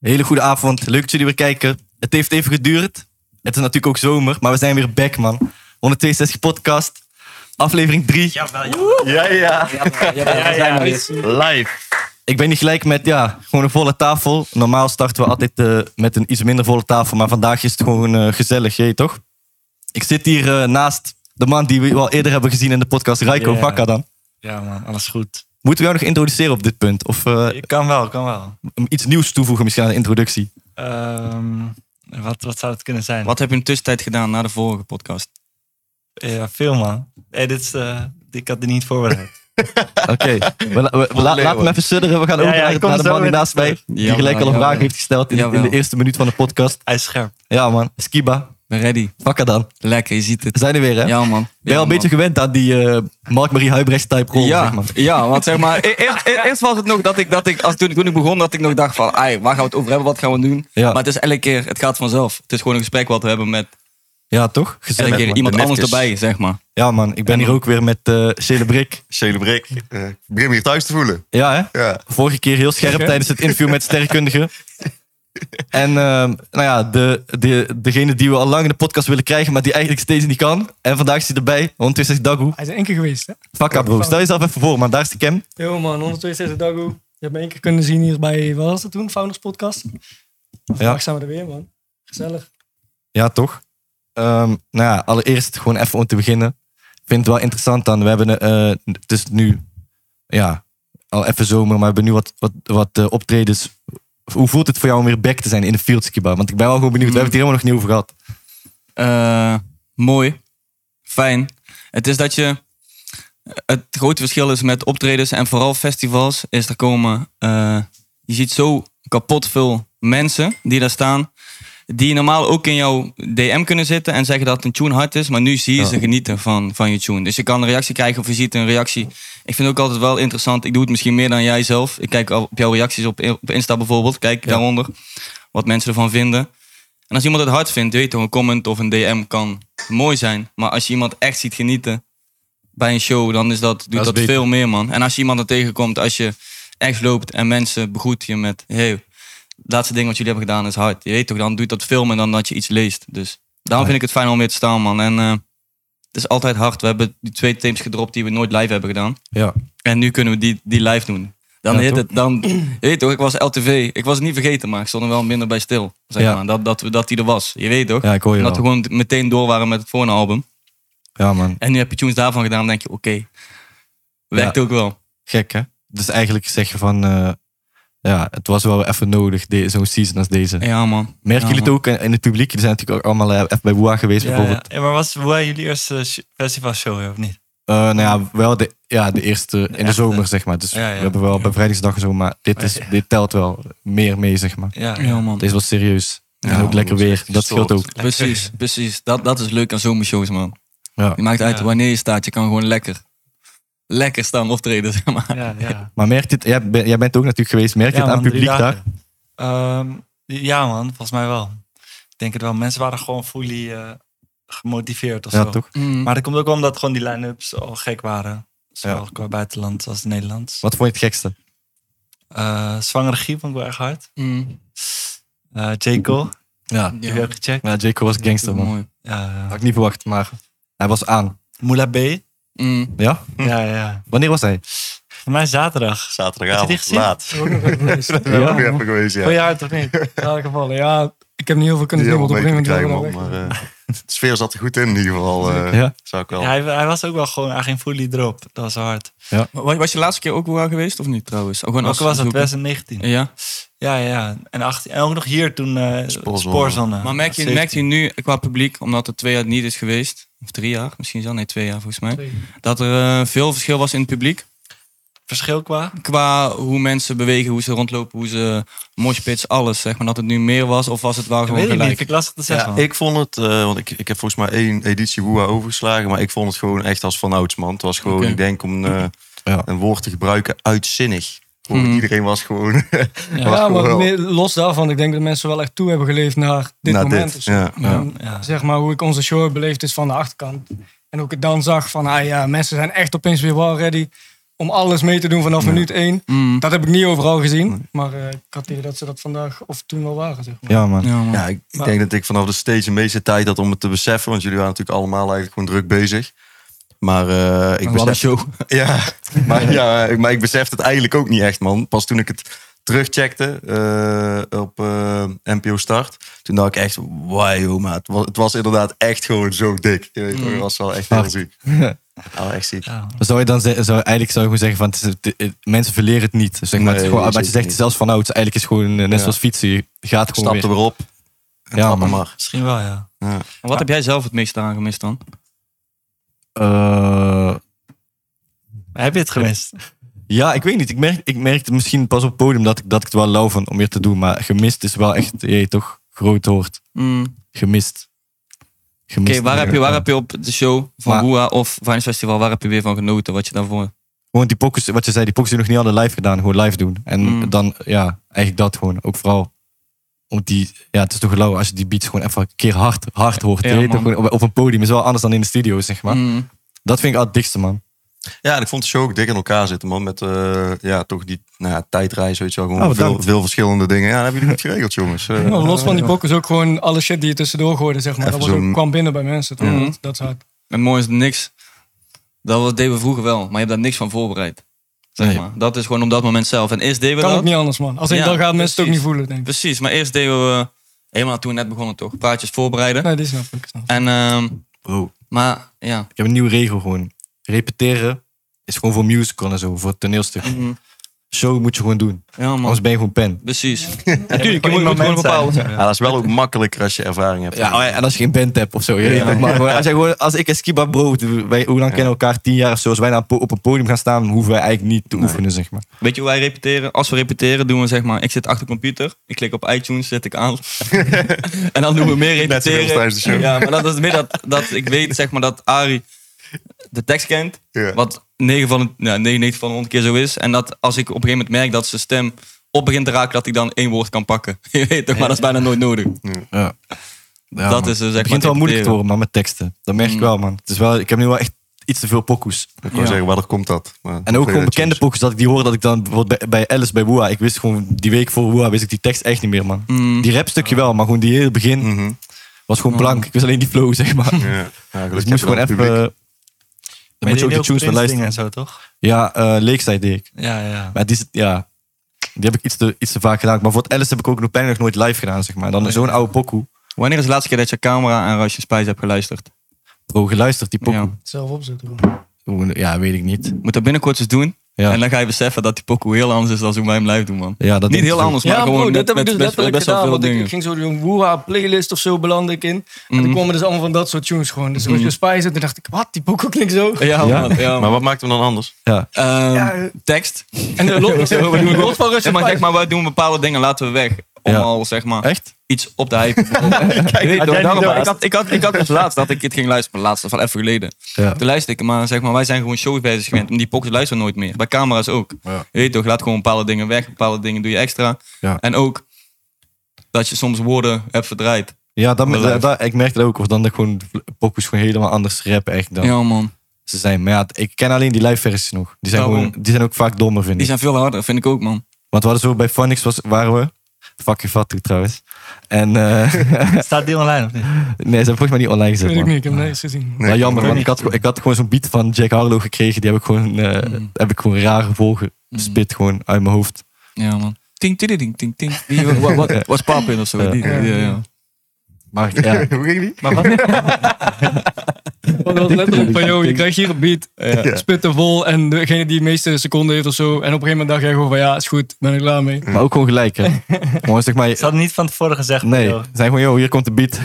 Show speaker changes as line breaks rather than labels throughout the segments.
Hele goede avond. Leuk dat jullie weer kijken. Het heeft even geduurd. Het is natuurlijk ook zomer, maar we zijn weer back, man. 162 podcast, aflevering 3.
Ja, ja.
Ja, ja,
Live.
Ik ben niet gelijk met, ja, gewoon een volle tafel. Normaal starten we altijd eh, met een iets minder volle tafel, maar vandaag is het gewoon eh, gezellig, je weet toch? Ik zit hier eh, naast de man die we al eerder hebben gezien in de podcast, Raiko
Ja.
Vakka dan.
ja, man, alles goed.
Moeten we jou nog introduceren op dit punt? Of eh,
Ik kan wel, kan wel.
iets nieuws toevoegen misschien aan de introductie?
Ehm, wat, wat zou het kunnen zijn?
Wat heb je in de tussentijd gedaan na de vorige podcast?
Ja, veel, man. Hey, dit is, eh, ik had dit niet voorbereid.
Oké, we la- we- we la- laat me even sudderen. We gaan
Ja,
over
ja,
naar,
ik
de-
kom
naar de
zo
man die
weer
naast mij, die
Jawel,
gelijk al een
jawel.
vraag heeft gesteld in, in de
Jawel.
eerste minuut van de podcast.
Hij is scherp.
Ja man, Skiba,
Ben ready.
wakker dan.
Lekker, je ziet
We
het.
zijn er weer hè?
Ja, man.
ben je al een beetje gewend aan die eh, Mark-Marie Huibrecht type rol,
Ja,
zeg maar.
ja, want zeg maar, e- eerst, e- eerst was het nog dat ik, dat ik als toen, toen ik begon, dat ik nog dacht van, ai, waar gaan we het over hebben, wat gaan we doen?
Ja.
Maar het is elke keer, het gaat vanzelf. Het is gewoon een gesprek wat we hebben met
Ja, toch?
elke
Gezellig.
keer
man.
iemand
de
anders
nefjes.
erbij, zeg maar.
Ja man, ik ben hier ook weer met eh Shele Brik.
Celebrik. eh, ik begin me hier thuis te voelen.
Ja hè?
Ja.
Vorige keer heel scherp tijdens het interview met sterrenkundigen. En ehm, nou ja, de, de, degene die we al lang in de podcast willen krijgen, maar die eigenlijk steeds niet kan. En vandaag is hij erbij, 120 Dagoe.
Hij is één keer geweest, hè?
Vakka bro, stel jezelf even voor man, daar is de cam.
Yo man, 162 Dago. Je hebt me één keer kunnen zien hier bij, wat was dat toen? Founders Podcast. Vandaag zijn we er weer, man. Gezellig.
Ja, toch? Ehm, nou ja, allereerst gewoon even om te beginnen. Ik vind het wel interessant dan. We hebben, eh, het is nu, ja, al even zomer, maar we hebben nu wat, wat, wat eh, optredens. Hoe voelt het voor jou om weer back te zijn in de field, Skiba? Want ik ben wel gewoon benieuwd. We hebben het hier helemaal nog niet over gehad.
Eh, mooi. Fijn. Het is dat je. Het grote verschil is met optredens en vooral festivals. Is er komen. eh, je ziet zo kapot veel mensen die daar staan. Die normaal ook in jouw DM kunnen zitten en zeggen dat een tune hard is. Maar nu zie je ze genieten van, van je tune. Dus je kan een reactie krijgen of je ziet een reactie. Ik vind het ook altijd wel interessant. Ik doe het misschien meer dan jij zelf. Ik kijk al op jouw reacties op, op Insta bijvoorbeeld. Kijk daaronder wat mensen ervan vinden. En als iemand het hard vindt, weet je toch, een comment of een DM kan mooi zijn. Maar als je iemand echt ziet genieten bij een show, dan is dat, doet dat,
beter.
veel meer, man. En als je iemand er tegenkomt, als je echt loopt en mensen begroeten je met... Hey, het laatste ding wat jullie hebben gedaan is hard. Je weet toch, dan doet dat veel meer dan dat je iets leest. Dus daarom vind ik het fijn om weer te staan, man. En eh, het is altijd hard. We hebben die twee teams gedropt die we nooit live hebben gedaan.
Ja.
En nu kunnen we die, die live doen. Dan
Ja,
heet
toch?
het, dan, je weet toch, ik was LTV. Ik was het niet vergeten, maar ik stond er wel minder bij stil. Zeg
Ja.
maar, dat, dat, we- dat die er was. Je weet toch?
Ja, ik hoor je
dat we
wel.
gewoon meteen door waren met het vorige album.
Ja man,
En nu heb je tunes daarvan gedaan, dan denk je, oké. werkt ook wel.
gek hè? Dus eigenlijk zeg je van, eh, ja, het was wel even nodig, de- zo'n season als deze.
Ja, man.
Merken
Ja,
jullie het ook in in het publiek? Jullie zijn natuurlijk ook allemaal eh, even bij Boa geweest
Ja,
bijvoorbeeld.
ja. Ja, maar was, hoe waren jullie eerste sh- festivalshow, hè, of niet?
Eh, nou ja, wel de, ja, de eerste in de
echte.
zomer, zeg maar. Dus
Ja, ja.
we hebben wel bevrijdingsdag en zo, maar dit, is, dit telt wel meer mee, zeg maar.
Ja,
Ja, man.
Het is wel serieus. en
Ja,
ook lekker weer, dat scheelt ook.
Precies, precies. Dat, dat is leuk aan zomershows, man.
Ja.
Je maakt uit
Ja.
wanneer je staat. Je kan gewoon lekker, lekker staan optreden, zeg maar.
Ja, ja.
Maar merk je het, jij, ben- jij bent ook natuurlijk geweest, merk je
Ja,
het aan
man,
het
drie
publiek daar?
dagen. Ehm, ja, man, volgens mij wel. Ik denk het wel. Mensen waren gewoon fully eh, gemotiveerd of
Ja,
zo.
toch?
Mm.
Maar dat komt ook wel omdat gewoon die line-ups al gek waren. Zowel
Ja.
qua buitenland als Nederlands.
Wat vond je het gekste?
Eh Zwangere Giep vond ik wel erg hard.
Mm.
Eh J. Cole,
Ja,
die heb ik ook gecheckt.
ja Jaco was gangster, man.
Mooi.
Ja,
Had ik niet verwacht, maar hij was aan.
Moula B.
Mm.
Ja?
Ja, ja.
Wanneer was hij?
Voor mij zaterdag. Heb je die
Zaterdagavond,
gezien?
laat.
Ook nog even geweest.
Ja, ja.
man.
even geweest, ja.
Voor jou toch niet?
In elk geval, ja. Ik heb niet heel
Die
veel kunnen zien, want op een
helemaal mee
gegeven
te
moment
krijgen,
waren we
man.
weg.
Maar eh, de sfeer zat er goed in, in ieder geval. eh,
Ja.
Zou ik wel.
Ja, hij, hij was ook wel gewoon, hij ging fully drop. Dat was hard.
Was, was je laatste keer ook wel geweest of niet trouwens? Ook, gewoon
Ook
als-
was het
als-
2019.
Ja,
Ja, ja. En, 18, en ook nog hier toen eh
Spoorzone.
Spoorzone.
maar merk je,
17.
merkt je nu qua publiek, omdat het twee jaar niet is geweest, of drie jaar misschien zelf, nee twee jaar volgens mij,
Twee.
dat er eh, veel verschil was in het publiek?
Verschil qua?
Qua hoe mensen bewegen, hoe ze rondlopen, hoe ze moshpits, alles zeg maar, dat het nu meer was of was het wel
Ik
gewoon
weet het niet,
gelijk?
vind ik lastig te zeggen.
Ja,
man.
ik vond het, eh, want ik, ik heb volgens mij één editie Woeha overgeslagen, maar ik vond het gewoon echt als vanouds, man. Het was gewoon,
Oké.
ik denk om eh,
Ja.
een woord te gebruiken, uitzinnig. Gewoon,
Mhm.
Iedereen was gewoon... was
Ja,
gewoon
maar
wel
meer- los daarvan, ik denk dat mensen wel echt toe hebben geleefd naar dit
naar
moment.
dit.
of zo.
Ja.
Ja.
En, eh,
Ja.
Zeg maar hoe ik onze show heb beleefd is van de achterkant. En hoe ik het dan zag van, ah ja, mensen zijn echt opeens weer wel ready. om alles mee te doen vanaf
Ja.
minuut één.
Mm.
Dat heb ik niet overal gezien.
Nee.
Maar eh, ik had het idee dat ze dat vandaag of toen wel waren. Zeg maar.
Ja, man.
Ja, man.
Ja, ik, ik denk dat ik vanaf de stage de meeste tijd had om het te beseffen. Want jullie waren natuurlijk allemaal eigenlijk gewoon druk bezig. Maar eh ik
Wat een
besef...
show.
Ja, maar, ja, eh, maar ik besefte het eigenlijk ook niet echt, man. Pas toen ik het terugcheckte eh, op eh, NPO Start. Toen dacht ik echt, wauw, maar het was, het was inderdaad echt gewoon zo dik. Je weet, toch, Het was wel echt heel
Hard.
ziek. Wel echt ziek.
Ja, man.
Zou je dan ze- zou, eigenlijk zou je gewoon zeggen van, het is- het- het- mensen verleren het niet. Zeg maar, het is
Nee,
gewoon, wat je
zeker
zegt
niet.
zelfs van oud, eigenlijk is gewoon eh, net
Ja.
zoals fietsen. Je gaat gewoon
Stap er
weer.
weer op. En
Ja,
ja,
man.
maar.
Misschien wel, ja.
Wat heb jij zelf het meest aan gemist dan?
Eh,
Heb je het gemist?
ja, ik weet niet. Ik, merk, ik merkte misschien pas op het podium dat ik, dat ik het wel lauw van om weer te doen. Maar gemist is wel echt, je toch, groot woord.
Mm.
Gemist.
Oké,
Gemist.
waar, heb je, waar heb je op de show van
Maar-
Boa of Vines Festival, waar heb je weer van genoten? Wat je daarvoor...
Gewoon die pokus, wat je zei, die pokus die we nog niet hadden live gedaan. Gewoon live doen. En
Mm.
dan, ja, eigenlijk dat gewoon. Ook vooral om die, ja, het is toch lauw als je die beats gewoon even een keer hard, hard hoort.
Ja,
je weet
man.
toch, gewoon op, op een podium is wel anders dan in de studio, zeg maar.
Mm.
Dat vind ik altijd het dikste, man.
Ja, en ik vond de show ook dik in elkaar zitten, man. Met eh, ja, toch die nou ja, tijdreis, weet je wel. Gewoon
Oh,
veel,
bedankt.
veel verschillende dingen. Ja, dat hebben jullie goed geregeld, jongens. Eh,
Nou, los van die pokkers ook gewoon alle shit die je tussendoor gooide. Zeg maar.
Even
Dat was ook,
zo'n- Mm.
kwam binnen bij mensen. toch?
Mhm.
Dat, dat is hard.
En mooi is niks. Dat was- deden we vroeger wel, maar je hebt daar niks van voorbereid. Zeg
Nee.
maar. Dat is gewoon op dat moment zelf. En eerst deden we
Kan
dat.
ook niet anders, man. Als ik
Ja,
dan ga, mensen het ook
precies.
niet voelen, denk ik.
Precies, maar eerst deden we helemaal toen we net begonnen toch? Praatjes voorbereiden.
Nee, die snap ik. snap ik.
En, ehm,
Bro.
maar ja.
Ik heb een nieuwe regel gewoon. Repeteren is gewoon voor musical en zo, voor toneelstuk.
Mhm.
Show moet je gewoon doen.
Ja man,
Anders ben je gewoon pen.
precies.
Natuurlijk,
je moet- je moet gewoon bepalen.
Ja, dat is wel ook makkelijker als je ervaring hebt.
Ja, oh ja, en als je geen band hebt of zo. je weet toch, maar gewoon- als, jij gewoon, als ik en Skiba Bro, wij, hoe lang kennen we elkaar? Tien jaar of zo. Als wij nou op- op een podium gaan staan, hoeven wij eigenlijk niet te oefenen, zeg maar.
Weet je hoe wij repeteren? Als we repeteren doen we zeg maar, ik zit achter de computer, ik klik op iTunes, zet ik aan. en dan doen we meer
Net zo
repeteren.
heel tijdens de show.
Ja, maar dat is meer dat, dat ik weet zeg maar dat Ari de tekst kent.
Ja.
Wat 9 van, de- ja, 99 van de 100 keer zo is. En dat als ik op een gegeven moment merk dat zijn stem op begint te raken, dat ik dan één woord kan pakken. Je weet toch, maar dat is bijna nooit nodig.
Ja. Ja,
dat
man.
is dus
Het
echt
begint wel moeilijk te worden, man, met teksten. Dat merk ik wel, man. Het is wel, ik heb nu wel echt iets te veel pokoes.
Ik wou zeggen, waar komt dat? Maar
En ook gewoon
dat
bekende pokoes, dat ik die hoor, dat ik dan bijvoorbeeld bij, bij Alice, bij Woeha, ik wist gewoon, die week voor Woeha, wist ik die tekst echt niet meer, man. Die rapstukje wel, maar gewoon die hele begin
Mhm.
was gewoon blank. Ik wist alleen die flow, zeg maar.
Ja, ja gelukkig
Dus ik
heb
moest
je dan
gewoon
het
even...
publiek.
eh, Dan moet je ook de tunes van luisteren.
en zo, toch?
Ja, eh Lakeside deed ik.
Ja, ja.
Maar die, is- ja, die heb ik iets te, iets te vaak gedaan. Maar voor het Alice heb ik ook nog bijna nog nooit live gedaan, zeg maar. Dan zo'n oude pokoe.
Wanneer is de laatste keer dat je camera aan Russian Spice hebt geluisterd?
Bro, geluisterd, die pokoe.
Ja.
Zelf opzetten. gewoon.
Oeh, Ja, weet ik niet.
Moet dat binnenkort eens doen.
Ja.
En dan ga je beseffen dat die pokoe heel anders is dan hoe wij hem live doen, man.
Ja, dat
Niet
denk ik
heel
ook.
anders, maar
Ja,
gewoon
bro,
met,
dat heb ik
met-
dus
met
letterlijk
best
gedaan.
wel
Want
veel
ik, ik
dingen.
ging zo door een Woeha playlist of zo belandde ik in. En
Mhm.
dan kwamen dus allemaal van dat soort tunes gewoon. Dus als je Spice zit, dan dacht ik, wat, die pokoe klinkt zo.
Ja,
Ja?
man, ja,
Maar
man.
wat maakt hem dan anders?
Ehm,
Ja, eh.
tekst.
En de lot,
Zo, we doen
lot van
Ja,
Russian
maar zeg
Spice.
maar, wij doen bepaalde dingen, laten we weg. Om
Ja.
al, zeg maar,
Echt?
iets op de hype. Ik weet toch, daarom, maar ik, had, ik, had, ik had dus laatst dat ik het ging luisteren, maar laatst, dat is wel even geleden.
Ja.
Toen luisterde ik, maar zeg maar, wij zijn gewoon shows bezig gewend. Om die pockets luisteren nooit meer. Bij camera's ook.
Ja.
Je weet toch, laat gewoon bepaalde dingen weg, bepaalde dingen doe je extra.
Ja.
En ook dat je soms woorden hebt verdraaid.
Ja, dat,
Live.
dat- dat- ik merk dat ook. Of dan dat gewoon pokus gewoon helemaal anders rappen echt dan
Ja, man.
ze zijn. Maar ja, ik ken alleen die live versies nog. Die zijn,
Daarom.
gewoon, die zijn ook vaak dommer, vind
Die
ik.
zijn veel harder, vind ik ook, man.
Want we hadden zo bij Phonics was, waren we... Fuck je fat toe trouwens. En eh,
Staat die online of niet?
nee, ze hebben volgens mij niet online gezet,
Weet ik
man.
niet, ik heb hem niks gezien.
Maar jammer,
man.
want ik had, gewoon- ik had gewoon zo'n beat van Jack Harlow gekregen. Die heb ik gewoon, eh,
Mm.
heb ik gewoon raar volgen. Spit gewoon uit mijn hoofd.
Ja, man. Ting, ting, ting, ting, ting. Die, wat, wat, wat papen of zo.
Ja.
Die, die- ja, ja.
Maar ja,
Hoe ging die?
Want dat was letterlijk van, joh, je krijgt hier een beat,
Ja.
spitten vol. En degene die de meeste seconden heeft of zo. En op een gegeven moment dacht jij gewoon van, ja, is goed, ben ik klaar mee.
maar ook gewoon gelijk, hè. Gewoon zeg maar...
Ze hadden niet van tevoren gezegd.
Nee,
joh.
ze zijn gewoon, joh, hier komt de beat.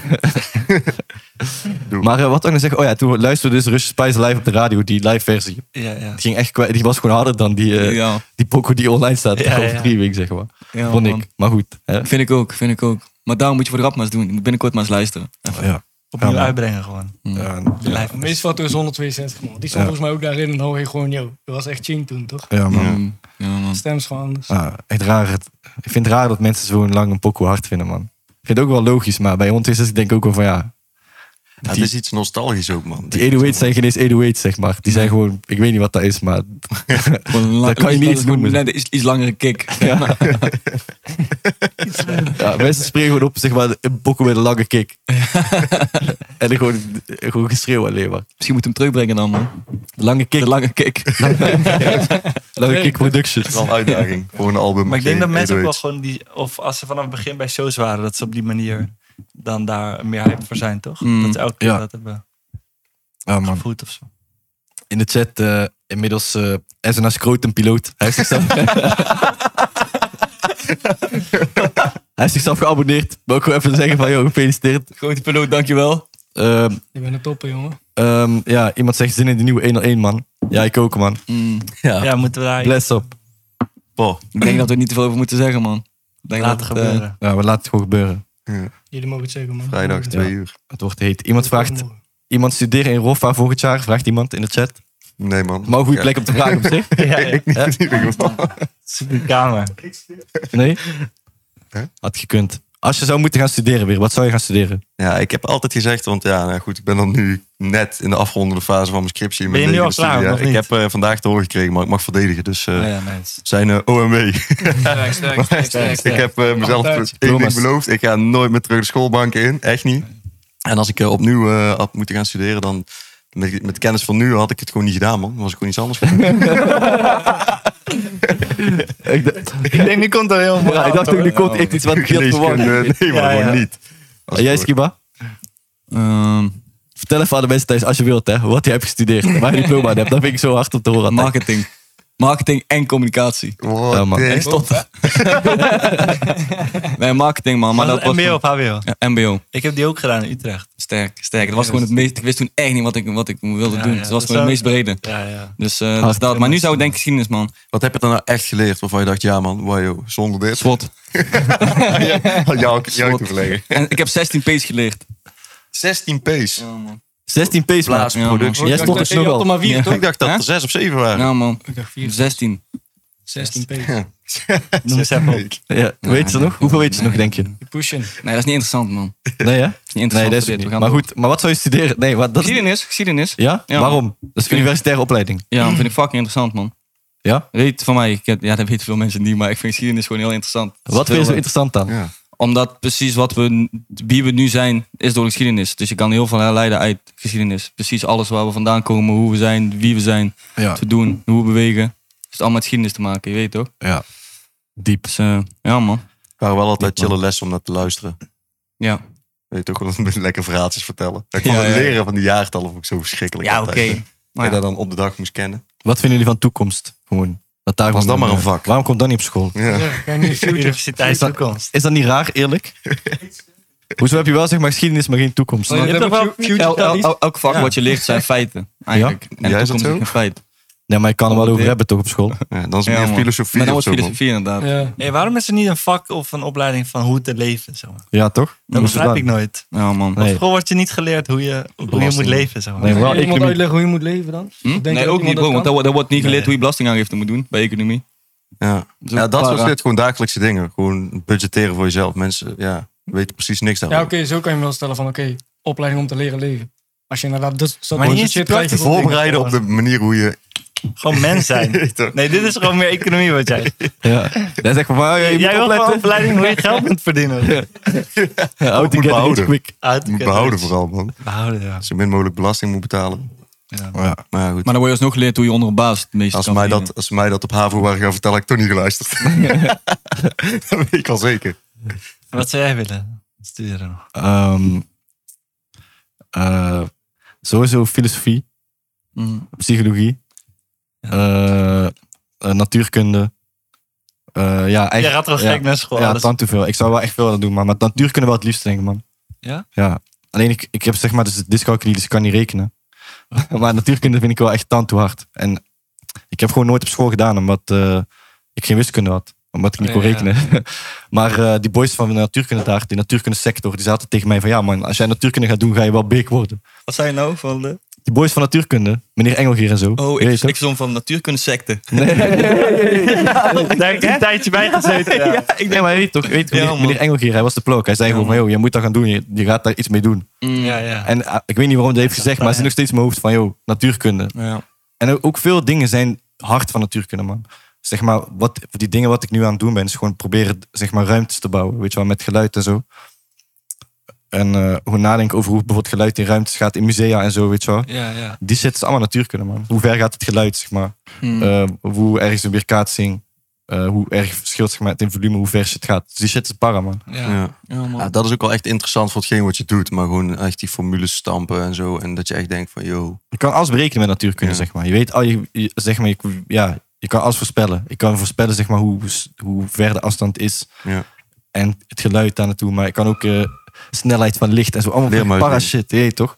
Doe.
maar eh, wat ik nog zeg, oh ja, toen luisterde dus Rush Spice live op de radio, die live versie.
Ja, ja.
Die, ging echt kwijt, die was gewoon harder dan die, eh
ja.
die pokoe die online staat
Ja,
op
ja.
streaming, zeg maar.
Ja,
Vond
man.
ik, maar goed. Hè?
Vind ik ook, vind ik ook. Maar daarom moet je voor de rap maar eens doen. Je moet binnenkort maar eens luisteren.
Ja.
Opnieuw
Ja, man.
uitbrengen gewoon.
Ja,
Live.
De meeste foto is 162, man. Die stond
Ja.
volgens mij ook daarin. En dan hoor je gewoon, joh, dat was echt ching toen, toch?
ja, man.
Mm. Ja, man.
Stem is gewoon anders.
Ah, echt raar. het- ik vind het raar dat mensen zo lang een pokoe hard vinden, man. Ik vind het ook wel logisch, maar bij ons is het denk ik ook wel van ja.
het is iets nostalgisch ook, man.
Die 808's zijn geen eens 808's, zeg maar. Die zijn gewoon, ik weet niet wat dat is, maar
Dat
kan je niet iets noemen.
Net iets, iets langere kick.
ja, mensen spreken gewoon op, zeg maar, bokken met een lange kick. en dan gewoon, gewoon geschreeuw alleen maar.
Misschien moet je hem terugbrengen dan, man.
De lange kick,
De lange kick.
lange kick productions.
wel een uitdaging voor een album.
Maar ik denk dat
Geen
mensen ook wel
idee.
gewoon die... Of als ze vanaf het begin bij shows waren, dat ze op die manier dan daar meer hype voor zijn, toch?
Mm,
dat ze elke keer
ja.
dat hebben
Ja, man.
gevoeld of zo.
In de chat eh, inmiddels eh SNA Scrotum piloot. Hij heeft zichzelf... Hij heeft zichzelf geabonneerd. Wil ik gewoon even zeggen van, joh, gefeliciteerd.
Grote piloot, dankjewel.
Ehm,
Je bent een topper, jongen.
ehm, ja, iemand zegt zin in de nieuwe 101, man. Ja, ik ook, man.
Ja, moeten we daar
Bless op.
Boah,
Hmm. Ik denk dat we er niet te veel over moeten zeggen, man. Ik Denk
laten
dat, eh,
gebeuren.
Ja, we laten het gewoon gebeuren.
Jullie mogen het zeggen, man.
vrijdag
Ja.
twee uur.
Het wordt heet. Iemand vraagt,
Morgen.
iemand studeerde in Roffa vorig jaar? Vraagt iemand in de chat.
Nee, man.
Maar een goede
Ja.
plek om te vragen op zich.
ja, ja.
Ik niet. ik wil-
Super kamer.
Nee?
Hè?
Had gekund. Als je zou moeten gaan studeren weer, wat zou je gaan studeren?
Ja, ik heb altijd gezegd, want ja, nou goed, ik ben dan nu net in de afrondende fase van mijn scriptie. in
Ben je
mijn
nu al
negende
klaar,
studiejaar.
of nog Ah,
Ik heb eh, vandaag te horen gekregen, maar ik mag verdedigen. Dus eh,
ja, nice.
zijn eh, OMW.
Sterk, sterk, sterk, sterk.
Ik heb eh, mezelf
Altijd.
één ding
Thomas.
beloofd. Ik ga nooit meer terug de schoolbanken in. Echt niet. En als ik eh, opnieuw eh, had moeten gaan studeren, dan met, met kennis van nu had ik het gewoon niet gedaan, man. Dan was ik gewoon iets anders. gaan doen.
Ik,
denk, nu komt er heel
dacht ook, er komt echt iets wat veel te
Geneeskunde,
worden.
Nee, maar
Ja, ja.
gewoon niet. Als
En jij,
het goed-
Skiba?
ehm,
Vertel even aan de mensen thuis, als je wilt, hè, wat je hebt gestudeerd. en Waar je diploma aan hebt. Dat vind ik zo hard om te horen. altijd.
marketing. Marketing en communicatie.
What
Ja, man.
the-
En
Nee, marketing, man. Maar dat was
MBO
gewoon-
of HBO?
Ja, MBO.
Ik heb die ook gedaan in Utrecht.
Sterk, sterk. Dat was
Ja,
gewoon het meest. Ik wist toen echt niet wat ik, wat ik wilde
Ja,
doen.
ja.
Het was
Dat
gewoon het
zou-
meest brede.
Ja, ja.
Dus eh, dat is dat. Maar nu zou ik denken geschiedenis, man.
Wat heb je dan nou echt geleerd waarvan je dacht, ja man, wow, joh, zonder dit
SWOT.
had jou ook jou ook te
SWOT.
verleggen.
En ik heb 16 P's geleerd.
16 P's.
16 P's, man.
Plaats
Ja, man.
productie.
En Jij
Ik
stond
dacht,
dus
je had er
nogal.
maar vier,
Ja.
toch?
Ik dacht dat er 6 of 7 waren.
Ja, man.
Ik dacht vier.
16.
16 p.
Noem eens even op.
Ja, weet je nog? Hoeveel weet je nog, denk je?
Die pushen.
Nee, dat is niet interessant, man. Dat
Nee, hè?
is niet
Nee,
interessant.
dat
voor
is
dit.
niet.
We gaan
Maar
door.
goed, maar wat zou je studeren? Nee, wat, dat is...
Geschiedenis, geschiedenis.
Ja?
Ja.
Waarom? Dat is een universitaire opleiding.
Ja, dat vind ik fucking interessant, man.
Ja?
Weet van mij, ik heb- ja, dat weten veel mensen niet, maar ik vind geschiedenis gewoon heel interessant. Het is
Wat vind je
heel
zo
leuk.
interessant dan?
Ja.
Omdat precies wat we, wie we nu zijn, is door geschiedenis. Dus je kan heel veel herleiden uit geschiedenis. Precies alles waar we vandaan komen, hoe we zijn, wie we zijn,
Ja.
te doen, hoe we bewegen. Het heeft allemaal met geschiedenis te maken, je weet toch?
Ja. Diep.
Dus eh, ja, man.
Het waren wel altijd chille lessen om naar te luisteren.
Ja,
Weet je toch wel dat lekker verhaaltjes vertellen. Ik kon
Ja,
het
ja.
leren van die jaartallen vond ik zo verschrikkelijk.
ja oké.
altijd. Dat je dat dan op de dag moest kennen.
Wat vinden jullie van toekomst? Gewoon. Dat daar
Was
gewoon
dat maar
eh,
een vak?
Waarom komt dat niet op school?
Ja.
Ja, ga je nu future.
Universiteit toekomst.
Is dat niet raar, eerlijk? Hoezo heb je wel zeg maar geschiedenis, maar geen toekomst?
Oh, je hebt
hebt
toch
wel
wel future
El- el-
studies?
el- elk vak wat je leert zijn feiten, eigenlijk. En
Ja, is dat
toekomst
zo?
is een feit.
Nee, maar je kan er wel over hebben toch op school?
Ja, dan is het
Ja,
meer
man.
filosofie
Maar dan
of
wordt
zo. man.
filosofie inderdaad.
Ja.
Hey, waarom is er niet een vak of een opleiding van hoe te leven? Zeg maar?
Ja, toch?
Dat
Hoe is het
begrijp
dan?
ik nooit.
Ja, man.
Op
Nee.
school wordt je niet geleerd hoe je, hoe je moet
Belasting.
leven. Zeg maar.
Nee,
Kan
maar
je iemand
economie.
uitleggen hoe je moet leven dan? Of denk je
Hm? Nee,
dat
ook niet,
iemand
bro, want
dat
daar,
kan?
wordt- daar wordt niet geleerd
Nee.
hoe je belastingaangifte moet doen bij economie.
Ja,
is ook
ja dat
waar,
soort
hè?
shit. Gewoon dagelijkse dingen. Gewoon budgetteren voor jezelf. Mensen ja, weten precies niks
Ja,
daarover.
oké, zo kan je me wel stellen van, oké, opleiding om te leren leven. Als je inderdaad dat dat
Maar
soort
niet
shit
eens
krijgt,
praktisch.
Voorbereiden op de manier hoe je...
Gewoon mens zijn.
Weet toch?
Nee, dit is gewoon meer economie wat jij.
Ja. Hij zegt van, maar, je
Jij
moet
wil gewoon een
opletten.
opleiding hoe je geld moet verdienen.
Ja, How to
moet
get rich
behouden.
quick.
Uit-
moet behouden vooral, man.
Behouden, ja.
Zo min mogelijk belasting moet betalen.
Ja.
Ja. Maar ja, goed.
Maar dan word je alsnog geleerd hoe je onder een baas het meeste
Als ze
kan
mij,
verdienen.
dat, als ze mij dat op HAVO waren gaan vertellen, had ik toch niet geluisterd. dat weet ik al zeker.
Wat zou jij willen studeren nog?
Ehm, eh, sowieso filosofie,
Mm.
psychologie, eh, eh, natuurkunde. Eh, ja,
Jij
eigenlijk,
gaat wel
ja.
gek naar school.
ja,
dus-
dan te veel. Ik zou wel echt veel willen doen, maar met natuurkunde wel het liefst, denk ik, man.
Ja?
Ja. Alleen ik, ik heb zeg maar dus dyscalculie, dus ik kan niet rekenen.
Oh.
maar natuurkunde vind ik wel echt tand toe hard. En ik heb gewoon nooit op school gedaan, omdat eh, ik geen wiskunde had. Omdat ik
Oh,
niet kon
Ja, ja.
rekenen. maar eh, die boys van de natuurkunde daar, die natuurkunde sector, die zaten tegen mij van ja man, als jij natuurkunde gaat doen, ga je wel beek worden.
Wat zei je nou van de...
Die boys van natuurkunde, meneer Engelgeer en zo.
Oh,
Weet
ik,
je
ik zong van natuurkunde secte.
Daar heb ik een tijdje bij gezeten. ja.
toch? Nee, maar je weet toch, je weet toch,
Ja,
meneer,
man.
meneer Engelgeer, hij was de plook. Hij zei gewoon van, joh, jij moet dat gaan doen. Je, je gaat daar iets mee doen.
Ja, ja.
En ah, ik weet niet waarom hij heeft gezegd, maar het is nog steeds in mijn hoofd van, joh, natuurkunde.
Ja.
En ook- ook veel dingen zijn hard van natuurkunde, man. Zeg maar, wat, die dingen wat ik nu aan het doen ben, is gewoon proberen zeg maar, ruimtes te bouwen. Weet je wel, met geluid en zo. En eh, hoe nadenken over hoe bijvoorbeeld geluid in ruimtes gaat, in musea en zo, weet je wel.
Ja, ja.
Die zit is allemaal natuurkunde, man. Hoe ver gaat het geluid, zeg maar. Eh, hoe erg is een weerkaatsing. Eh, hoe erg verschilt zeg maar, het in volume, hoe ver het gaat. Dus die shit is para, man.
ja.
Ja. Ja, dat is ook wel echt interessant voor hetgeen wat je doet. Maar gewoon echt die formules stampen en zo. En dat je echt denkt van, yo.
Je kan alles berekenen met natuurkunde,
Ja.
zeg maar. Je weet al, je, je- zeg maar, je, ja, je kan alles voorspellen. Je kan voorspellen, zeg maar, hoe, hoe ver de afstand is.
Ja.
En het geluid daar naartoe. Maar je kan ook eh, snelheid van licht en zo. Allemaal
Leer
van die
maar
para
doen.
shit, je weet toch?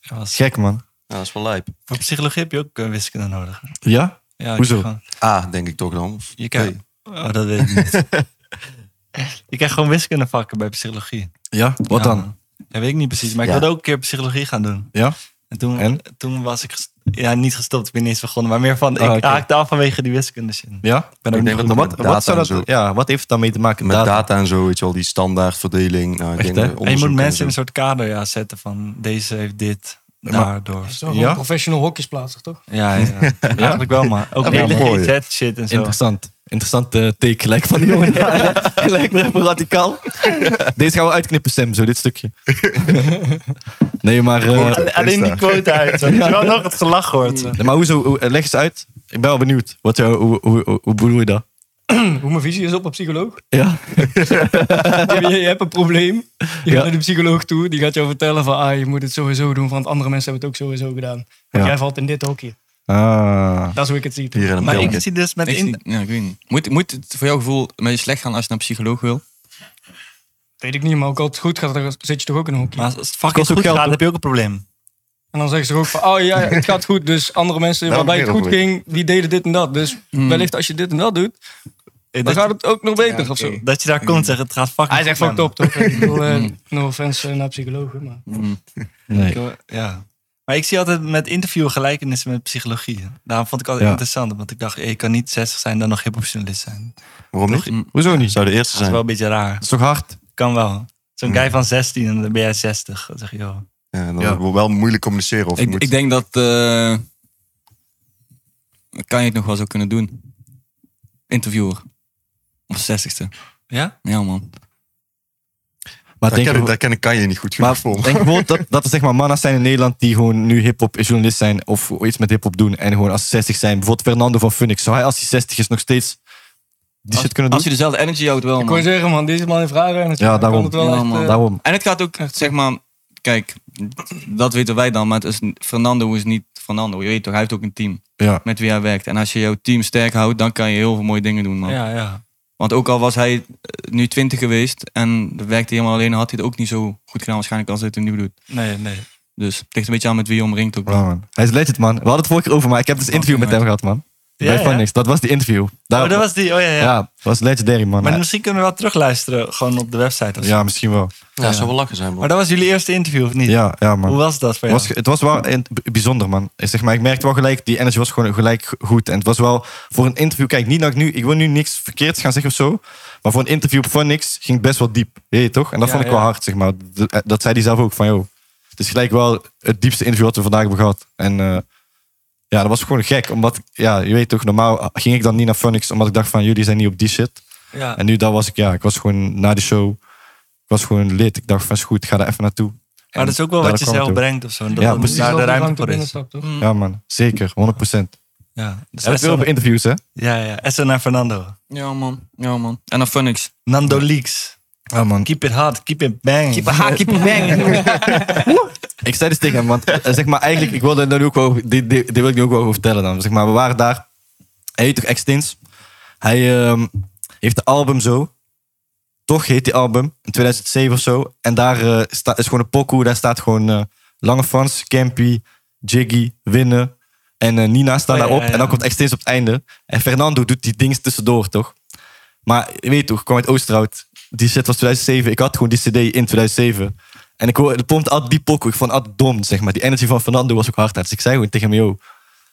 Ja, was-
Gek, man.
Ja, dat is wel lijp.
Voor psychologie heb je ook eh, wiskunde nodig.
Ja?
Ja, dat
Hoezo?
Je, gewoon-
Ah, denk ik toch dan.
je krijgt, oh, dat weet ik niet. je krijgt gewoon wiskunde vakken bij psychologie.
Ja? Wat
Ja,
dan?
man. Dat weet ik niet precies, maar ik
Ja.
wilde ook een keer psychologie gaan doen.
Ja?
En toen,
En?
toen was ik, gest- ja, niet gestopt, ik ben niet eens begonnen, maar meer van, ik
Ah, oké.
haakte af vanwege die wiskunde shit.
Ja?
ben
Ik denk
niet
ook
dat-
goed
wat,
met
wat,
data
zou
en
dat, ja, wat heeft het daarmee te maken?
Met data en zo, weet je wel. Die standaardverdeling. Nou, ik
Echt,
denk
hè?
eh,
En je
En je
onderzoek
moet
en
mensen in een
zo.
soort kader ja, zetten van, deze heeft dit,
maar-
daardoor.
Zo gewoon
Ja?
professional hokjesplaatser, toch?
Ja, ja. eigenlijk wel, maar ook
Ja,
hele
mooi.
GZ-shit en zo.
Interessant. Interessant eh, take gelijk van die jongen. Gelijk weer even radicaal. Deze gaan we uitknippen, Sam, zo dit stukje. nee, maar... eh,
Alleen- Alleen die quote uit. zo. Dat je wel nog het gelach hoort. zo.
Nee, maar hoezo? Hoe, eh, leg eens uit. Ik ben wel benieuwd. Wat, jou- hoe, hoe, hoe, hoe bedoel je dat?
Hoe mijn visie is op een psycholoog.
Ja.
Je, je hebt een probleem. Je gaat
Ja.
naar de psycholoog toe. Die gaat jou vertellen van, ah, je moet het sowieso doen. Want andere mensen hebben het ook sowieso gedaan. Want
Ja.
jij valt in dit hokje.
Ah.
Dat is hoe ik het zie.
Hier in een
Maar
pilk.
ik zie dus met
Ik
in...
zie- ja, ik weet niet. Moet, moet het voor jouw gevoel met je slecht gaan als je naar een psycholoog wil?
Weet ik niet, maar ook als het goed gaat, dan zit je toch ook in een hokje.
Maar als het fucking
Kost ook
goed
geld,
gaat,
hoor.
heb je ook een probleem.
En dan zeggen ze ook van, oh ja, het gaat goed. Dus andere mensen
Nou,
Daarom
waarbij het
weer
goed
dat
ging, die deden dit en dat. Dus wellicht als je dit en dat doet,
Eh,
dan
Dat,
gaat het ook nog beter
Ja,
of zo.
oké.
dat je daar
Mm.
komt zeggen, het gaat fucking
Hij zegt
goed
fucked op, toch? Ik bedoel, eh, no offense eh, naar psychologen, maar...
Nee.
met me. Ik, eh, Ja. Maar ik zie altijd met interviewen gelijkenissen met psychologie. Daarom vond ik altijd
Ja.
interessant. Want ik dacht, eh, je kan niet 60 zijn dan nog hip zijn.
Waarom niet?
Hoezo niet?
Zou de eerste
Dat is
zijn.
wel een beetje raar.
Dat is toch hard?
Kan wel. Zo'n guy van 16 en dan ben jij 60. Dan zeg je, joh.
Ja, dan
Ja.
wordt wel moeilijk communiceren. Of je
Ik,
moet-
ik denk dat... eh, kan je het nog wel zo kunnen doen? Interviewer. Of zestigste.
Ja?
Ja, man.
Maar
daar,
denk,
ken
je-
ik, daar ken ik kan je niet goed genoeg
maar
voor.
denk bijvoorbeeld dat, dat er zeg maar mannen zijn in Nederland die gewoon nu hip-hop journalist zijn of iets met hip-hop doen en gewoon als ze 60 zijn. Bijvoorbeeld Fernando van Funix. Zou hij als hij 60 is nog steeds die shit kunnen doen?
Als je dezelfde energy houdt wel,
Ik kon je
man.
zeggen, man, deze man heeft vragen. En het
Ja,
kan
daarom.
het wel
Ja,
echt,
man.
eh,
Daarom.
En het gaat ook, zeg maar... Kijk, dat weten wij dan, maar het is, Fernando is niet Fernando. Je weet toch, hij heeft ook een team
Ja.
met wie hij werkt. En als je jouw team sterk houdt, dan kan je heel veel mooie dingen doen, man.
Ja, ja.
Want ook al was hij eh, nu 20 geweest en werkte helemaal alleen, had hij het ook niet zo goed gedaan waarschijnlijk als hij het nu doet.
Nee, nee. Oh,
Dus het ligt een beetje aan met wie je omringt ook.
Ja, man. Hij is legend, man. We hadden het vorige keer over, maar ik heb dus een interview met hem gehad, man.
Ja,
Bij
ja.
Funix. Dat was die interview. Daar,
Oh, dat was die. Oh, ja, ja.
Ja, was legendary, man.
Maar misschien kunnen we wel terugluisteren. Gewoon op de website of zo.
Ja, misschien wel.
ja, dat zou wel lachen zijn.
Maar dat was jullie eerste interview, of niet?
Ja, ja man.
Hoe was dat voor jou?
Was, het was wel in- b- bijzonder, man. Ik Zeg maar, ik merkte wel gelijk, die energy was gewoon gelijk g- goed. En het was wel voor een interview, kijk, niet dat ik nu, ik wil nu niks verkeerds gaan zeggen of zo. Maar voor een interview van niks ging het best wel diep. Weet je toch? En dat
Ja,
vond ik wel
ja.
hard, zeg maar. D- eh, Dat zei hij zelf ook van, joh. Het is gelijk wel het diepste interview wat we vandaag hebben gehad. En eh, ja, dat was gewoon gek. Omdat, ja, je weet toch, normaal ging ik dan niet naar Funix. Omdat ik dacht van, jullie zijn niet op die shit.
ja.
En nu dat was ik, ja, ik was gewoon na de show, ik was gewoon lid. Ik dacht van, is goed, ik ga daar even naartoe.
Maar dat is ook wel
Daar
wat je
kwam
zelf
het ook.
brengt of zo. en Dat
Ja,
het
precies.
daar de ruimte
ruimte
voor is.
toch?
Ja man, zeker, 100%.
Ja, dus
En dat
SO
veel op interviews, hè?
ja, ja. SO naar Fernando.
Ja man, ja man. En dan Funix.
Nando Leaks.
Ja man.
Keep it hard, keep it bang.
Ik zei dus tegen hem, want eh, zeg maar eigenlijk, ik wilde daar nu ook wel, dit, dit, dit wil ik nu ook wel over vertellen dan. Zeg maar, we waren daar, hij heet toch Extins? Hij ehm, heeft een album zo, toch heet die album, in 2007 of zo. En daar eh, sta- is gewoon een pokoe, daar staat gewoon eh, Lange Frans, Campy, Jiggy, Winnen en eh, Nina staan
Oh, ja,
daarop.
ja, ja.
En dan komt Extins op het einde. En Fernando doet die dings tussendoor, toch? Maar je weet toch, ik kwam uit Oosterhout. Die shit was 2007. Ik had gewoon die cd in 2007. En ik hoorde, pompt altijd die pokoe. Ik vond het altijd dom, zeg maar. Die energy van Fernando was ook hard. Dus ik zei gewoon tegen hem, yo,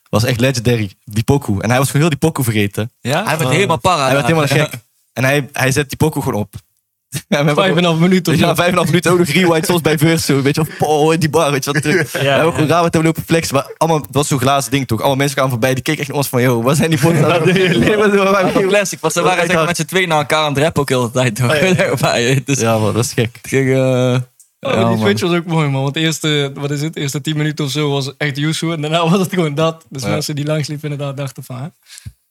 was echt legendary, die pokoe. En hij was gewoon heel die pokoe vergeten.
Ja?
Hij werd helemaal para.
Hij werd
daar.
helemaal gek. En hij, hij zet die pokoe gewoon op. En we hebben
Vijf en
ook-
een half minuut of
ja,
zo.
vijf en een half minuten ook nog rewind, soms bij Verso. Weet je wel, oh, in die bar, weet je wat terug. we hebben ook gewoon raar met hem lopen flexen. Maar allemaal, dat was zo'n glazen ding toch. Allemaal mensen kwamen voorbij, die keken echt naar ons van, yo, wat zijn die potten? aan
Ja,
het
van
doen?
Classic, want ze
Dat
waren
is echt
zeg maar
hard.
met z'n tweeën naar elkaar aan het rappen ook heel de tijd. Toch? Ja, dus,
Oh, Ja man, dat is gek.
ik, eh,
Oh,
ja,
die
man.
switch was ook mooi, man. Want de eerste, wat is het, de eerste 10 minuten of zo was echt Yusu. En daarna was het gewoon dat. Dus
Ja.
mensen die langs liepen inderdaad dachten van... hè?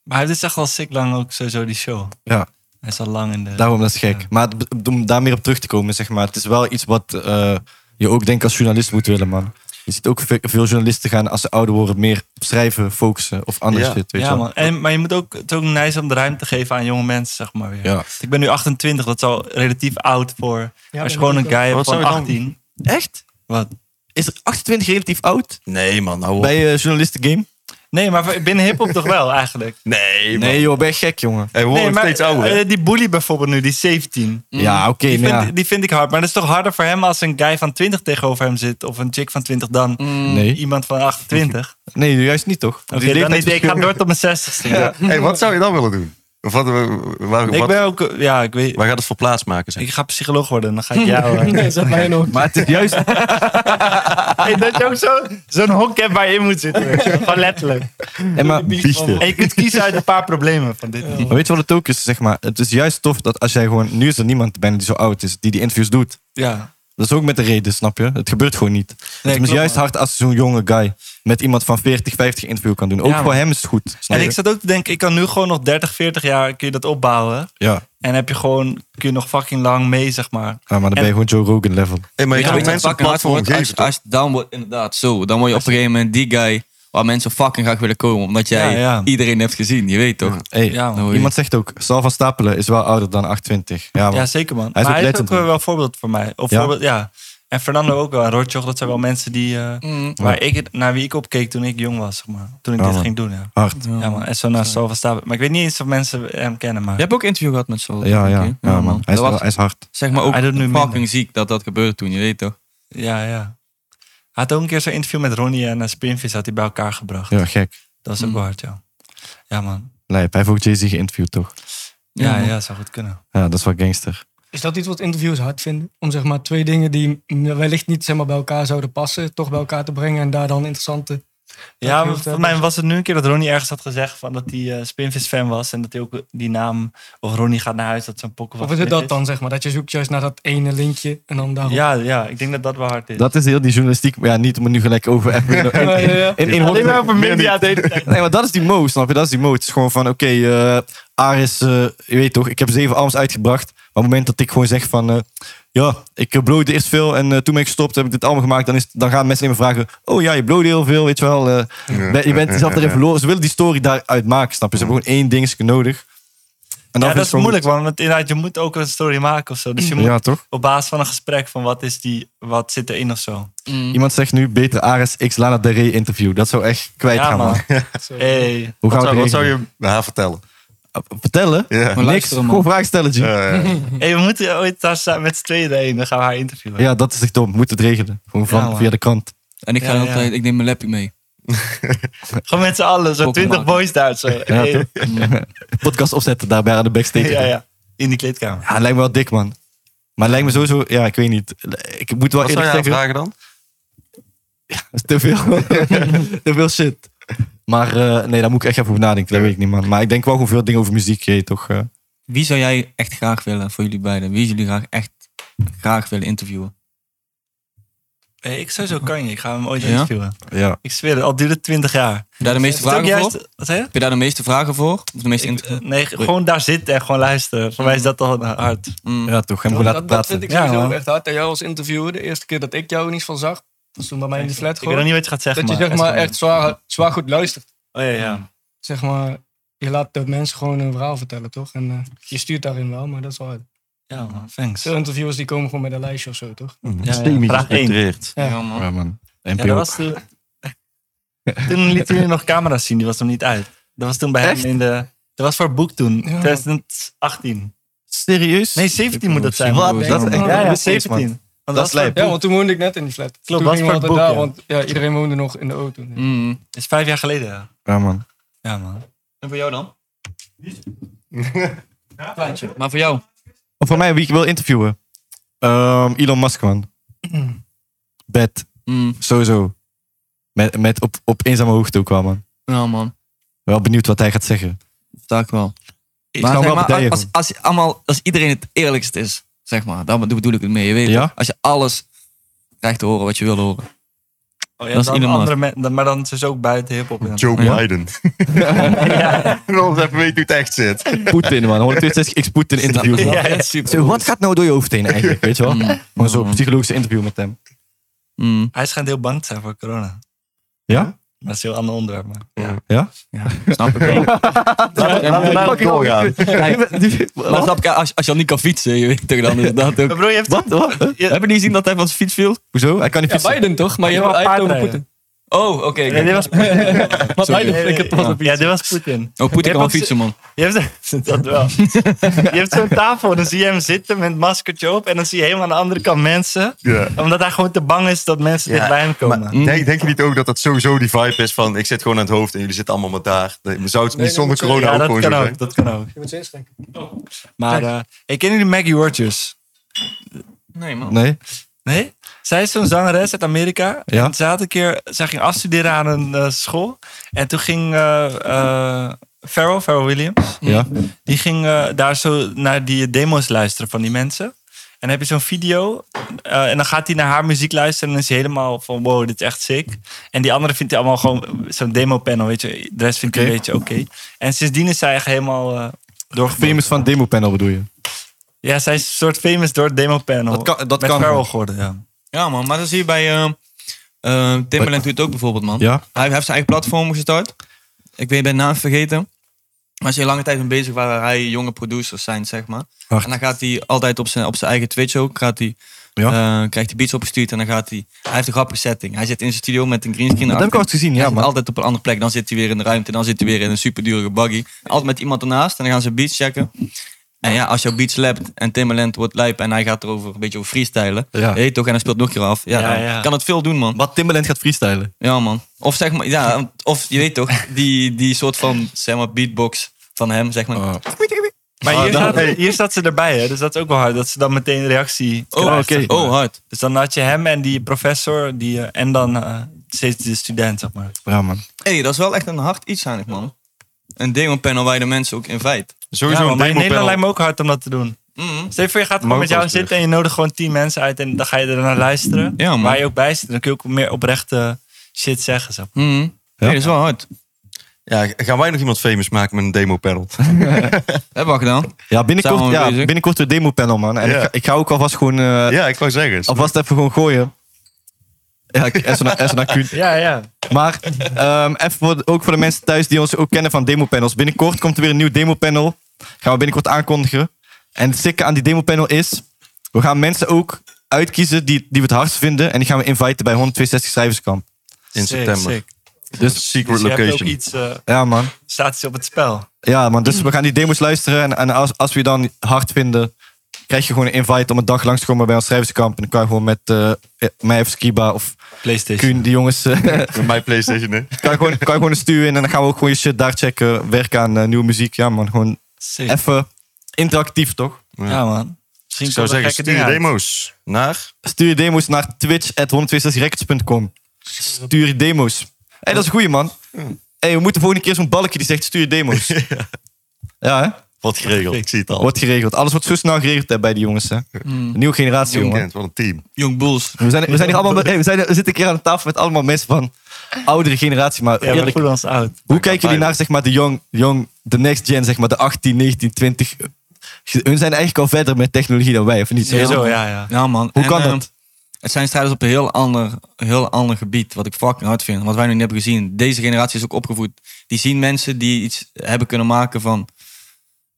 Maar hij is echt wel sick lang ook sowieso die show.
Ja.
Hij is al lang in de...
Daarom, dat is gek. Maar het- om daar meer op terug te komen, zeg maar, het is wel iets wat eh, je ook denk ik als journalist moet willen, man. Je ziet ook ve- veel journalisten gaan, als ze ouder worden, meer op schrijven, focussen of anders
Ja.
shit, weet je
ja,
wel.
man. En, maar je moet ook, het is ook nice om de ruimte te geven aan jonge mensen, zeg maar. Weer.
Ja.
Ik ben nu 28, dat is al relatief oud voor...
Ja,
als je gewoon een guy hebt
Wat
van
zou je dan-
18...
Echt?
Wat?
Is er 28 relatief oud
Nee, man, nou
bij eh, journalisten game?
Nee, maar voor- binnen hiphop toch wel, eigenlijk.
Nee, man.
Nee joh, ben je gek jongen.
Hey, we worden
nee, maar
steeds ouder. hè?
eh, die bully bijvoorbeeld nu, die 17.
Ja, oké.
Die,
maar ja.
vind, die vind ik hard. Maar dat is toch harder voor hem als een guy van 20 tegenover hem zit. Of een chick van 20 dan
Nee.
iemand van 28.
Mm. nee, juist niet toch?
Oké,
Die
dan
leeftijdsverschil-
niet. Ik ga door tot mijn 60ste.
Ja. Hey, wat zou je dan willen doen? Of wat, waar, waar-
Ik
wat-
ben ook... eh, Ja, ik weet...
waar gaat het voor plaats maken? Zeg?
Ik ga psycholoog worden, dan ga ik jou... eh,
Nee, zet mij nog.
Maar het is juist...
Hey, dat je ook zo- zo'n hok hebt waar je in moet zitten. weet je wel. Gewoon letterlijk.
en maar,
Biechten.
En je kunt kiezen uit een paar problemen van dit.
maar weet je wat het ook is? Zeg maar, het is juist tof dat als jij gewoon... Nu is er niemand bijna die zo oud is, die die interviews doet.
Ja.
Dat is ook met de reden, snap je? Het gebeurt gewoon niet.
Nee,
het is
klopt,
juist hard als zo'n jonge guy met iemand van 40, 50 interview kan doen. Ook
Ja,
voor
man.
hem is het goed. Snap
En
je?
ik zat ook te denken, ik kan nu gewoon nog 30, 40 jaar kun je dat opbouwen.
ja.
En heb je gewoon, kun je nog fucking lang mee, zeg maar.
ja, maar dan ben je gewoon Joe Rogan level.
Hey, maar je
Ja,
kan
weet
mensen
je wat
een
fucking hard
platform
wordt? Als,
geven, toch?
als je down wordt, inderdaad, zo. Dan word je op een gegeven moment die guy waar mensen fucking graag willen komen. Omdat jij
Ja, ja.
iedereen hebt gezien, je weet toch?
Hey,
Ja, man.
iemand zegt ook, Sal van Stapelen is wel ouder dan 28. Ja, man.
Ja, zeker man.
Hij is
maar
ook
hij is ook
legend,
wel
man.
wel een voorbeeld voor mij. Of
Ja.
voorbeeld, ja. En Fernando ook wel. En Rotjoch, dat zijn wel mensen die, eh,
Mm.
waar ik, naar wie ik opkeek toen ik jong was, zeg maar. Toen ik
Ja,
dit
man.
ging doen, ja.
Hard.
Ja, man. En zo naast Sal van Stapel. Maar ik weet niet eens of mensen hem kennen, maar...
Je hebt ook interview gehad met Sol.
Ja, ja.
denk
Ja,
ik, hè?
man. Hij, is,
Dat was
hij is hard.
zeg maar ook
Hij doet nu
fucking
minder.
ziek dat dat gebeurde toen, je weet toch?
Ja, ja. Hij had ook een keer zo'n interview met Ronnie en eh, Spinvis had hij bij elkaar gebracht.
Ja, Mm. gek.
Dat was ook wel hard, ja. Ja, man.
Lijp. Hij heeft ook Jay-Z geïnterviewd, toch?
Ja,
Ja, ja,
man.
zou goed kunnen.
Ja, dat is wel gangster.
Is dat iets wat interviews hard vinden? Om zeg maar twee dingen die wellicht niet zeg maar, bij elkaar zouden passen, toch bij elkaar te brengen en daar dan interessante...
Ja,
je
maar
hoeft,
volgens
eh,
mij was het nu een keer dat Ronnie ergens had gezegd van dat hij eh, Spinvis-fan was. En dat hij ook die naam, of Ronnie gaat naar huis, dat zo'n pokkel van
Of is het dat
Spinvis.
dan, zeg maar? Dat je zoekt juist naar dat ene linkje en dan daarop...
Ja, ja, ik denk dat dat wel hard is.
Dat is heel die journalistiek. Maar ja, niet om het nu gelijk over even in, in, in, in, in
Alleen maar
honderd-
over media de hele tijd.
Nee, maar dat is die mode, snap je? Dat is die mode. Het is gewoon van, oké, eh, Aris, eh, je weet toch, ik heb zeven albums uitgebracht. Maar op het moment dat ik gewoon zeg van, eh, ja, ik eh, blowde eerst veel en eh, toen ben ik gestopt, heb ik dit allemaal gemaakt. Dan, is, dan gaan mensen alleen maar vragen, oh ja, je blowde heel veel, weet je wel. eh, ben- je bent zelf erin verloren. Ze willen die story daaruit maken, snap je? Ze hebben gewoon één dingetje nodig. En
ja,
vind ik het
dat is
gewoon-
moeilijk, man, want inderdaad, je moet ook een story maken of zo. Dus je moet
Ja, toch?
op basis van een gesprek van wat is die, wat zit erin of zo.
Iemand zegt nu, beter Aris X Lana Del Rey interview. Dat zou echt kwijt
Ja,
gaan, man.
man. Hey.
Hoe
Wat
gaan we
zou,
het
wat zou
regelen?
je haar vertellen?
Vertellen?
Ja.
Maar
Niks,
luisteren, man.
gewoon vragen stellen, G.
Eh,
hey, we moeten ooit daar sa- met z'n tweeën heen. Dan gaan we haar interviewen.
Ja, dat is echt dom. Moet het regelen. Gewoon van,
Ja, man.
via de krant.
En ik ga
Ja, ja.
altijd, ik neem mijn lapje mee.
Gewoon met z'n allen, zo
Pokken
20
maken.
boys daar. Zo.
Ja,
Hey.
toch? Podcast opzetten daarbij aan de backstage.
ja,
ja.
ja. In die kleedkamer.
lijkt me wel dik, man. Maar lijkt me sowieso... Ja, ik weet niet. Ik moet wel
wat zou
eerlijk
je haar
zeggen...
vragen dan?
is te veel. te veel shit. Maar eh, nee, daar moet ik echt even over nadenken. Dat weet ik niet, man. Maar ik denk wel gewoon veel dingen over muziek. Je, weet toch, eh.
Wie zou jij echt graag willen voor jullie beiden? Wie jullie graag echt graag willen interviewen?
Hey, ik sowieso kan je. Ik ga hem ooit
Ja?
interviewen.
ja.
Ik zweer het, al duurt het 20 jaar.
Heb je daar de meeste
Is het ook
vragen
juist-
voor?
Wat zei je? eh,
Heb je daar de meeste vragen voor? Of de meeste interviews?
Nee, gewoon daar zitten en gewoon luisteren. Voor mij is dat al hard.
Mm.
ja, toch. Hem
Dat,
gewoon laten
dat, dat
praten.
vind ik
Ja,
sowieso
man.
echt hard. aan jou als interviewer, de eerste keer dat ik jou niet van zag, was toen bij mij in de flat
Ik weet nog
gewoon.
niet wat je gaat zeggen.
Dat je zeg maar echt zwaar, zwaar goed luistert.
Oh ja, ja.
Zeg maar, je laat de mensen gewoon hun verhaal vertellen, toch? En eh, je stuurt daarin wel, maar dat is wel hard.
Ja, man. Thanks.
Veel interviewers die komen gewoon met een lijstje of zo, toch?
Ja, ja. Vraag 1.
Gestructureerd.
Ja.
man.
Ja, man.
Ja,
NPO.
dat was toen. toen lieten jullie nog camera's zien, die was nog niet uit. Dat was toen bij hem in de. Dat was voor het boek toen, 2018.
Serieus?
Nee, 17 moet dat zijn.
Wat?
Hoe is
Dat is
dat
echt
Ja, ja,
dat is, man.
17.
Dat is lijp.
Ja, want toen woonde ik net in die flat.
Klopt,
toen
dat
gingen
is
we
voor het
altijd daar,
boek,
want ja, iedereen woonde nog in de auto.
Mm.
is vijf jaar geleden. ja.
Ja, man.
Ja, man.
En voor jou dan? Maar voor jou?
Of voor mij, wie ik wil interviewen? Ehm, Elon Musk, man. Bed,
Mm,
sowieso. Met, met op, op eenzame hoogte ook wel, man.
nou man,
Wel benieuwd wat hij gaat zeggen.
sta ik wel.
kan
Maar, zeg
wel
maar,
bedijen,
als, als, allemaal, als iedereen het eerlijkst is, zeg maar, dan bedoel ik het mee. Je weet
Ja?
toch? Als je alles krijgt te horen wat je wil horen.
Oh, ja,
Dat is
dan
Elon Musk.
andere men- dan- maar dan dus ook buiten hip-hop. en-
Joe
Ja.
Biden. Wil eens even weten hoe het echt zit.
Poetin, man. 162 x Poetin interview.
Ja,
Ja,
ja, super.
Wat gaat nou door je hoofd heen eigenlijk, weet je wel?
Mm,
Maar zo'n psychologische interview met hem.
mm.
Hij schijnt heel bang te zijn voor corona.
Ja?
Maar dat is een heel ander onderwerp. Maar, ja.
Snap ik wel.
Laten we daarop doorgaan.
Maar snap ik, als, als je al niet kan fietsen, je weet toch dan is dat ook.
Bro, je hebt
Wat? Wat? Huh?
Heb je niet gezien dat hij van zijn fiets viel?
Hoezo? Hij kan niet
Ja,
fietsen.
Biden toch? Maar je hebt
wou
eigenlijk over
paardrijden.
Poetin.
Oh, oké. oké.
dit was
Maar Biden flikkert pas op iets.
Ja, dit was Poetin.
Oh, Poetin kan wel
ook
fietsen, man.
Je hebt, dat wel. je hebt zo'n tafel, dan zie je hem zitten met een maskertje op. En dan zie je helemaal aan de andere kant mensen.
Ja.
Omdat hij gewoon te bang is dat mensen
Ja,
dichtbij hem komen.
Maar denk, denk je niet ook dat dat sowieso die vibe is van ik zit gewoon aan het hoofd en jullie zitten allemaal maar daar. Nee, maar Zou het
Nee,
niet
dat
zonder
moet zo-
corona
ja,
ook
dat
gewoon zo
kan
zijn?
ook, dat kan ook.
Je moet ze inschenken.
Maar eh ik ken jullie Maggie Rogers.
Nee, man.
Nee?
Nee? Zij is zo'n zangeres uit Amerika.
Ja.
En ze had een keer, zij ging afstuderen aan een eh, school. En toen ging eh eh Pharrell, Pharrell Williams,
Ja.
die ging eh, daar zo naar die demo's luisteren van die mensen. En dan heb je zo'n video eh, en dan gaat hij naar haar muziek luisteren en dan is hij helemaal van wow, dit is echt sick. En die andere vindt hij allemaal gewoon zo'n demo panel, weet je. De rest vindt hij een beetje oké. En sindsdien is zij echt helemaal eh doorgebroken.
Famous van Demo Panel bedoel je?
Ja, zij is een soort famous door het demo panel.
Dat kan- dat
met
kan
Pharrell
wel.
geworden, ja.
Ja, man. Maar dat zie je bij eh, eh, Timbaland doet het ook bijvoorbeeld, man.
Ja?
Hij heeft zijn eigen platform gestart. Ik ben ben naam vergeten. Maar ze zijn lange tijd mee bezig waar hij jonge producers zijn, zeg maar.
Hard.
En dan gaat hij altijd op zijn, op zijn eigen Twitch ook. Gaat hij,
Ja.
eh, krijgt hij beats opgestuurd en dan gaat hij... Hij heeft een grappige setting. Hij zit in zijn studio met een greenscreen.
Dat heb ik al eens gezien,
Hij
ja,
zit
man.
altijd op een andere plek. Dan zit hij weer in de ruimte. Dan zit hij weer in een superdure buggy. Altijd met iemand ernaast. En dan gaan ze beats checken. En ja, als jouw beat slapt en Timbaland wordt lijp... en hij gaat erover een beetje over freestylen.
Ja.
Hey, toch, en hij speelt nog een keer af. Ja,
Ja,
dan
ja.
kan het veel doen, man.
Wat Timbaland gaat freestylen.
Ja, man. Of zeg maar, ja, want- of je weet toch, die, die soort van zeg maar, beatbox van hem, zeg
Oh,
maar. Oh,
Maar
Ah,
hier,
dat-
staat, hier staat ze erbij, hè? dus dat is ook wel hard. Dat ze dan meteen een reactie
oh,
krijgt.
oké.
zeg maar.
oh, hard.
Dus dan had je hem en die professor die, eh, en dan eh, steeds de student, zeg maar.
Ja, man.
hey, dat is wel echt een hard iets eigenlijk, man. Een demopanel waar je de mensen ook invite.
Sowieso
ja,
een
maar in Nederland
demo
lijkt me ook hard om dat te doen.
Mm.
Stel je voor, je gaat
Maar
gewoon met
ook dus.
jou
wel eens
zitten en je nodigt gewoon tien mensen uit en dan ga je er naar luisteren.
Ja, man.
waar je ook bij zit. Dan kun je ook meer oprechte shit zeggen. Zeg maar.
Mm. Hey, dat is wel hard. Dat
Ja, gaan wij nog iemand famous maken met een demo panel?
hebben we al gedaan.
Ja,
Zijn
binnenkort,
we
ja,
bezig?
binnenkort de Demo Panel, man. En
Ja.
ik, ga, ik ga ook alvast gewoon... eh,
ja, ik wou zeggen. het is-
Alvast even gewoon gooien. Ja, ik- SNA SNAQ.
Ja, ja.
Maar ehm, even voor, ook voor de mensen thuis die ons ook kennen van demopanels. Binnenkort komt er weer een nieuw demopanel. Gaan we binnenkort aankondigen. En het stikke aan die demopanel is... We gaan mensen ook uitkiezen die, die we het hardst vinden. En die gaan we inviten bij 162 Schrijverskamp.
in september.
Dus
Secret
Dus je hebt ook
location.
iets, eh,
ja, man.
staat iets op het spel.
Ja, man. Dus we gaan die demos luisteren. En, en als, als we je dan hard vinden... Krijg je gewoon een invite om een dag langs te komen bij ons schrijverskamp. En dan kan je gewoon met eh, mij of Skiba of
Playstation.
Kuhn, die jongens... eh,
Met mijn PlayStation. hè?
kan je gewoon, kan je gewoon een stuur in en dan gaan we ook gewoon je shit daar checken. Werken aan eh, nieuwe muziek. Ja, man. Gewoon
Sick.
even interactief, toch?
Ja, man. Misschien
Ik zou
komt er
zeggen,
gekke
stuur
dingen
je
uit.
demo's naar.
Stuur je demo's naar twitch.162records.com. Stuur je demo's. Hé, dat is een goeie, man. Hé, we moeten volgende keer zo'n balkje die zegt stuur je demo's. ja, hè?
Wat geregeld. Ik zie het al.
Wordt geregeld. Alles wordt zo snel geregeld hè, bij die jongens, hè? De nieuwe generatie,
Jong
jongen.
Gent, wat een team.
Young Bulls.
We zijn, we zijn hier allemaal... met- hé, we, zijn, we zitten hier aan de tafel met allemaal mensen van oudere generatie, maar
Ja, we
eerlijk,
voelen ons oud.
Hoe kijken jullie naar zeg maar, de young, young, de next gen, zeg maar, de 18, 19, 20? Hun zijn eigenlijk al verder met technologie dan wij, of niet?
Ja.
Sowieso, ja, ja.
Ja, man.
Hoe kan
eh,
dat?
het zijn strijders op een heel ander, heel ander gebied, wat ik fucking hard vind. Wat wij nu niet hebben gezien. Deze generatie is ook opgevoed. Die zien mensen die iets hebben kunnen maken van,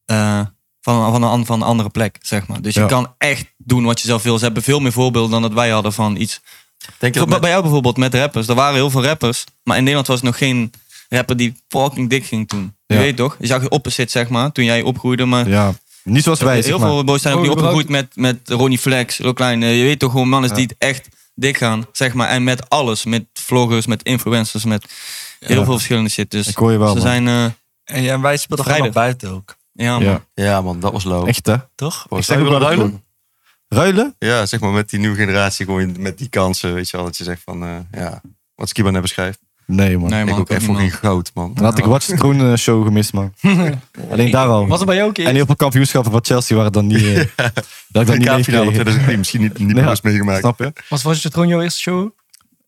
eh, van, van, een, an- van een andere plek, zeg maar. Dus
Ja.
je kan echt doen wat je zelf wil. Ze hebben veel meer voorbeelden dan dat wij hadden van iets.
Denk je
Zo,
dat
bij-
met-
Bij jou bijvoorbeeld met rappers. Er waren heel veel rappers, maar in Nederland was er nog geen rapper die fucking dik ging toen. Je
Ja.
weet toch? Je zag je opposite, zeg maar, toen jij opgroeide. Maar
Ja, Niet zoals wij,
Heel
zeg maar.
veel boys zijn ook
Oh,
niet
überhaupt-
opgegroeid met, met Ronnie Flex, Lil Klein. Eh, Je weet toch gewoon mannen die het echt dik gaan, zeg maar. En met alles. Met vloggers, met influencers, met heel veel verschillende shit. Dus
Ik hoor je wel,
ze
man.
zijn... eh,
En, ja, en wij speelden gewoon
Vrijdag.
buiten ook,
ja, man.
Ja.
Ja, man, dat was low.
Echt, hè?
toch?
Was
zeg
dat
maar
wel
dat
duidelijk?
Ruilen?
Ja, zeg maar met die nieuwe generatie, gewoon met die kansen, weet je wel. Dat je zegt van, eh, ja, wat Skiba net beschrijft.
Nee, man.
Nee,
ik
man.
ook
ik
echt
ook
voor geen
niet,
goud, man.
Dan had ik wat Troen eh, show gemist, man. Alleen daar al.
Was het bij jou ook
En
eerst?
heel veel kampioenschappen van Chelsea waren dan niet... eh, dat ik dat niet
WK-finale
meekreeg.
2010, misschien niet, niet
Ja.
bewust meegemaakt.
Snap je?
Was, was het gewoon jouw eerste show?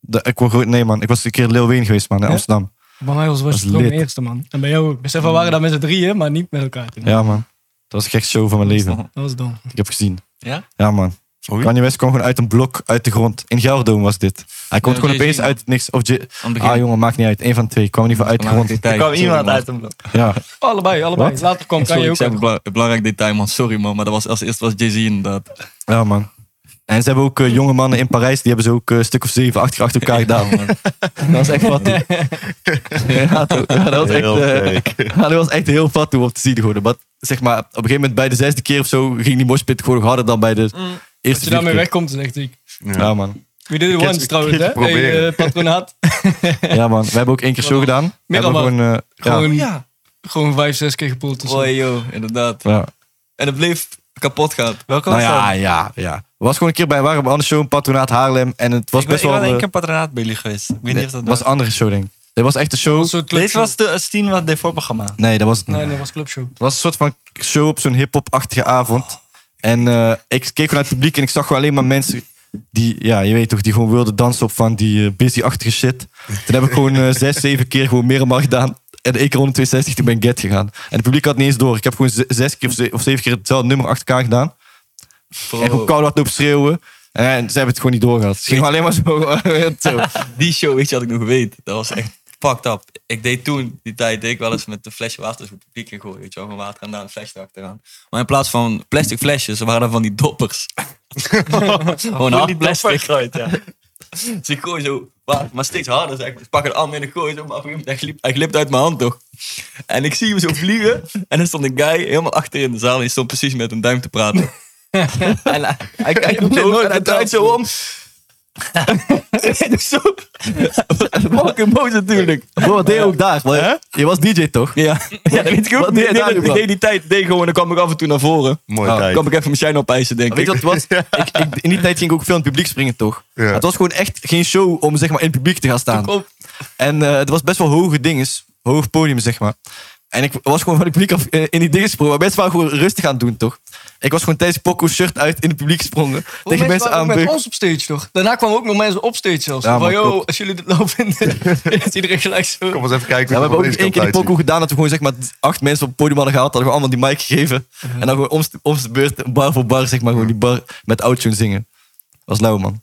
Dat- ik word goed, nee, man. Ik was een keer Leeuwen Ween geweest, man, in
Ja?
Amsterdam.
Bij mij was,
Dat
was
is
het gewoon mijn
lit.
eerste, man. En bij jou ook. Besef, we waren daar met z'n drieën, maar niet met elkaar. toen.
Ja, man. Dat was een gek show van mijn leven.
Dat was dom.
Ik heb gezien.
Ja?
Ja, man.
Sorry?
Kanye West kwam gewoon uit een blok, uit de grond. In Gelderdoom was dit. Hij komt
Ja,
gewoon
Jay-Z,
opeens
man.
uit het niks. Of J-
Aan het begin.
ah, jongen, maakt niet uit. Eén van de twee. Kwam in ieder geval uit de grond.
Belangrijk detail.
Er kwam
Sorry,
iemand
man.
uit hem.
Ja.
Allebei, allebei.
Wat?
Later kwam kan
Sorry,
je
ik
ook.
zei
uit.
bela- belangrijk detail, man. Sorry, man. Maar dat was als eerst was Jay-Z inderdaad.
ja, man. En ze hebben ook eh, jonge mannen in Parijs. Die hebben ze ook eh, een stuk of zeven achter, achter elkaar gedaan. man. dat was echt fattig. ja, toch. Ja, dat, was echt,
Heel
eh,
gek.
ja, dat was echt heel fattig om te zien. Gewoon. Maar, zeg maar, op een gegeven moment bij de zesde keer of zo... ging die moshpit gewoon nog harder dan bij de
Als
eerste
je
vier
daarmee
keer.
wegkomt, is echt ziek.
Ja, man.
We did it
Kids-
once trouwens,
kids
hè? Hey,
proberen.
eh, patronaat.
Ja, man. We hebben ook één keer show gedaan. We hebben
Middel,
gewoon... eh,
Gewoon, gewoon vijf, zes keer gepoeld. of zo.
Boy, yo. Inderdaad.
ja. ja.
En het bleef kapot gaan.
Welke
Nou
was dat?
ja, ja, ja. We was gewoon een keer bij, we waren bij een show in Patronaat Haarlem. En het was
ik ben,
best
ik
wel...
ben één
eh,
keer patronaat bij jullie geweest. Ik weet niet of dat
was een andere show, denk ik. Dit was echt een show.
Een soort club
Deze was de eh, Stien wat devorprogramma.
Nee, dat was het niet.
Nee, dat was clubshow.
Het was een soort van show op zo'n hip-hop-achtige avond. En eh, ik keek vanuit het publiek en ik zag gewoon alleen maar mensen die, ja, je weet toch, die gewoon wilden dansen op van die eh, busy-achtige shit. Toen heb ik gewoon eh, zes, zeven keer gewoon Miramar gedaan. En één keer 162, toen ben ik get gegaan. En het publiek had niet eens door. Ik heb gewoon ze- zes keer of, ze- of zeven keer hetzelfde nummer achter elkaar gedaan. En gewoon koud hard lopen schreeuwen. En ze hebben het gewoon niet doorgehad. Ze gingen alleen maar zo. zo.
Die show, weet je, had ik nog geweten. Dat was echt fucked up. Ik deed toen, die tijd, deed ik wel eens met een flesje water zo het publiek in gooien. Weet je wel, gewoon water en daar een flesje erachteraan. Maar in plaats van plastic flesjes, waren er van die doppers. gewoon hard plastic.
Gooit, ja.
Dus ik gooi zo, wa- maar steeds harder. Zeg. maar. Ik pak het aan en ik gooi zo, maar op een gegeven moment, hij glipt, hij glipt uit mijn hand toch. En ik zie hem zo vliegen. En er stond een guy helemaal achterin in de zaal. En die stond precies met een duim te praten. en hij, hij kijkt op zo en hij draait zo om. Ik doe zo. Fucking boos natuurlijk.
Bro, wat deed je ook daar? Maar Je was DJ toch?
Ja, ja dat weet ik ook.
Wat
niet.
deed je
Nee,
daar
dat-
nu,
ik
man?
deed die tijd. Deed gewoon, dan kwam ik af en toe naar voren.
Mooie
Oh,
tijd.
Dan kwam ik even mijn shine opeisen, denk
Weet
ik.
je wat het was? Ik, ik, in die tijd ging ik ook veel in het publiek springen, toch?
Ja.
Het was gewoon echt geen show om zeg maar, in het publiek te gaan staan.
Kom.
En eh, het was best wel hoge dinges. Hoog podium, zeg maar. En ik was gewoon van het publiek af eh, in die dingen gesprongen. Maar mensen waren gewoon rustig aan het doen, toch? Ik was gewoon tijdens Poco shirt uit in het publiek gesprongen. tegen mensen aan
waren ook met
beuk.
ons op stage, toch? Daarna kwamen ook nog mensen op stage zelfs.
Ja,
van,
man,
yo,
klopt.
als jullie dit leuk vinden, is iedereen gelijk zo.
Kom eens even
Ja, we
kijken. hoe
hebben ook
het
één keer die
eruit
Poco gedaan dat we gewoon zeg maar acht mensen op het podium hadden gehaald. Hadden we allemaal die mic gegeven. En dan gewoon om, om de beurt, bar voor bar, zeg maar, gewoon die bar met autotune zingen. was lauw, man.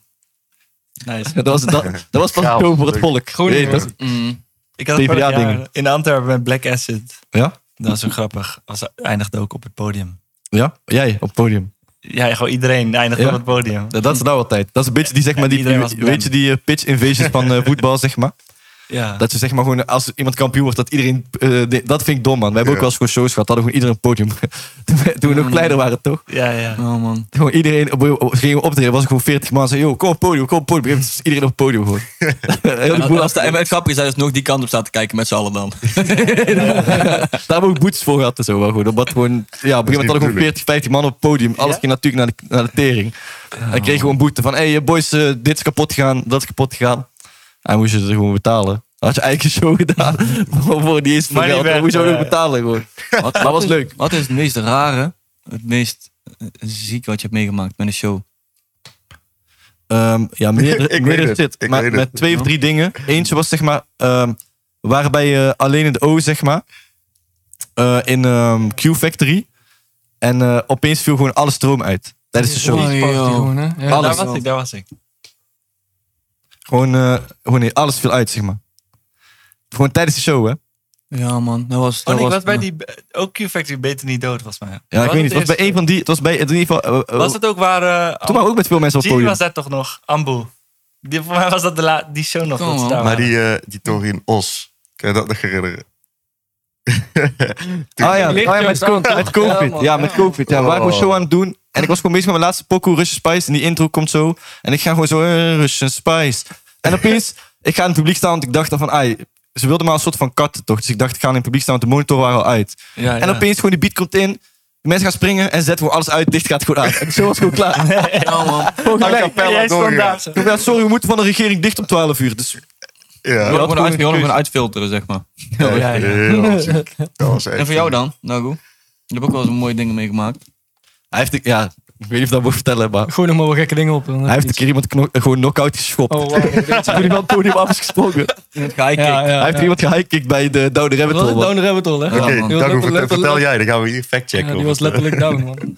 Nice.
Dat was, dat, dat was pas
Gaaf.
show voor het volk.
Groningen,
Nee, dat-
Mm.
Ik had het
PvdA
vorig jaar
dingen.
in Antwerpen met Black Acid.
Ja?
Dat was zo grappig. Als eindigde ook op het podium.
Ja? Jij, op het podium.
Ja, gewoon iedereen eindigde
Ja.
op het podium.
Ja, dat is nou altijd. Dat is een beetje die, zeg maar, die,
Iedereen was
die-
blij.
weet je, die eh, pitch invasions van eh, voetbal, zeg maar.
Ja.
Dat ze zeg maar gewoon, eh, als iemand kampioen wordt, dat iedereen... eh, de- dat vind ik dom, man. We hebben ook
Ja.
wel eens gewoon shows gehad, hadden we gewoon iedereen een podium. Toen we- Toen we nog kleiner waren, toch?
ja, ja.
Oh man.
Gewoon iedereen op, op, gingen optreden, was er gewoon 40 man. Zei, joh, kom op het podium, kom op het podium. Op een gegeven moment was iedereen op het podium gewoon. Heel de
En,
boel
als de, en het grappige is dat hij dus nog die kant op staat te kijken met z'n allen dan.
Daar hebben we ook boetes voor gehad en zo. Maar goed, omdat gewoon, ja, op een gegeven moment hadden we gewoon 40, 50 man op het podium. Alles ging natuurlijk naar de, naar de tering. En ik kreeg gewoon boete van, hé hey, boys, eh, dit is kapot gegaan, dat is kapot gegaan. En moest je het gewoon betalen. Dan had je eigen show gedaan. voor- voor die eerste voor
Money
geld. Dan
back,
moest je ook
ja,
nog
ja.
betalen gewoon.
Wat,
Maar was leuk.
Wat is het meest rare, het meest eh, ziek wat je hebt meegemaakt met een show?
Ehm, ja, meerdere,
Ik weet
meerdere
het,
shit.
ik
maar
weet
met
het.
twee of drie dingen. Eentje was zeg maar, ehm, we waren bij eh, Alleen in de O, zeg maar. eh, in ehm, Q Factory. En eh, opeens viel gewoon alle stroom uit. Tijdens de show.
Die party gewoon, hè? Ja.
daar
Alles.
was ik, daar was ik. Oh,
Gewoon, eh, gewoon nee, alles viel uit, zeg maar. Gewoon tijdens de show, hè?
Ja man, dat was...
Oh,
dat
nee, ik was bij
eh,
die... Ook Q-Factory beter niet dood, volgens mij.
Ja, ik
Was
weet niet. Het was
eerst-
bij een van die. Het was bij in ieder geval. eh, eh,
Was het ook waar... eh,
toen waren we ook met veel mensen op het
Gini
podium.
was daar toch nog? Ambu. Die, voor mij was dat de la, die show nog.
Kom,
dat ze
man.
daar
Maar
waren.
die, eh die toren in Os, kan je dat nog herinneren?
Ah ja,
Licht
ah ja, met
jokes
COVID.
aan.
Met COVID.
Ja, man.
Ja, met COVID.
Oh.
Ja, waar ik was zo aan het doen. En ik was gewoon bezig met mijn laatste pokoe, Russian Spice. En die intro komt zo. En ik ga gewoon zo, eh, Russian Spice. En opeens, ik ga in het publiek staan, want ik dacht dan van, ai, ze wilden maar een soort van katten toch. Dus ik dacht, ik ga in het publiek staan, want de monitoren waren al uit.
Ja,
En opeens gewoon die beat komt in. De mensen gaan springen en zetten gewoon alles uit. Dicht gaat gewoon uit. En zo was het gewoon klaar.
A cappella doorgegaan.
Ik dacht, ja, sorry, we moeten van de regering dicht om 12 uur. Dus
Ja.
Je had gewoon uit- je had hem gewoon uitfilteren, zeg maar.
Ja, heel ziek. Dat was echt
En voor jou dan, Nago? Je hebt ook wel eens mooie dingen meegemaakt.
hij heeft, ja, ik weet niet of ik dat moet vertellen, maar
Gooi nog maar wat gekke dingen op. Dan
hij heeft een keer iemand kno- gewoon knock-out geschopt.
Oh, wow.
Toen hij van het podium af is gesprongen.
In het geheim.
ja, ja,
Hij heeft
ja.
iemand gehighkicked bij de Down the Rabbit
Dat was
Hole.
een
man.
down the rabbit hole, hè?
Oké,
Ja, man.
Die was
Dago, vertel,
letterlijk-
vertel jij. Dan gaan we hier factchecken.
Ja, die
of
was
het, eh,
letterlijk down, man.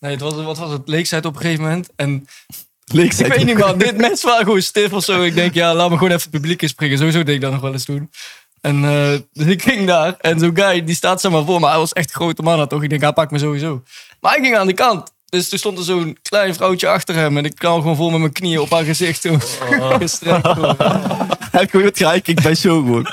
Nee, het was, wat was het? Leekzijd op een gegeven moment. En
Leek
ik
zei
weet
het
niet, man. Dit mensen waren gewoon stif of zo. Ik denk, ja, laat me gewoon even het publiek inspringen. Sowieso deed ik dat nog wel eens toen. En eh, dus ik ging daar. En zo'n guy, die staat zeg maar voor me. Hij was echt een grote man, had toch? Ik denk, hij pakt me sowieso. Maar ik ging aan de kant. Dus toen stond er zo'n klein vrouwtje achter hem. En ik kwam gewoon vol met mijn knieën op haar gezicht. Toen Oh. gestrekt. gewoon.
Hij heeft gewoon iemand gehighkicked bij show, man.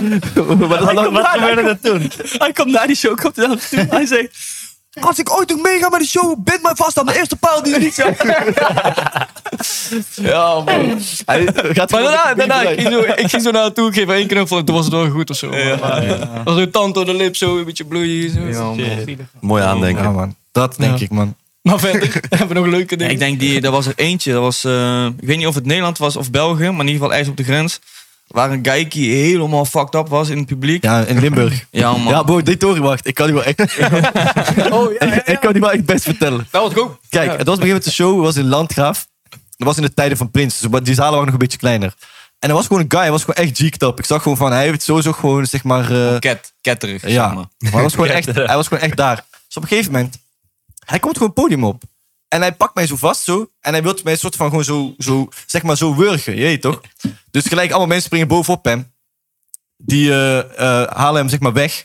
maar dat lang-
Wat gebeurde er toen?
Hij komt na die show, komt hij naar me toe. Hij zegt... Als ik ooit nog meega met de show, bind mij vast aan de eerste paal die er niet zijn.
Ja, man.
hij gaat
Maar
gewoon
daarna,
met de
daarna ik,
publiek
ging zo, ik ging zo naar haar toe, ik geef haar één knuffel en toen was het wel goed of zo. Ja, was een tand door de lip, zo een beetje bloeien. Zo.
Mooi
bij.
aandenken.
Ja, man. Dat denk
Ja.
ik, man.
Maar verder hebben we nog leuke dingen.
ik denk, die, er was er eentje. Dat was, eh, ik weet niet of het Nederland was of België, maar in ieder geval ergens op de grens. Waar een geikie helemaal fucked up was in het publiek. Ja,
Ja, in Limburg.
man.
Ja, bro, dit doorwacht. Ik kan die wel echt,
oh ja, ja,
ik kan die wel echt best vertellen.
dat was goed.
Kijk, het was op een gegeven moment een show, het was in Landgraaf. Dat was in de tijden van Prins, dus die zalen waren nog een beetje kleiner. En er was gewoon een guy, hij was gewoon echt geeked up. Ik zag gewoon van, hij heeft sowieso gewoon, zeg maar... eh,
Ket, ketterig,
Ja,
zeg
maar
maar.
hij was, gewoon echt, hij was gewoon echt daar. Dus op een gegeven moment, hij komt gewoon het podium op. En hij pakt mij zo vast zo. En hij wil mij een soort van gewoon zo, zo zeg maar zo wurgen. Je weet toch? Dus gelijk allemaal mensen springen bovenop hem. Die eh, eh, halen hem zeg maar weg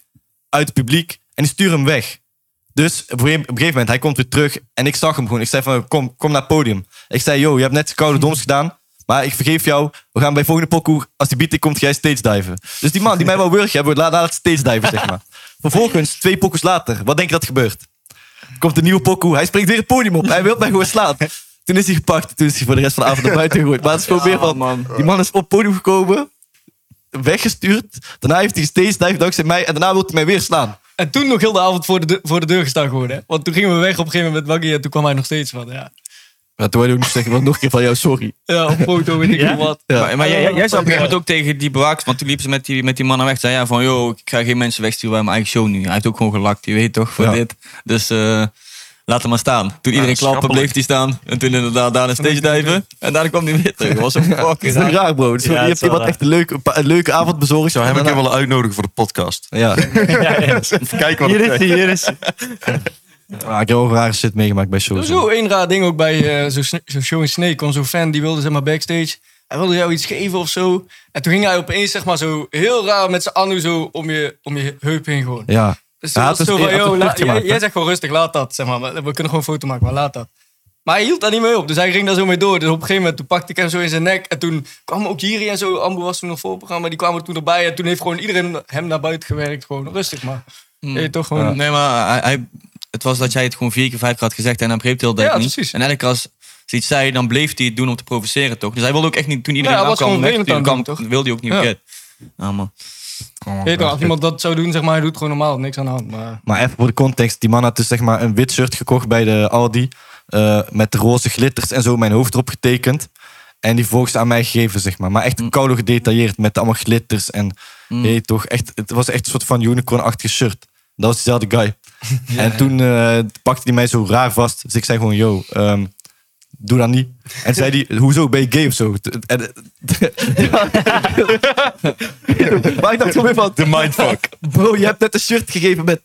uit het publiek. En die sturen hem weg. Dus op een gegeven op een gegeven moment, hij komt weer terug. En ik zag hem gewoon. Ik zei van, kom, kom naar het podium. Ik zei, yo, je hebt net koude doms gedaan. Maar ik vergeef jou. We gaan bij volgende pokoe, als die beat in komt, ga jij stage diven. Dus die man die mij wel wurgen hebben, laat laat het stage diven, zeg maar. Vervolgens, twee pokoes later, wat denk je dat er gebeurt? Komt een nieuwe pokoe, hij springt weer het podium op. Hij wil mij gewoon slaan. Toen is hij gepakt, toen is hij voor de rest van de avond naar buiten gegooid. Maar het is gewoon weer van, die man is op het podium gekomen, weggestuurd. Daarna heeft hij stage dive dankzij mij en daarna wil hij mij weer slaan.
En toen nog heel de avond voor de, deur- voor de deur gestaan geworden. Hè? Want toen gingen we weg op een gegeven moment met Waggy en toen kwam hij nog steeds van. Ja,
Maar toen wil ik ook niet zeggen, want nog een keer van jou, sorry.
ja op foto weet ik
Ja?
veel wat.
Maar, maar jij, jij zei op een gegeven moment ook tegen die bewakers, want toen liep ze met die, met die mannen weg. Zei ja van, yo, ik ga geen mensen wegsturen bij mijn eigen show nu. Hij heeft ook gewoon gelakt, je weet toch, voor
Ja.
dit. Dus eh, laat hem maar staan. Toen iedereen klapte, bleef hij staan. En toen inderdaad daar een stage diven. En daarna kwam hij weer terug. Dat was een fucking
Dat is
raar.
raar, bro. Dus
Ja,
je
het
hebt
is wel
iemand
raar.
echt een leuke, een paar- een leuke avond bezorgd.
Zou hem
En
een keer
daarna-
willen uitnodigen voor de podcast.
Ja,
Even kijken wat
Hier
het
is hij, hier is hij.
Ah, ik heb wel rare shit meegemaakt bij shows.
Zo één raar ding ook bij eh, zo'n sne- zo'n show in Snake. Kon zo'n fan die wilde zeg maar backstage. Hij wilde jou iets geven of zo. En toen ging hij opeens zeg maar zo heel raar met zijn anno zo om je, om je heup heen gewoon.
Ja.
Dus
Ja,
toen
het
was
is-
het zo van,
je hebt
yo,
een
la-
vlucht
jij,
gemaakt,
jij zegt gewoon rustig, laat dat, zeg maar. We kunnen gewoon een foto maken, maar laat dat. Maar hij hield daar niet mee op, dus hij ging daar zo mee door. Dus op een gegeven moment, toen pakte ik hem zo in zijn nek. En toen kwam ook Jiri en zo, Ambu was toen nog voor het programma, die kwamen toen erbij. En toen heeft gewoon iedereen hem naar buiten gewerkt, gewoon rustig maar.
Hmm.
Hey, toch gewoon...
Ja. Nee, maar hij, hij- het was dat jij het gewoon vier keer, vijf keer had gezegd en hij begreep het heel duidelijk
Ja,
niet.
precies.
En elke keer als ze iets zei, dan bleef hij het doen om te provoceren, toch? Dus hij wilde ook echt niet, toen iedereen
Ja, hij was
afkwam,
gewoon vervelend
wegsturen
aan het
kwam,
doen,
wilde hij ook niet
Ja.
verkeerd. Ja, man.
hey, toch, als iemand dat zou doen, zeg maar, hij doet gewoon normaal, niks aan de hand. Maar...
Oh, Maar even voor de context. Die man had dus zeg maar een wit shirt gekocht bij de Aldi. eh, met roze glitters en zo mijn hoofd erop getekend. En die volgens aan mij gegeven, zeg maar. Maar echt
Mm.
koude gedetailleerd met allemaal glitters. En hey, toch, echt, het was echt een soort van unicorn-achtige shirt. Dat was diezelfde guy. En toen eh, pakte hij mij zo raar vast. Dus ik zei gewoon, yo, ehm, doe dat niet. En zei hij, hoezo, ben je gay of zo? En, eh, maar ik dacht gewoon weer van,
De mindfuck.
Bro, je hebt net een shirt gegeven met.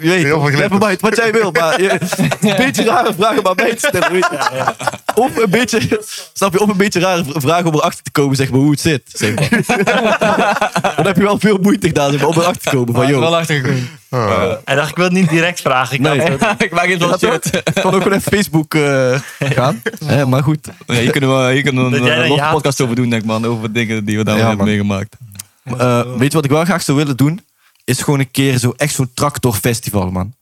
Je weet,
Heel veel glitters.
nevermind, wat jij wil. Maar je- een beetje rare vragen om aan mij te stellen. Weet je. Of een beetje, snap je, of een beetje rare v- vragen om erachter te komen, zeg maar, hoe het zit. Zeg maar. Dan heb je wel veel moeite gedaan zeg maar, om erachter te komen. Van,
Maar
yo,
wel achtergekomen.
Eh,
Hij dacht, ik wil het niet direct vragen. Ik
Nee.
dacht, eh,
ik maak het wel shirt.
ik kan ook gewoon even Facebook eh, gaan. Eh, maar goed,
Ja, hier kunnen we, hier kunnen we
Dat
een
jij
eh,
dat
losse
je haat.
podcast over doen, denk ik, man. Over dingen die we daar
Ja,
hebben
man.
meegemaakt.
Eh, weet je wat ik wel graag zou willen doen? is gewoon een keer zo echt zo'n tractorfestival, man.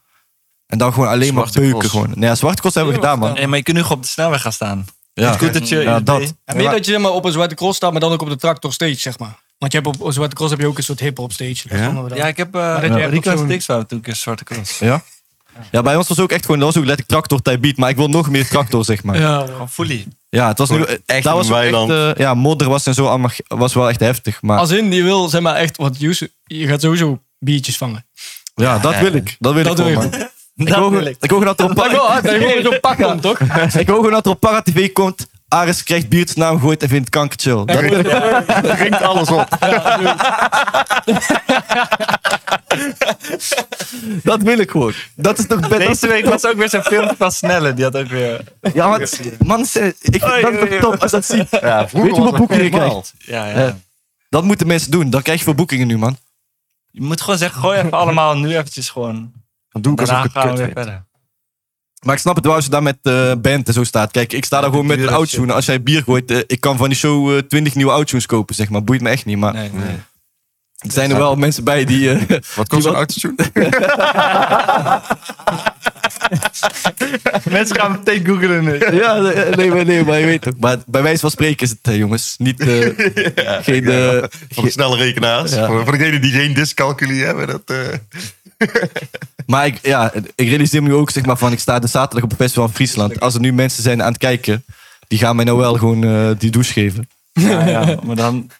En dan gewoon alleen
Zwarte
maar
Cross.
beuken gewoon. Nee, ja, Zwarte Cross hebben we gedaan, man.
Nee, maar je kunt nu gewoon op de snelweg gaan staan.
Ja.
Het is goed dat je...
Ja, dat.
En meer dat je zeg maar, op een zwarte cross staat, maar dan ook op de tractor stage, zeg maar. Want je hebt op, op een zwarte cross heb je ook een soort hip-hop stage. Dat
Ja?
vonden we dan.
Ja, ik heb eh
dat je echt
Rico
op
en
zo'n-
Stix waren toen een keer zwarte cross.
Ja? Ja, bij ons was ook echt gewoon, dat was ook letterlijk tractor type beat, maar ik wil nog meer tractor, zeg maar. Ja,
Ja, man.
Gewoon fully.
het was nu,
Gewoon echt
daar
een
was ook echt,
weiland.
eh, ja, modder was en zo allemaal, ge- was wel echt heftig, maar
Als in, die wil, zeg maar, echt, want Yusuf- je gaat sowieso biertjes vangen.
ja, dat wil ik. Dat wil ik
Dat
gewoon,
wil
man. Ik wil gewoon- ik wil gewoon dat er op
Maar
Parra-
wel hard, dat je gewoon zo'n pak komt, toch?
ik wil gewoon dat er op Parra TV komt, Aris krijgt Biert's naam gooit en vindt kanker chill. Dat wil ik.
Drinkt alles op.
Dat wil ik gewoon. Dat is toch beter.
Deze week was ook weer zo'n filmpje van Snelle. Die had ook weer...
Ja, maar man, ze- ik vind
Oei,
dat is
oei,
toch
oei.
top als dat ziet.
Ja, vroeger
Weet je
was
hoeveel
dat
boekingen je
normaal.
krijgt?
Ja, ja.
Ja. Dat moeten mensen doen. Dan krijg je veel boekingen nu, man.
Je moet gewoon zeggen, gooi even allemaal nu eventjes gewoon.
Dan doe ik alsof
Daarna
ik het
gaan we
kut
weer
vind.
verder.
Maar ik snap het wel als je daar met eh band en zo staat. Kijk, ik sta daar gewoon met een oudshoen. Als jij bier gooit, eh, ik kan van die show eh, 20 nieuwe oudshoes kopen, zeg maar. Boeit me echt niet. Maar
Nee, nee.
er
Nee.
zijn er wel mensen bij die... eh,
Wat kost
Die
een
wat-
autotune?
Mensen gaan meteen googlen nu.
ja, nee, nee, maar- nee, maar je weet toch. Maar bij wijze van spreken is het, eh, jongens, niet... eh, geen, eh,
Van de snelle rekenaars.
Ja.
Voor, voor degenen die geen discalculie hebben. Dat, eh,
Maar ik, ja, ik realiseer me nu ook, zeg maar, van ik sta de zaterdag op het festival in Friesland. Als er nu mensen zijn aan het kijken, die gaan mij nou wel gewoon eh, die douche geven.
Ja, ja, maar dan,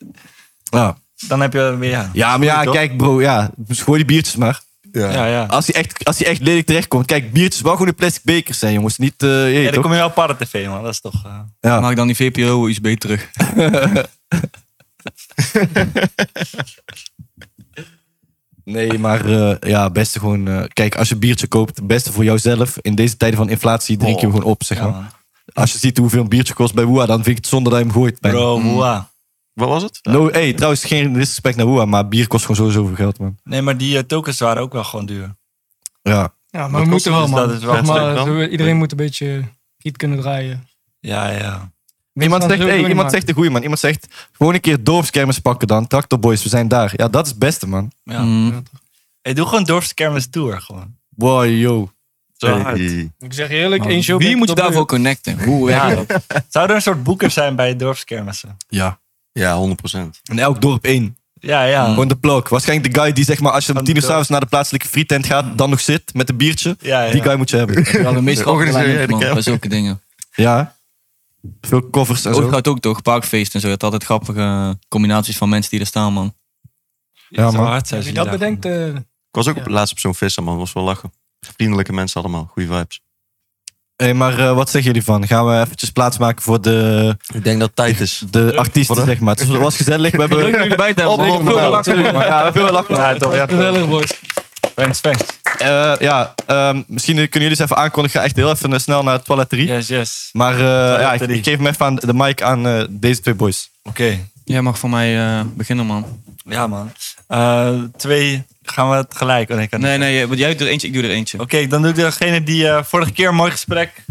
Ja,
dan heb je weer... Ja,
ja maar ja, kijk bro, ja, dus gooi die biertjes maar.
ja.
ja. ja.
Als die echt, als die echt lelijk terechtkomt, kijk, biertjes wel gewoon in plastic bekers zijn, jongens. Niet, eh je weet
Ja, dan
toch?
kom je wel op Parra TV, man. Dat is toch... eh,
Ja.
Maak dan die VPRO USB terug.
Nee, maar eh, ja, beste gewoon, eh, kijk, als je een biertje koopt, het beste voor jouzelf. In deze tijden van inflatie drink je hem gewoon op, zeg
ja,
maar.
man.
Als je ziet hoeveel een biertje kost bij Woeha, dan vind ik het zonde dat je hem gooit. bijna.
Bro, moa.
Wat was het?
No, hey, trouwens, geen disrespect naar Woeha, maar bier kost gewoon sowieso veel geld, man.
Nee, maar die eh, tokens waren ook wel gewoon duur.
Ja.
Ja, maar we moeten wel,
dus
man.
dat is wel
Zeg maar,
dan.
zo- iedereen moet een beetje giet kunnen draaien.
Ja, ja.
Iemand
Mensen
zegt,
gaan
hey,
sowieso
iemand
niet
zegt de goeie man. Iemand zegt, gewoon een keer dorpskermis pakken dan. Tractor Boys, we zijn daar. Ja, dat is het beste, man.
ja.
Mm.
Hey, doe gewoon Dorfskermis Tour, gewoon.
Wow, yo.
Zo hard.
Hey.
maken. Ik zeg je eerlijk, één show...
Wie
ben
moet je
ik
daarvoor
wel
connecten? Hoe werkt
Ja.
dat?
Zou er een soort boeker zijn bij Dorfskermissen?
Ja.
Ja, 100 procent.
In elk dorp één.
Ja, ja.
Gewoon de plok. Waarschijnlijk de guy die, zeg maar, als je om
Mm. Van
tien uur
de-
s'avonds naar de plaatselijke frietent gaat, dan nog zit met een biertje.
ja, ja.
Die guy moet je hebben.
Ja, de meest
Organiseer jij de
afgeleide man
kerk?
bij zulke dingen.
ja. Veel covers en
Ook
zo.
gaat ook toch, parkfeest en zo. Je had altijd grappige combinaties van mensen die er staan, man.
Ja,
Zou
man.
hard zijn
Wie
als
dat
je
bedenkt...
daar-
eh,
Ik was ook op, laatst op zo'n visserman. Was wel lachen. Vriendelijke mensen allemaal. Goede vibes.
Hey, maar eh, wat zeggen jullie van? Gaan we eventjes plaatsmaken voor de,
Ik denk dat het tijd is.
de artiesten, zeg maar. Het was- was gezellig. We hebben... Oh,
Leuk bij te
Op- op- op- op- natuurlijk, maar Ja, we hebben wel lachen.
Ja, toch. Ja, toch.
Gezellig, boys.
Thanks, thanks.
Eh, ja, ehm, misschien kunnen jullie eens even aankondigen. Echt heel even eh, snel naar de toiletterie.
Yes, yes.
Maar eh, ja, ik,
drie.
ik geef hem even aan de mic aan eh, deze twee boys.
Oké.
Jij mag voor mij eh, beginnen, man.
Ja, man. Eh, twee, gaan we het gelijk? Oh, nee, ik kan niet.
Nee, nee, want jij doet er eentje, ik doe er eentje.
Oké, dan doe ik degene die eh, vorige keer een mooi gesprek.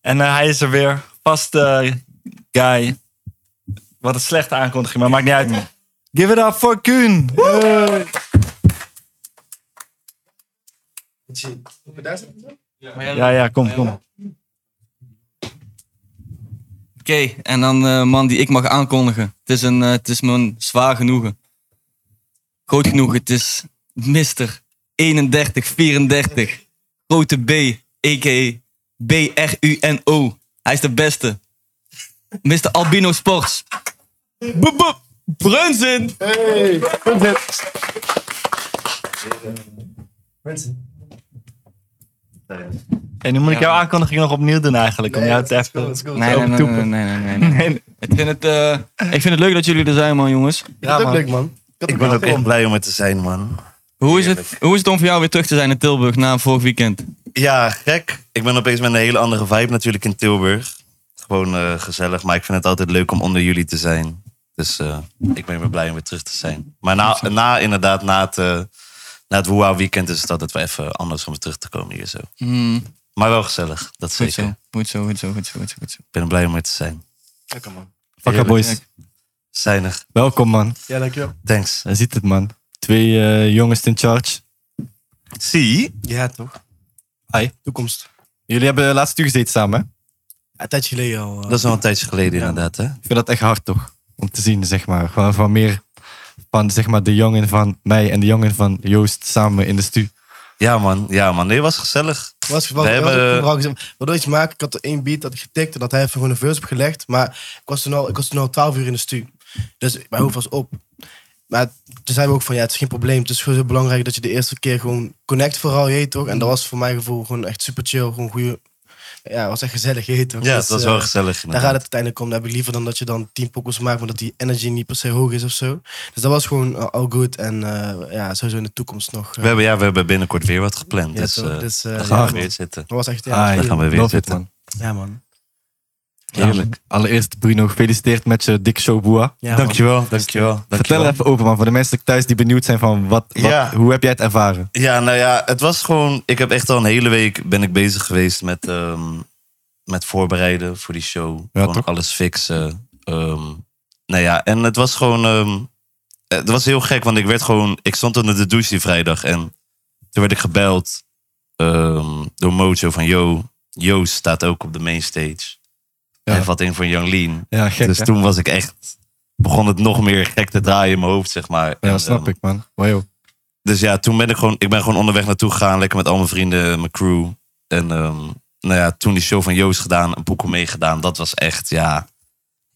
En eh, hij is er weer. Vast eh, guy. Wat een slechte aankondiging, maar maakt niet uit. Give it up for Kuhn. Ja, ja, kom, kom.
Oké, en dan eh man die ik mag aankondigen. Het is, een, eh, het is mijn zwaar genoegen. Groot genoegen, het is Mr. 3134. Grote B, a.k.a. B-R-U-N-O. Hij is de beste. Mr. Albino Sports. Boep, boep. Brunzen.
En nu moet ik jouw aankondiging nog opnieuw doen eigenlijk. Om jou te even...
Nee, nee, nee, nee, nee, nee, nee. Ik, vind het, eh, ik vind het leuk dat jullie er zijn, man, jongens.
Ja, man.
Ik ben ook echt blij om er te zijn, man.
Hoe is, het, hoe is het om voor jou weer terug te zijn in Tilburg na vorig weekend?
Ja, gek. Ik ben opeens met een hele andere vibe natuurlijk in Tilburg. Gewoon eh, gezellig, maar ik vind het altijd leuk om onder jullie te zijn. Dus eh, ik ben weer blij om weer terug te zijn. Maar na, na inderdaad, na het, eh, na het Woeha weekend is het altijd wel even anders om weer terug te komen hier zo.
Hmm,
Maar wel gezellig, dat
goed,
zeker.
zo, goed zo, goed zo, goed zo, goed zo, goed zo.
Ik ben er blij om weer te zijn.
Fuck up, boys.
Zijnig.
Welkom, man.
Thanks.
Je ziet het, man. twee eh, jongens in charge.
Zie.
Ja, toch?
Hi.
Toekomst.
Jullie hebben laatst uur gezeten samen, hè?
Ja, een tijdje geleden al. eh.
Dat is al een tijdje geleden inderdaad, hè?
Ik vind dat echt hard, toch? Om te zien, zeg maar. Gewoon van meer van, zeg maar, de jongen van mij en de jongen van Joost samen in de stu.
Ja, man. Ja, man. Nee, was gezellig.
Was, was,
We
was
hebben-
ook vooral gezien. Wat wil je maken? Ik had er één beat dat ik getikt en dat hij even gewoon een verse op gelegd. Maar ik was toen al, ik was toen al 12 uur in de stu. Dus mijn hoofd was op. Maar toen zeiden we ook van ja, het is geen probleem. Het is gewoon zo belangrijk dat je de eerste keer gewoon connect vooral, je weet toch? En dat was voor mijn gevoel gewoon echt super chill. Gewoon goede. Ja, het was echt gezellig, je weet toch?
Ja,
Dus,
het was
eh,
wel gezellig.
Daar gaat
inderdaad.
het uiteindelijk om. Dat heb ik liever dan dat je dan tien pokkels maakt, maar dat die energy niet per se hoog is of zo. Dus dat was gewoon eh, all good. En eh, ja, sowieso in de toekomst nog. eh,
We hebben, ja, we hebben binnenkort weer wat gepland.
ja,
dus
toch?
eh,
Dus, eh,
daar
ja,
gaan we
man.
weer zitten.
Dat was echt ja,
Daar
chill.
gaan we weer
Love it,
zitten.
man.
Ja, man.
Heerlijk. Allereerst, Bruno, gefeliciteerd met je dik show, Boa.
Ja, man.
Dankjewel, dankjewel.
Vertel even open, man, voor de mensen thuis die benieuwd zijn van wat, wat-
Ja.
hoe heb jij het ervaren?
Ja, nou ja, het was gewoon... Ik heb echt al een hele week ben ik bezig geweest met, ehm, met voorbereiden voor die show. gewoon
toch?
alles fixen. Ehm, nou ja, en het was gewoon... ehm, het was heel gek, want ik werd gewoon... Ik stond onder de douche die vrijdag en toen werd ik gebeld ehm, door Mojo van... Yo, Joost staat ook op de mainstage.
Ja.
Hij valt in voor Young Lean.
Ja, gek,
dus
hè?
toen was ik echt... Begon het nog meer gek te draaien in mijn hoofd, zeg maar.
Ja,
En,
snap
ehm,
ik, man. Wow.
dus ja, toen ben ik gewoon, ik ben gewoon onderweg naartoe gegaan. Lekker met al mijn vrienden, mijn crew. En ehm, nou ja, toen die show van Joost gedaan, een boek meegedaan. Dat was echt, ja,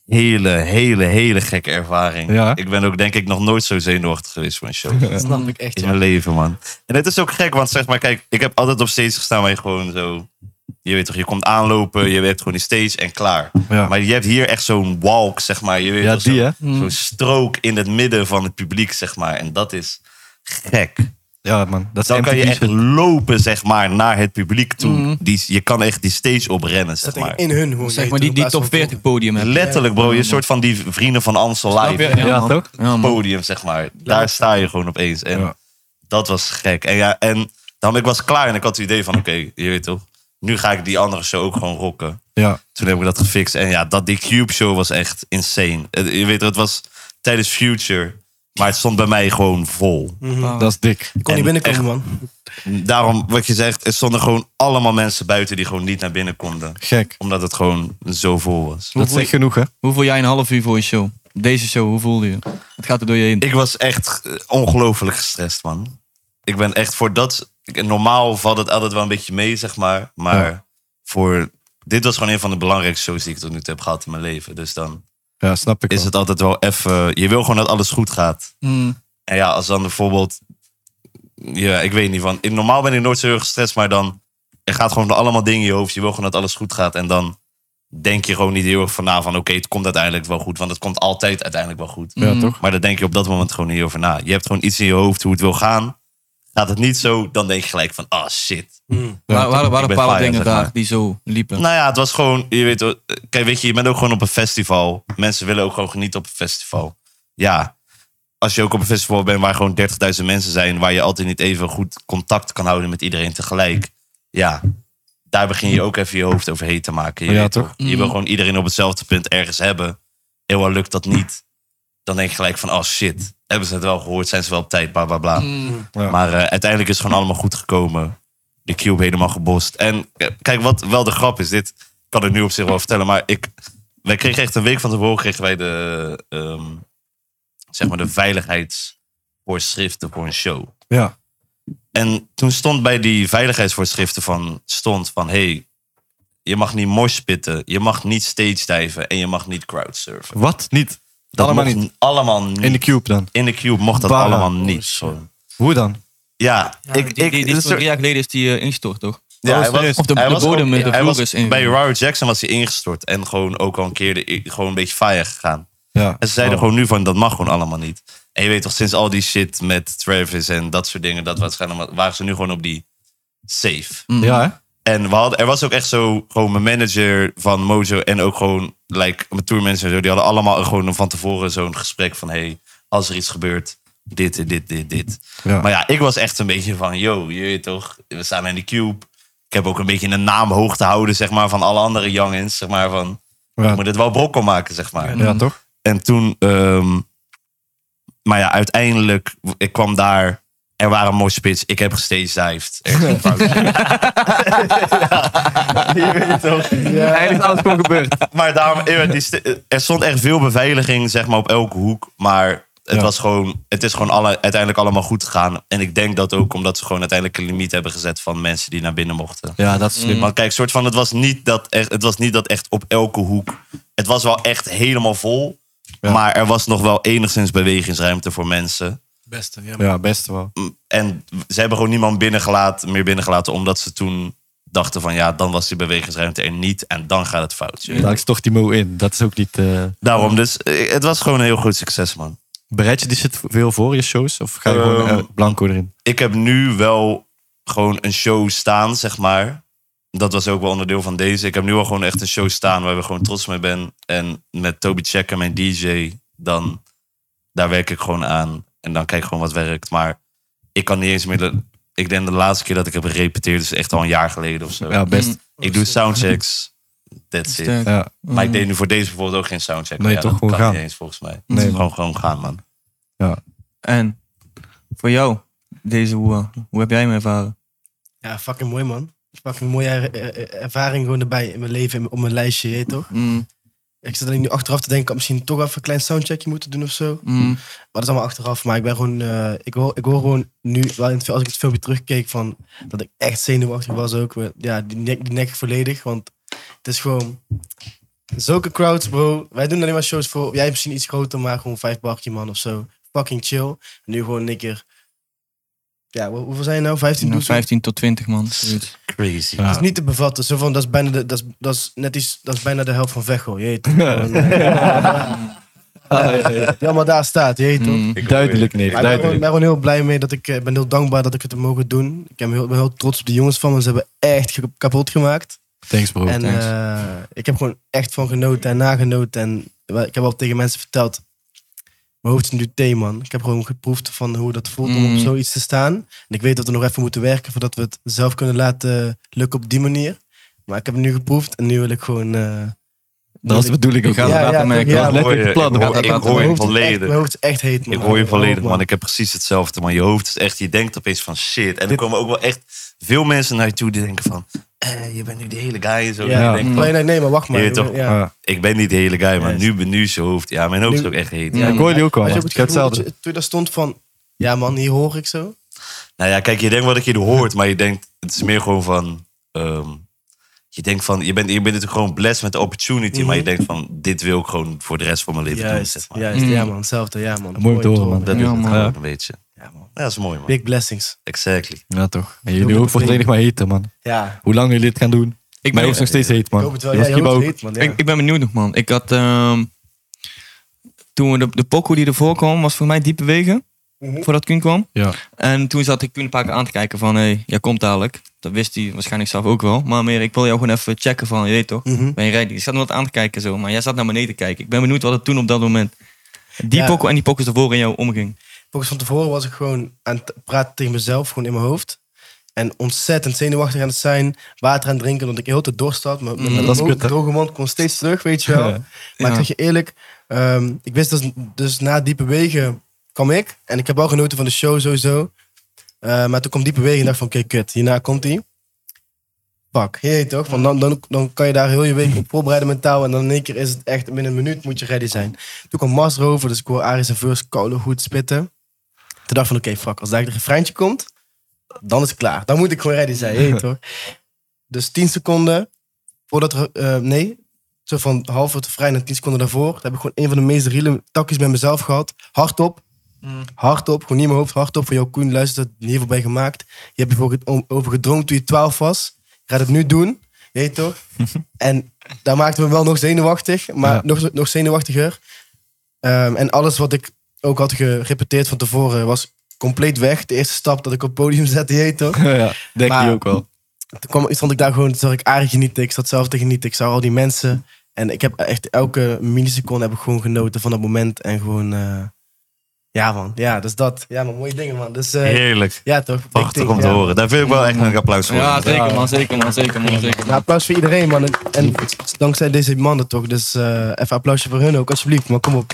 hele, hele, hele gekke ervaring.
Ja.
Ik ben ook denk ik nog nooit zo zenuwachtig geweest voor een show.
Dat snap ik echt,
In
ja.
mijn leven, man. En het is ook gek, want zeg maar, kijk, ik heb altijd op stage gestaan waar je gewoon zo... Je weet toch, je komt aanlopen, je hebt gewoon die stage en klaar.
Ja.
Maar je hebt hier echt zo'n walk, zeg maar. Je weet
Ja,
toch, zo'n-
die, hè?
Zo'n strook in het midden van het publiek, zeg maar. En dat is gek.
Ja, man. Dat is
Dan kan je
MTV
echt
shit.
lopen, zeg maar, naar het publiek toe. Die, je kan echt die stage oprennen, zeg
Dat denk
maar.
ik in hun gewoon.
Zeg maar die, die top 40 podium hebben.
Letterlijk, bro. Je een soort van die vrienden van Amstel
Snap je?
live
Ja,
man.
toch?
Ja, man.
podium, zeg maar. Daar sta je gewoon opeens. En
Ja.
dat was gek. En ja, en dan, ik was klaar en ik had het idee van, oké, je weet toch. Nu ga ik die andere show ook gewoon rocken.
Ja.
Toen heb ik dat gefixt. En ja, dat, die Cube show was echt insane. Het- je weet toch, het was tijdens Future. Maar het stond bij mij gewoon vol.
Dat is dik.
Ik kon niet
En
binnenkomen, man.
Daarom, wat je zegt, er stonden gewoon allemaal mensen buiten die gewoon niet naar binnen konden.
Gek.
Omdat het gewoon zo vol was.
Dat
voel je-
zegt genoeg, hè?
Hoe voel jij een half uur voor je show? Deze show, hoe voelde je? Het gaat er door je heen.
Ik was echt eh, ongelooflijk gestrest, man. Ik ben echt voor dat... ik- Normaal valt het altijd wel een beetje mee, zeg maar. Maar voor... Dit was gewoon een van de belangrijkste shows die ik tot nu toe heb gehad in mijn leven. Dus dan
Ja, snap ik
is
wel.
het altijd wel even... Je wil gewoon dat alles goed gaat.
Mm.
En ja, als dan bijvoorbeeld... Ja, ik weet niet van... in- Normaal ben ik nooit zo heel gestrest, maar dan... Er gaat gewoon door allemaal dingen in je hoofd. Je wil gewoon dat alles goed gaat. En dan denk je gewoon niet heel erg van na van... Oké, het komt uiteindelijk wel goed. Want het komt altijd uiteindelijk wel goed.
Ja, toch?
Maar daar denk je op dat moment gewoon niet over na. Je hebt gewoon iets in je hoofd hoe het wil gaan. Gaat het niet zo, dan denk je gelijk van... Ah, shit.
Waar waren, waren
Ik
een
ben
paar
fire,
dingen
zeg maar.
daar die zo liepen?
Nou ja, het was gewoon... Je weet, wel- kijk, weet je, je bent ook gewoon op een festival. Mensen willen ook gewoon genieten op een festival. Ja, als je ook op een festival bent waar gewoon 30.000 mensen zijn... waar je altijd niet even goed contact kan houden met iedereen tegelijk. Ja, daar begin je ook even je hoofd overheen te maken. Je,
Ja,
weet
toch? Mm.
je wil gewoon iedereen op hetzelfde punt ergens hebben. En al lukt dat niet, dan denk je gelijk van... Oh shit, hebben ze het wel gehoord? Zijn ze wel op tijd? Bla, bla, bla.
Ja.
Maar eh, uiteindelijk is het gewoon allemaal goed gekomen. De Cube helemaal gebost. En eh, kijk, wat wel de grap is, dit kan ik nu op zich wel vertellen, maar ik, wij kregen echt een week van tevoren kregen wij de, ehm, zeg maar de veiligheidsvoorschriften voor een show.
Ja.
En toen stond bij die veiligheidsvoorschriften van, stond van, hey, je mag niet moshpitten, je mag niet stage diven en je mag niet crowdsurfen.
Wat? Niet?
Dat
allemaal
mocht
niet.
Allemaal niet.
In de cube dan?
In de Cube mocht dat
Bah.
allemaal niet.
Hoe dan?
Ja, ik,
Die,
ik,
die, die
dit
is
is
van
zo-
drie jaar geleden is die eh, ingestort, toch?
Ja, hij
serieus?
was,
Of de-
hij
de
was
bodem
ook-
met de
hij
vloer
was-
is ingegaan.
Bij Rara Jackson was hij ingestort. En gewoon ook al een keer de, gewoon een beetje fire gegaan.
Ja.
En ze zeiden gewoon nu van, dat mag gewoon allemaal niet. En je weet toch, sinds al die shit met Travis en dat soort dingen, dat was gaan, waren ze nu gewoon op die safe.
Mm.
Ja, hè?
En we hadden, er was ook echt zo, gewoon mijn manager van Mojo en ook gewoon, like, mijn tourmanager en zo, die hadden allemaal gewoon van tevoren zo'n gesprek van, hey, als er iets gebeurt, dit, en dit, dit, dit.
Ja.
Maar ja, ik was echt een beetje van, yo, je weet toch, we staan in de Cube. Ik heb ook een beetje een naam hoog te houden, zeg maar, van alle andere jongens, zeg maar, van,
Ja.
ik moet het wel brokkel maken, zeg maar.
Ja, toch?
En toen, ehm, maar ja, uiteindelijk, ik kwam daar. Er waren mooie spits. Ik heb gesteecijfd. Er ging fout.
Je weet toch?
Eigenlijk alles gewoon gebeurd. Maar daarom, eh, die st- er stond echt veel beveiliging zeg maar, op elke hoek. Maar het, was gewoon, het is gewoon alle, uiteindelijk allemaal goed gegaan. En ik denk dat ook omdat ze gewoon uiteindelijk een limiet hebben gezet van mensen die naar binnen mochten.
Ja, dat is slim.
Maar kijk, soort van, het, was niet dat echt, het was niet dat echt op elke hoek. Het was wel echt helemaal vol. Maar er was nog wel enigszins bewegingsruimte voor mensen.
Beste, ja.
Ja, best wel.
En ze hebben gewoon niemand binnengelaten, meer binnengelaten. Omdat ze toen dachten van ja, dan was die bewegingsruimte er niet. En dan gaat het fout. je weet
Daar stort die Mo in. Dat is ook niet... eh,
Daarom, dus eh, het was gewoon een heel groot succes, man.
Bereid je die shit veel voor, je shows? Of ga je gewoon
Ehm,
eh, blanco erin?
Ik heb nu wel gewoon een show staan, zeg maar. Dat was ook wel onderdeel van deze. Ik heb nu al gewoon echt een show staan waar ik gewoon trots mee ben. En met Toby Check en mijn DJ, dan daar werk ik gewoon aan. En dan kijk ik gewoon wat werkt. Maar ik kan niet eens meer. de- ik denk de laatste keer dat ik heb gerepeteerd is echt al een jaar geleden of zo.
Ja, best. Mm.
Ik doe soundchecks. That's it.
Sterk. Ja.
Maar ik deed nu voor deze bijvoorbeeld ook geen soundcheck.
eh, mm. Nee,
Maar ja,
toch
dat
gewoon
kan
gaan.
niet eens volgens mij.
Nee, man.
gewoon, gewoon gaan, man.
Ja.
En voor jou, deze hoe, eh, hoe heb jij hem ervaren?
Ja, fucking mooi man. Fucking mooie er- er- ervaring gewoon erbij in mijn leven, in- op mijn lijstje, je weet toch?
Hmm.
Ik zit alleen nu achteraf te denken, ik had misschien toch even een klein soundcheckje moeten doen of zo.
Mm.
Maar dat is allemaal achteraf. Maar ik ben gewoon, eh, ik, hoor, ik hoor gewoon nu, wel in het, fil- als ik het filmpje terugkeek, van, dat ik echt zenuwachtig was ook. Maar Ja, die nek, die nek volledig, want het is gewoon zulke crowds, bro. Wij doen alleen maar shows voor, jij misschien iets groter, maar gewoon vijf barkje man of zo. Fucking chill. En nu gewoon een keer, ja, hoe- hoeveel zijn er nou? 15
Nou,
doezoe?
15 tot 20 man. zoiets.
Crazy.
Dat is niet te bevatten. Zo van, dat, is bijna de, dat, is, dat is net iets, dat is bijna de helft van Veghel. Je weet toch? Gewoon, eh, Die allemaal daar staat, je weet toch? Maar
Duidelijk, nee.
Ik ben gewoon-
Duidelijk.
ben gewoon heel blij mee dat ik eh, ben heel dankbaar dat ik het heb mogen doen. Ik heb heel- ben heel trots op de jongens van me. Ze hebben echt ge- kapot gemaakt.
Thanks, bro.
en
Thanks.
eh, ik heb gewoon echt van genoten en nagenoten. En wel- ik heb al tegen mensen verteld. Mijn hoofd is nu thee, man. Ik heb gewoon geproefd van hoe dat voelt om
Mm.
op zoiets te staan. En ik weet dat we nog even moeten werken voordat we het zelf kunnen laten lukken op die manier. Maar ik heb het nu geproefd en nu wil ik gewoon. eh,
Dat was de bedoeling ook.
Gaan we
Ja,
laten
ja,
merken.
ja.
Dat was letterlijk het plan.
Ah, eh, Ik hoor,
dat
ik
laten
hoor je
mijn hoofd is echt-
volledig.
Mijn hoofd is echt heet, man.
Ik hoor je volledig, man.
man.
Ik heb precies hetzelfde, man. Je hoofd is echt, je denkt opeens van shit. En er komen ook wel echt veel mensen naar je toe die denken van... eh, je bent nu de hele guy en zo.
Ja.
En je denkt van,
Nee, nee, nee, maar wacht maar.
Je weet toch-
Ja.
ik ben niet de hele guy, maar nu, nu is je hoofd... Ja, mijn hoofd is
Nu-
ook echt heet.
Ja.
Ja.
Ik hoorde je ook al.
Als je
man.
op
Ik
het
heb
gevoel dat
hetzelfde.
je, toen daar stond van, ja man, hier hoor ik zo.
Nou ja, kijk, je denkt wel dat je er hoort, maar je denkt... Het is meer gewoon van... ehm, je denkt van, je bent, je bent natuurlijk gewoon blessed met de opportunity, maar je denkt van, dit wil ik gewoon voor de rest van mijn leven doen. Zeg maar.
juist,
Mm.
ja man, hetzelfde, ja man.
Mooi om te horen, man.
Dat
Ja,
is het
man.
gewoon een beetje.
Ja, man.
Ja, dat is mooi, man.
Big blessings.
Exactly.
Ja, toch. En jullie ook volledig maar heten, man.
Ja,
Hoe lang jullie dit gaan doen. Ik ben
ben-
ook nog steeds heet,
ik
man.
hoop het wel.
Dat
Ja,
was
je
Kiba
hoopt het
ook.
heet, man. Ja.
Ik, ik ben benieuwd nog, man. Ik had. ehm, toen we de, de poko die ervoor kwam, was voor mij diepe wegen. Voordat Kuhn kwam.
Ja.
En toen zat ik Kuhn een paar keer aan te kijken van, hé, hey, jij komt dadelijk. Dat wist hij waarschijnlijk zelf ook wel. Maar meer, ik wil jou gewoon even checken van, je weet toch,
Mhm.
ben je ready? Ik zat nog wat aan te kijken zo, maar jij zat naar beneden te kijken. Ik ben benieuwd wat het toen op dat moment, die
Ja.
poko en die poko's ervoor in jou omging.
Volgens van tevoren was ik gewoon aan het praten tegen mezelf, gewoon in mijn hoofd. En ontzettend zenuwachtig aan het zijn, water aan het drinken, omdat ik heel te dorst had. Mijn, mijn
dat is
mo-
kut, hè?
droge mond kon steeds terug, weet je wel.
Ja.
Maar ik
Ja.
zeg je eerlijk, ehm, ik wist dus, dus na Diepe Wegen kwam ik. En ik heb wel genoten van de show sowieso. Eh, maar toen kwam Diepe Wegen en dacht van, oké, kut, hierna komt hij. Pak, je weet toch? Want dan, dan, dan kan je daar heel je week op voorbereiden mentaal. En dan in één keer is het echt, binnen een minuut moet je ready zijn. Toen kwam Mars over, dus ik hoor Aris en First koude goed spitten. Toen dacht ik van, oké, fuck, als daar een refreintje komt, dan is het klaar. Dan moet ik gewoon ready zijn, je weet toch? Dus 10 seconden voordat er, eh, nee, zo van half wordt vrij en 10 seconden daarvoor. Daar heb ik gewoon een van de meest reële takjes bij mezelf gehad. Hardop. Hardop, gewoon niet in mijn hoofd. Hardop voor jou, Koen. Luister, dat hier voor bij gemaakt. Je hebt je voor- over gedroomd toen je 12 was. Je gaat het nu doen. Je weet toch? en dat maakte me wel nog zenuwachtig, maar
Ja.
nog, nog zenuwachtiger. Ehm, en alles wat ik ook had gerepeteerd van tevoren was compleet weg. De eerste stap dat ik op het podium zette, je weet toch?
Ja, denk
Maar-
je ook wel.
toen kwam, stond ik daar gewoon, toen zag ik aardig genieten. Ik zat zelf te genieten. Ik zag al die mensen. En ik heb echt elke milliseconde heb ik gewoon genoten van dat moment. En gewoon, eh, Ja, man. Ja, dus dat. Ja, maar mooie dingen, man. Dus, eh,
Heerlijk.
Ja, toch?
Prachtig om te horen. Daar wil ik wel echt een applaus voor.
Ja, zeker, man.
Zeker man, zeker man, zeker.
Nou, applaus voor iedereen, man. En, en dankzij deze mannen toch. Dus eh, even applausje voor hun ook, alsjeblieft. Maar kom op.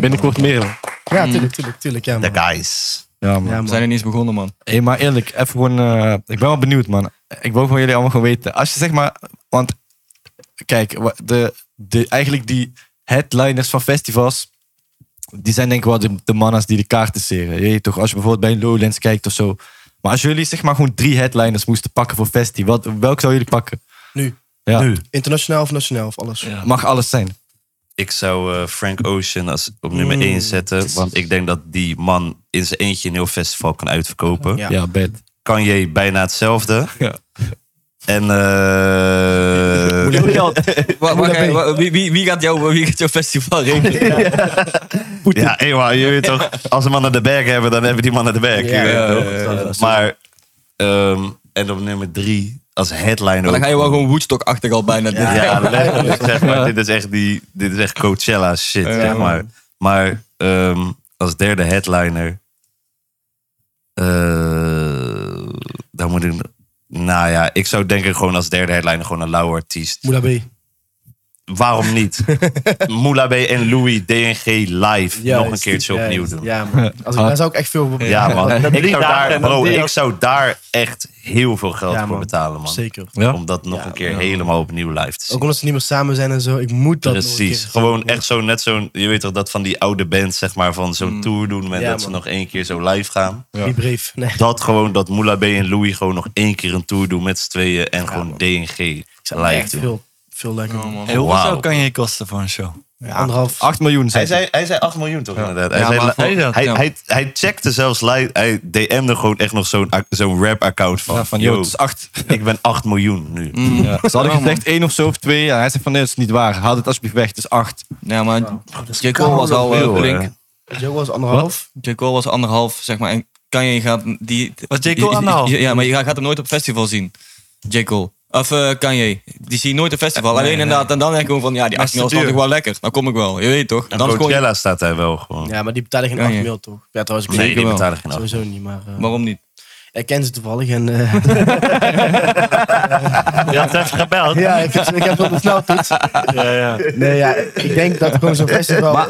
Binnenkort meer.
Ja, tuurlijk, tuurlijk, tuurlijk. Ja, man.
The guys.
Ja, man.
We zijn er niet eens begonnen, man.
Hé, maar eerlijk, even gewoon. eh, ik ben wel benieuwd, man. Ik wil gewoon jullie allemaal gewoon weten. Als je zeg maar. Want kijk, wa- de, de, eigenlijk die headliners van festivals. Die zijn denk ik wel de, de manna's die de kaarten seren. Je weet toch, als je bijvoorbeeld bij Lowlands kijkt of zo. Maar als jullie zeg maar gewoon drie headliners moesten pakken voor Festi, wat, welk zou jullie pakken?
Nu.
Ja.
Internationaal of nationaal of alles.
Mag alles zijn.
Ik zou eh, Frank Ocean als op
Mm.
nummer 1 zetten. Want ik denk dat die man in zijn eentje een heel festival kan uitverkopen.
Ja.
Ja, bed.
Kanye bijna hetzelfde.
Ja.
En eh,
Wa- wa-
Moela
ga-
B.
wa- wie, wie, wie, gaat jou, wie gaat jouw festival regelen?
ja, hé, maar je weet toch, als een man naar de berg hebben, dan hebben die man naar de berg. je weet toch? Maar, ehm, en op nummer 3 als headline
Maar
ook.
dan ga je wel gewoon Woodstock-achtig al bijna. dit.
Ja, letterlijk, dus, zeg maar. Dit is echt, die, dit is echt Coachella shit, zeg maar. Maar ehm, als derde headliner... eh, dan moet ik... Nou ja, ik zou denk ik gewoon als derde headliner gewoon een lauwe artiest.
Moela B.
Waarom niet? Moula B en Louis DNG live nog een
Juist,
keertje
juist.
opnieuw doen. Ja,
Ja, man. Als ik, daar zou ik echt veel voor
man. Ik zou, daar,
dan
bro,
drie
ik zou daar echt heel veel geld
Ja,
voor
man.
betalen, man.
Zeker.
Om dat nog een keer helemaal opnieuw live te zien.
Ook omdat ze niet meer samen zijn en zo. Ik moet dat nog een
Precies.
keer.
Gewoon echt zo, net zo'n, je weet toch, dat van die oude band, zeg maar, van zo'n tour doen. En
Ja,
dat ze
man.
nog één keer zo live gaan.
Wie breef. Nee.
Dat gewoon, dat Moula B en Louis gewoon nog één keer een tour doen met z'n tweeën. En gewoon DNG live
Echt
doen.
veel, veel lekker. man.
Heel
Wauw.
zou kan je kosten voor een show?
Anderhalf.
8 miljoen
Hij
zijn.
zei, hij zei 8 miljoen toch inderdaad. Hij,
Ja,
zei,
maar
hij,
voor-
hij,
ja.
hij, hij checkte zelfs live, hij DM'de gewoon echt nog zo'n, ac- zo'n rap-account van.
Ja, van,
yo,
joh, het is 8.
ik ben 8 miljoen nu.
Ja. Ze hadden gezegd 1 of zo of 2. Ja, hij zei van nee, dat is niet waar. Haal het alsjeblieft weg, het is 8.
Ja, maar J. Cole was al
veel,
eh,
hè?
flink.
Joe was anderhalf.
J. Cole was anderhalf, zeg maar. En Kanye gaat... Die,
Was J. Cole
je- je-
anderhalf?
Ja, maar je gaat hem nooit op festival zien. J. Cole. Of eh, Kanye. Die zie je nooit op festival. Alleen inderdaad. En dan denk ik gewoon van... Ja, die 8
is te
mil is dan
duur.
toch wel lekker. Dan kom ik wel. Je weet toch?
En
Dan is gewoon...
Coachella staat hij wel gewoon.
Ja, maar die betalen geen
Oh,
Ja,
8
ja.
mil toch? Ja, trouwens, ik
nee,
weet
die
wel.
betalen geen
het
8
sowieso niet, maar... eh,
Waarom niet?
ik ken ze toevallig en... eh,
Je had even gebeld.
ja, ik, heb- ik heb op de sneltoets. Nee, ja, ik denk dat gewoon zo'n festival...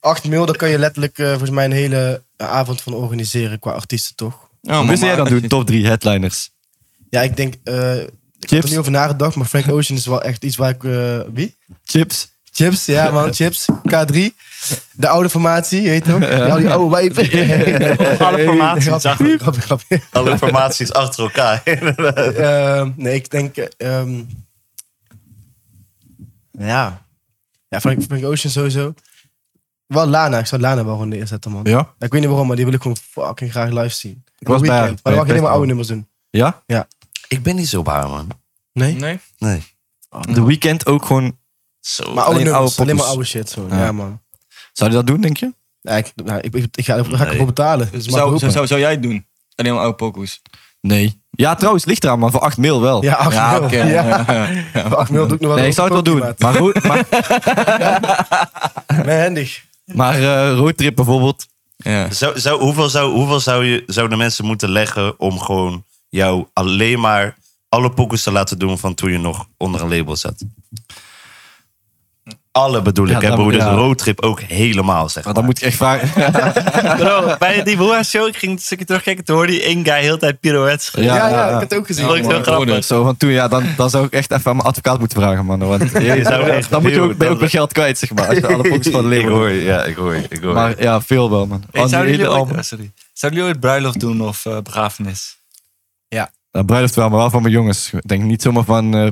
8 mil, daar kan je letterlijk eh, volgens mij een hele eh, avond van organiseren qua artiesten, toch?
Ja,
Oh,
Hoe
maar-
wist jij dan
maar-
doen? Top 3 headliners.
Ja, ik denk... eh, ik heb
Chips.
er niet over nagedacht, maar Frank Ocean is wel echt iets waar ik... eh, wie?
Chips.
Chips, ja man, Chips. K3. De oude formatie, je weet toch? Ja, al die oude wijven.
Alle formaties.
Grappig, grappig, grappig.
Alle informatie is achter elkaar.
Ehm, nee, ik denk. eh, ehm, ja. Ja, Frank, Frank Ocean sowieso. Wel Lana, ik zou Lana wel gewoon neerzetten, man.
Ja?
Ik weet niet waarom, maar die wil ik gewoon fucking graag live zien. Ik
was bij haar,
Maar
bij
dan mag
het
je alleen maar oude
festival.
nummers doen.
Ja?
ik ben niet zo baar, man.
Nee?
Nee?
Nee.
De weekend ook gewoon.
Zo.
Maar oude
alleen
nummers,
oude
alleen maar oude
poppers.
shit. Zo.
Ja.
Ja. man.
Zou je dat doen, denk je?
Ja, ik, nou, ik, ik, ik ga, daar ga ik
Nee.
ervoor betalen. Dus mag
Zou,
hopen.
zou, zou, zou jij het doen? Alleen maar oude pokoes.
Nee. Ja, trouwens, ligt eraan, maar voor 8 mil wel.
Ja, 8
Ja,
mil.
oké.
Ja. Voor 8 mil doe ik nog wel
nee,
een
ik zou het wel
poging,
doen. Maar, ro- maar,
maat. Nee, handig.
maar eh, roadtrip bijvoorbeeld.
Ja.
Zou, zou, hoeveel zou, hoeveel zou je, zouden mensen moeten leggen om gewoon jou alleen maar alle pokus te laten doen van toen je nog onder een label zat? Alle bedoel ik,
Ja,
hè,
dan-
broer. Dus
ja.
roadtrip ook helemaal, zeg
Maar dan moet ik echt vragen.
Bro, bij die Boa show, ik ging een stukje terugkijken, toen hoorde die één guy heel de tijd pirouettes. Ja.
Ja, ja,
ja,
ik
ja.
heb het ook gezien.
Dat vond ik zo
man.
grappig.
eh, Zo van toen, ja, dan, dan zou ik echt even aan mijn advocaat moeten vragen, man. Want je
zou echt
dan moet je
heel-
ook, ben je ook
dat-
weer geld kwijt, zeg maar. Als je alle focus van het
Ik
leven
hoor je, ja, ik hoor je, ik hoor je.
Maar ja, veel wel, man. Al die
zouden,
hele
jullie ooit,
album.
oh, sorry. zouden jullie ooit bruiloft doen of eh, begrafenis?
Nou, bruiloft wel, maar wel van mijn jongens. Ik denk niet zomaar van eh,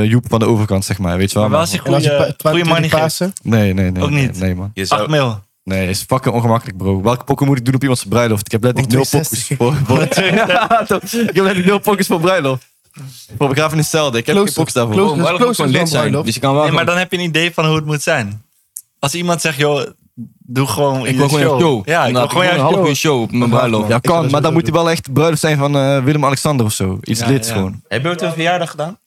eh, Joep van de overkant, zeg maar. Weet je wel?
Maar wel
man.
als je
En als je
goede,
pa-
goede money
22
geeft.
Pasen,
Nee, nee, nee.
Ook
nee,
niet.
Nee, man.
je
8
zou,
mil.
Nee, is fucking ongemakkelijk, bro. Welke pokken moet ik doen op iemands bruiloft? Ik heb letterlijk nul pokkers
162.
voor. Ja, toch. ik heb letterlijk nul pokkers voor bruiloft. Voor begrafenis hetzelfde. Ik heb geen
Close,
pokkers daarvoor.
close,
Oh, maar dat moet
close
gewoon
is wel
lid zijn.
bruiloft.
Dus je kan wel
Nee, maar
gewoon-
dan heb je een idee van hoe het moet zijn. Als iemand zegt, joh, doe gewoon
ik wil
je
gewoon jouw show.
Ja, ik wil
Inderdaad,
gewoon
een
jouw
half
show.
uur show op mijn bruiloft.
Ja,
Ik zou
kan,
dat
maar dan
sowieso
moet hij wel echt bruiloft zijn van eh, Willem-Alexander of zo. Iets
Ja,
lids
ja.
gewoon.
heb je ooit een verjaardag gedaan?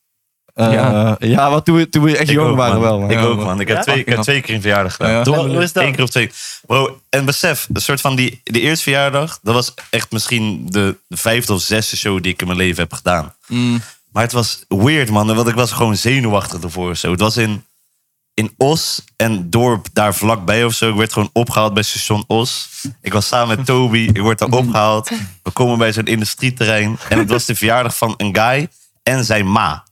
Eh,
Ja.
ja. wat toen we, toen we echt
Ik
jong
ook,
waren
man.
wel. man.
Ik
Ja,
ook,
man.
man. Ik heb,
Ja?
twee, ik heb twee keer een verjaardag gedaan.
Ja.
Toch?
Hoe is dat?
Eén keer of twee. Bro, en besef, een soort van die, de eerste verjaardag... dat was echt misschien de vijfde of zesde show die ik in mijn leven heb gedaan.
Mm.
Maar het was weird, man. Want ik was gewoon zenuwachtig ervoor. of Zo. Het was in, in Os en dorp daar vlakbij of zo. Ik werd gewoon opgehaald bij station Os. Ik was samen met Toby. Ik word daar opgehaald. We komen bij zo'n industrieterrein. En het was de verjaardag van een guy en zijn ma.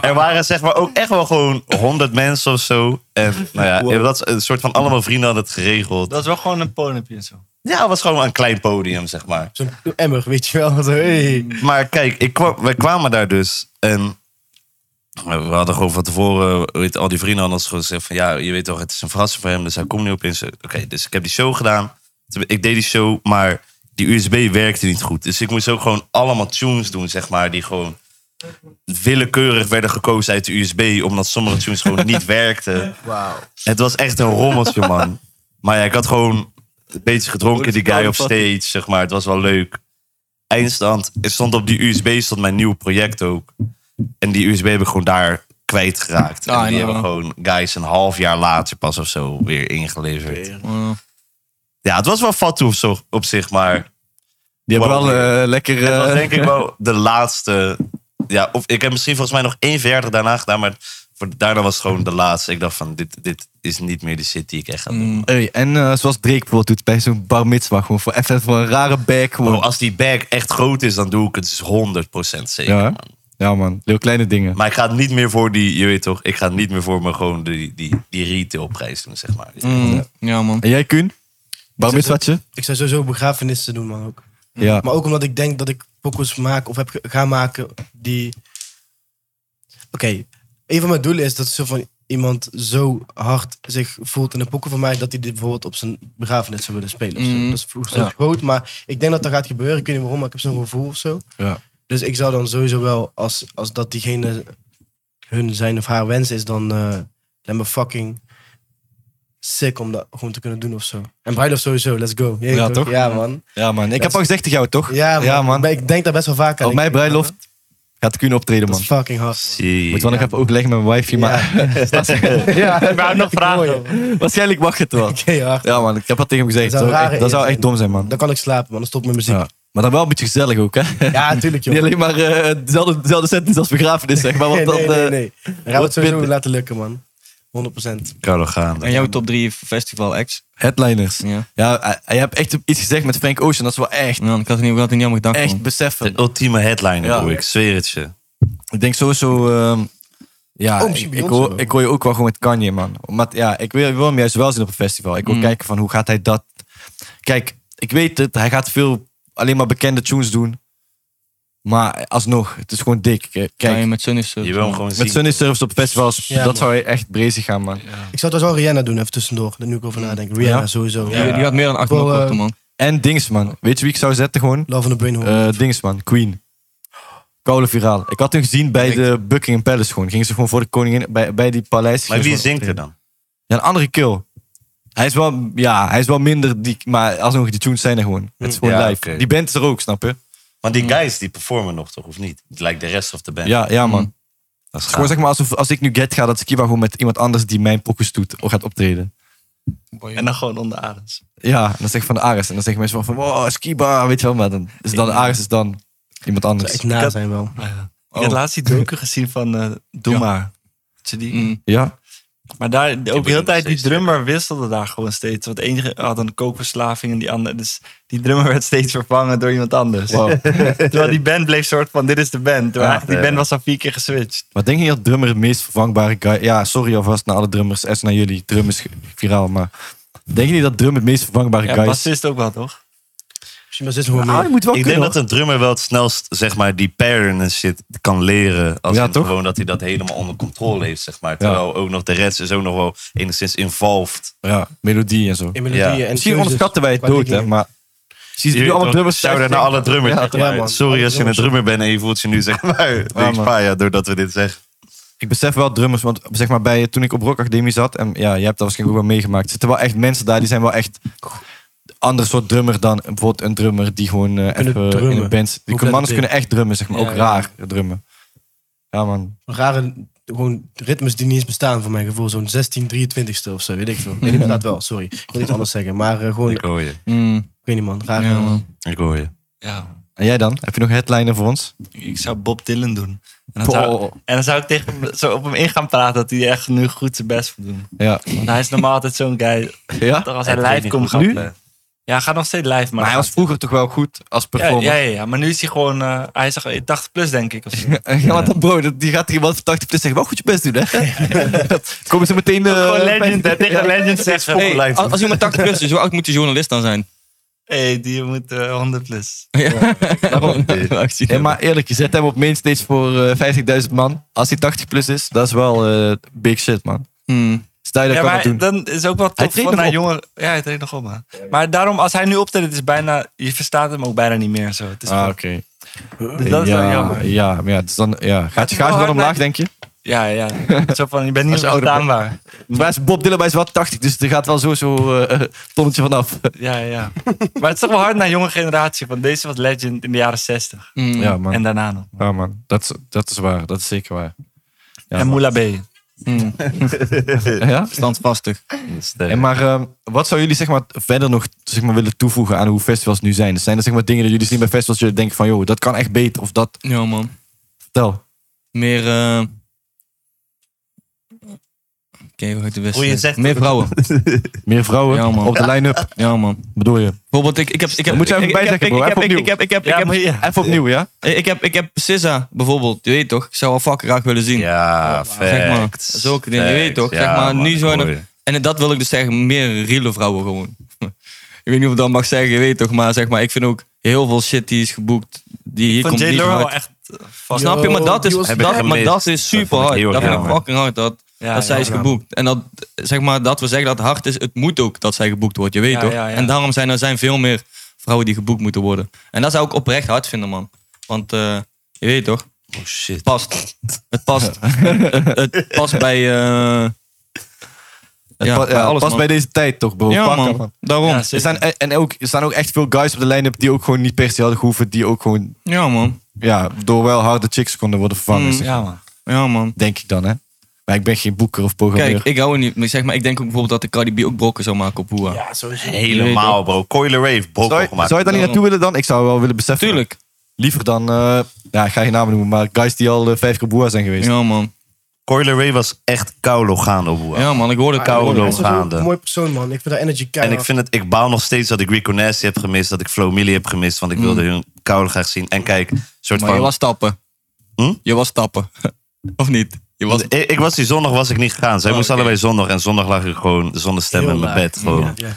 er waren zeg maar ook echt wel gewoon 100 mensen of zo. En nou ja, dat is een soort van allemaal vrienden hadden het geregeld.
Dat is wel gewoon een ponypje en zo.
Ja, het was gewoon een klein podium, zeg maar.
Zo'n emmer, weet je wel. Zo, hey.
Maar kijk, ik kwam, wij kwamen daar dus. En we hadden gewoon van tevoren, weet, al die vrienden hadden ons gewoon gezegd van... Ja, je weet toch, het is een verrassing voor hem, dus hij komt niet op in. Oké, dus ik heb die show gedaan. Toen- Ik deed die show, maar die USB werkte niet goed. Dus ik moest ook gewoon allemaal tunes doen, zeg maar, die gewoon willekeurig werden gekozen uit de USB, omdat sommige tunes gewoon niet werkten.
Wauw.
Het was echt een rommeltje, man. Maar ja, ik had gewoon een beetje gedronken, die guy op stage, zeg maar. Het was wel leuk. Eindstand, er stond op die USB stond mijn nieuw project ook. En die USB heb ik gewoon daar kwijtgeraakt.
Ah,
en die
ja.
hebben gewoon guys een half jaar later pas of zo weer ingeleverd. Ja, het was wel fatu op, zo- op zich, maar...
Die hebben
Wow.
wel eh, lekker...
Het was
eh,
denk ik wel de laatste. Ja, of ik heb misschien volgens mij nog één verjaardag daarna gedaan, maar voor, daarna was het gewoon de laatste. Ik dacht van, dit, dit is niet meer de shit die ik echt ga doen.
Mm.
Hey, en eh, zoals Drake bijvoorbeeld doet bij zo'n bar mitzwa, gewoon voor even voor een rare bag. Gewoon.
Bro, Oh, als die bag echt groot is, dan doe ik het dus 100% zeker.
ja, man. ja, man. Heel kleine dingen.
Maar ik ga het niet meer voor die, je weet toch, ik ga het niet meer voor me gewoon die, die, die retailprijs doen, zeg maar.
Mm.
Ja, man.
En jij, Kuhn? Mm. Bar mitzwatje?
Ik zou sowieso begrafenissen doen, man. Ook.
Ja.
Maar ook omdat ik denk dat ik pokkels maak of heb ge- ga maken die... Oké, een van mijn doelen is dat zo van iemand zo hard zich voelt in een pokkel van mij... dat hij dit bijvoorbeeld op zijn begrafenis zou willen spelen. of zo.
Mm.
Dat is vroeg groot, maar ik denk dat dat gaat gebeuren. Ik weet niet waarom, maar ik heb zo'n gevoel of zo.
Ja.
Dus ik zou dan sowieso wel, als, als dat diegene hun zijn of haar wens is, dan eh lijkt me fucking sick om dat gewoon te kunnen doen of zo. En bruiloft sowieso, let's go. Je weet
Ja, toch?
Ja, man.
Ja, man. Ik
Dat
heb
is-
al gezegd tegen jou, toch?
Ja, man.
Ja, man.
Maar Ik denk daar best wel vaak aan.
Op mijn bruiloft gaat Kuhn optreden,
Dat
man.
is fucking hard.
Zie.
Moet wel nog even overleggen met mijn wifey, maar
man. Ja,
Ik wou nog vragen.
waarschijnlijk mag het wel.
Oké, hard.
Ja, man, ik heb dat tegen hem gezegd. Dat zou,
Dat zou een rare
echt, dat zou
eer
echt
zijn.
dom zijn, man.
Dan kan ik slapen, man. Dan stop ik met muziek.
Ja. Maar dan wel een beetje gezellig ook, hè?
Ja, tuurlijk, joh.
Niet alleen maar eh, dezelfde, dezelfde sentence als begrafenis, zeg maar.
Nee,
Want
nee,
dan,
nee,
eh,
nee. Dan gaan we het sowieso
pittig.
laten lukken, man. 100%.
Kan wel gaan.
En jouw top 3 festival acts?
Headliners.
Ja.
Ja, eh, je hebt echt iets gezegd met Frank Ocean. Dat is wel echt,
Nou, ik had het niet, ik had het niet allemaal gedacht.
echt
man.
beseffen.
Hm. De ultieme headliner,
Ja.
doe ik zweer het je.
Ik denk sowieso... ehm, ja,
Oh,
ik, ik,
misschien Beyoncé
hoor,
wel.
ik hoor je ook wel gewoon met Kanye, man. Maar ja, ik wil, ik wil hem juist wel zien op een festival. Ik wil
Hm.
kijken van hoe gaat hij dat... Kijk, ik weet het. Hij gaat veel alleen maar bekende tunes doen. Maar alsnog, het is gewoon dik. Eh,
Ja, je
Kijk,
met Sunny Surf.
Je wil hem gewoon zien.
met Sunny Surfs op festivals,
Ja,
dat
man.
zou je echt brezig gaan, man.
Ik zou het wel Rihanna doen, even tussendoor. Daar nu ik over nadenk. Rihanna,
Ja?
sowieso.
Die, die had meer dan 8
Wel,
miljoen
eh,
kopen, man.
En Dings, man. Weet je wie ik zou zetten gewoon?
Love on the Brain Hole.
Eh Dings, man. Queen. Koude viraal. Ik had hem gezien bij de Buckingham Palace gewoon. Gingen ze gewoon voor de koningin bij, bij die paleis.
Maar wie
Gingen ze
zingt er
gewoon-
dan?
Ja, een andere kill. Hij is wel, ja, hij is wel minder, die, maar alsnog die tunes zijn er gewoon. Het is gewoon
Mm, Ja,
live.
oké.
Die band is er ook, snap je?
Want die guys die performen nog toch, of niet? Like de rest of the band.
Mm. Ja, ja
Mm.
man.
dat is
Gewoon
gaaf.
zeg maar alsof als ik nu get ga, dat Skiba gewoon met iemand anders die mijn pokus doet, of gaat optreden.
En dan gewoon onder adens.
Ja, en dan zeg ik van de Ares. En dan zeggen mensen van, wow, Skiba, weet je wel. Maar dan is dan Ares is dan iemand
Dat zou
anders.
echt
nou,
na zijn wel.
Ik had laatst die docu gezien van eh Doe maar. Weet je die?
Mm.
Ja,
Maar daar, ook de hele
nog
tijd, die
steeds
drummer wisselde daar gewoon steeds. Want de ene had een kookverslaving en die andere. Dus die drummer werd steeds vervangen door iemand anders. Terwijl die band bleef soort van, dit is de band. Terwijl
Ja,
Ah,
eigenlijk die
ja.
band was al vier keer geswitcht.
Maar denk je dat drummer het meest vervangbare guy... Ja, sorry alvast naar alle drummers. S naar jullie. Drum is viraal, maar... Denk je niet dat drum het meest vervangbare
Ja,
guy is?
bassist ook wel, toch?
Misschien was dit gewoon
Ah,
meer.
je moet wel
Ik denk
kunnen,
dat een drummer wel het snelst, zeg maar, die pattern en shit kan leren. Als
Ja,
in
toch?
gewoon dat hij dat helemaal onder controle heeft, zeg maar. Terwijl ook nog de rest is ook nog wel enigszins involved.
hoor. Ja, melodie en zo.
In melodieën
Ja.
en
Misschien
keuzes.
onderschatten wij het
Qua
dood, hè,
dingen.
maar... Zie je nu allemaal drummers...
Shout-out naar alle drummers.
Ja,
zeg
toch?
maar.
Ja, man.
Sorry
Alle
als je een
drummers.
drummer bent en je voelt je nu, zeg maar, een
man.
paar jaar doordat we dit zeggen.
Ik besef wel drummers, want zeg maar bij, toen ik op Rock Academie zat... En ja, je hebt dat waarschijnlijk ook wel meegemaakt. Zitten wel echt mensen daar, die zijn wel echt... ander soort drummer dan bijvoorbeeld een drummer die gewoon eh,
Kunnen
even in
drummen.
de band... Die
Hoe
commanders
dat
kunnen echt drummen, zeg maar.
Ja,
ook
ja.
raar drummen. Ja, man.
Rare gewoon ritmes die niet eens bestaan voor mijn gevoel. Zo'n 16, 23ste of zo, weet ik veel. Nee, die bestaat wel, sorry. Ik wil iets anders zeggen. Maar eh, gewoon,
Ik hoor je.
Hmm.
ik weet niet man, rare...
Ja, man.
Ik hoor je.
Ja,
En jij dan? Heb je nog headliner voor ons?
ik zou Bob Dylan doen. En dan, zou,
Boah.
en dan zou ik tegen hem, zo op hem in gaan praten dat hij echt nu goed zijn best moet doen.
Ja.
Want hij is normaal altijd zo'n guy.
ja?
Toch als hij
Het weet
live komt
niet goed.
gaan. Ja, hij gaat nog steeds live, maar.
Maar hij was vroeger toch wel goed als
ja,
performer.
ja, ja, ja, maar nu is hij gewoon. eh, hij is al 80 plus, denk ik. Of zo.
Ja, want dat bro, dat- die gaat er iemand van 80 plus zeggen, wel goed je best doen, hè? Dat Komen ze meteen... eh,
Gewoon
bij-
legend, hè? Tegen legend zegt
Hey, als,
ah,
als iemand 80 plus is, hoe oud moet die journalist dan zijn?
hey, die moet eh, 100 plus.
Daarom.
Ik zie
Ja,
het.
maar eerlijk, je zet hem op mainstage voor eh, 50.000 man. Als hij 80 plus is, dat is wel eh, big shit, man.
Hmm.
Stel je dat
ja,
kan dat
maar
doen.
dan is ook wel
Hij
tof
treedt
van
nog
naar
op.
jongen. Ja, hij treedt nog op, man. Maar daarom, als hij nu optreedt, het is bijna. Je verstaat hem ook bijna niet meer zo. Het is
Ah,
wel-
oké.
dus dat is wel
Ja,
jammer.
ja, maar ja, dus dan, ja. Gaat je gaasje
wel
dan
hard
omlaag,
met-
denk je?
Ja, ja. Zo van, je bent niet
Als ouder
verstaanbaar.
Maar is Bob Dylan bij is wel 80, dus er gaat wel sowieso eh, een tonnetje vanaf.
Ja, ja. Maar het is toch wel hard naar jonge generatie. Want deze was legend in de jaren 60.
Hmm.
Ja, man.
En daarna nog.
Ja, man. Dat, is- dat is waar. Dat is zeker waar. Ja,
en
man.
Moula B.
Hmm. Eh,
Ja?
Standvastig.
En maar ehm, wat zou jullie zeg maar, verder nog zeg maar, willen toevoegen aan hoe festivals nu zijn? Zijn er zeg maar, dingen dat jullie zien bij festivals dat jullie denken van... joh, dat kan echt beter of dat...
Ja, man.
Vertel.
Meer. eh, Oké, hoe heet de
Hoe je
wedstrijd?
zegt-
Meer vrouwen.
Meer vrouwen
Ja, man.
op de line-up,
Ja, man.
bedoel je?
Bijvoorbeeld, ik, ik heb. Ik heb
Moet je even
ik- ik heb-
bijzeggen,
ik-
bro.
ik heb-
Even
Ik heb. Ik heb. Ik
Ja,
heb.
maar ja.
Even opnieuw, ja?
Ik heb. Ik heb. SZA bijvoorbeeld. Je weet toch? Ik zou al fucking graag willen zien.
Ja, facts.
Zeg maar, zulke dingen, je weet toch?
Facts.
Zeg
Ja,
maar,
man,
nu
ik
zo'n-
hoor je.
En dat wil ik dus zeggen, meer reële vrouwen gewoon. ik weet niet of ik dat mag zeggen, je weet toch? Maar zeg maar, ik vind ook heel veel shit die is geboekt. Die hier
Van
komt
J.
niet
Laura
hard.
wel echt... eh, fuck.
Snap je? Maar dat is,
die was
dat,
Heb ik
maar
gemist.
dat is super
Dat vond
hard.
ik heel
Dat vind ik
jammer.
fucking hard. Dat,
Ja,
dat zij
ja,
is
ja.
geboekt. En dat, zeg maar, dat we zeggen dat het hard is, het moet ook dat zij geboekt wordt. Je weet
Ja,
toch?
ja, ja.
En daarom zijn er zijn veel meer vrouwen die geboekt moeten worden. En dat zou ik oprecht hard vinden, man. Want eh, je weet toch?
Oh shit.
past. Het past. het past bij. eh,
Het pa- ja,
alles,
past bij
man.
deze tijd toch, bro?
Ja,
Pak hem,
man. Daarom.
Ja,
Ja,
Er
zeker.
staan, en en ook, er staan ook echt veel guys op de line-up die ook gewoon niet per se hadden gehoeven. Die ook gewoon
man.
ja, door wel harde chicks konden worden vervangen.
Mm.
zeg.
Ja, man.
Ja, man.
Denk ik dan, hè? Maar ik ben geen boeker of programmeur.
Kijk, ik hou er niet. Maar zeg maar, ik denk ook bijvoorbeeld dat de Cardi B ook brokken zou maken op Boa.
Ja, sowieso.
Helemaal, bro. Coiler Rave,
zou, je,
brok
zou
gemaakt.
je daar niet naartoe willen dan? Ik zou wel willen beseffen.
Tuurlijk.
Liever dan, eh, ja, ik ga geen namen noemen, maar guys die al eh, vijf keer boer zijn geweest.
Ja, man.
Coiler Rave was echt koulo gaande, boer.
Ja, man. Ik hoorde het
Koude
al.
Hij
loop
is sowieso
gaande.
een mooi persoon, man. Ik vind haar energy
En
keihard.
ik vind het, ik baal nog steeds dat ik Rico Nasty heb gemist, dat ik Flo Millie heb gemist, want ik wilde hun koude graag zien. En kijk, soort
Mm. Maar je
van.
was stappen.
Hm?
Je was stappen. of niet? Je was.
ik, ik was die zondag was ik niet gegaan. Zij
Oh,
moesten
oké.
allebei zondag en zondag lag ik gewoon zonder stem
Heel
in mijn
laag.
bed gewoon
Ja.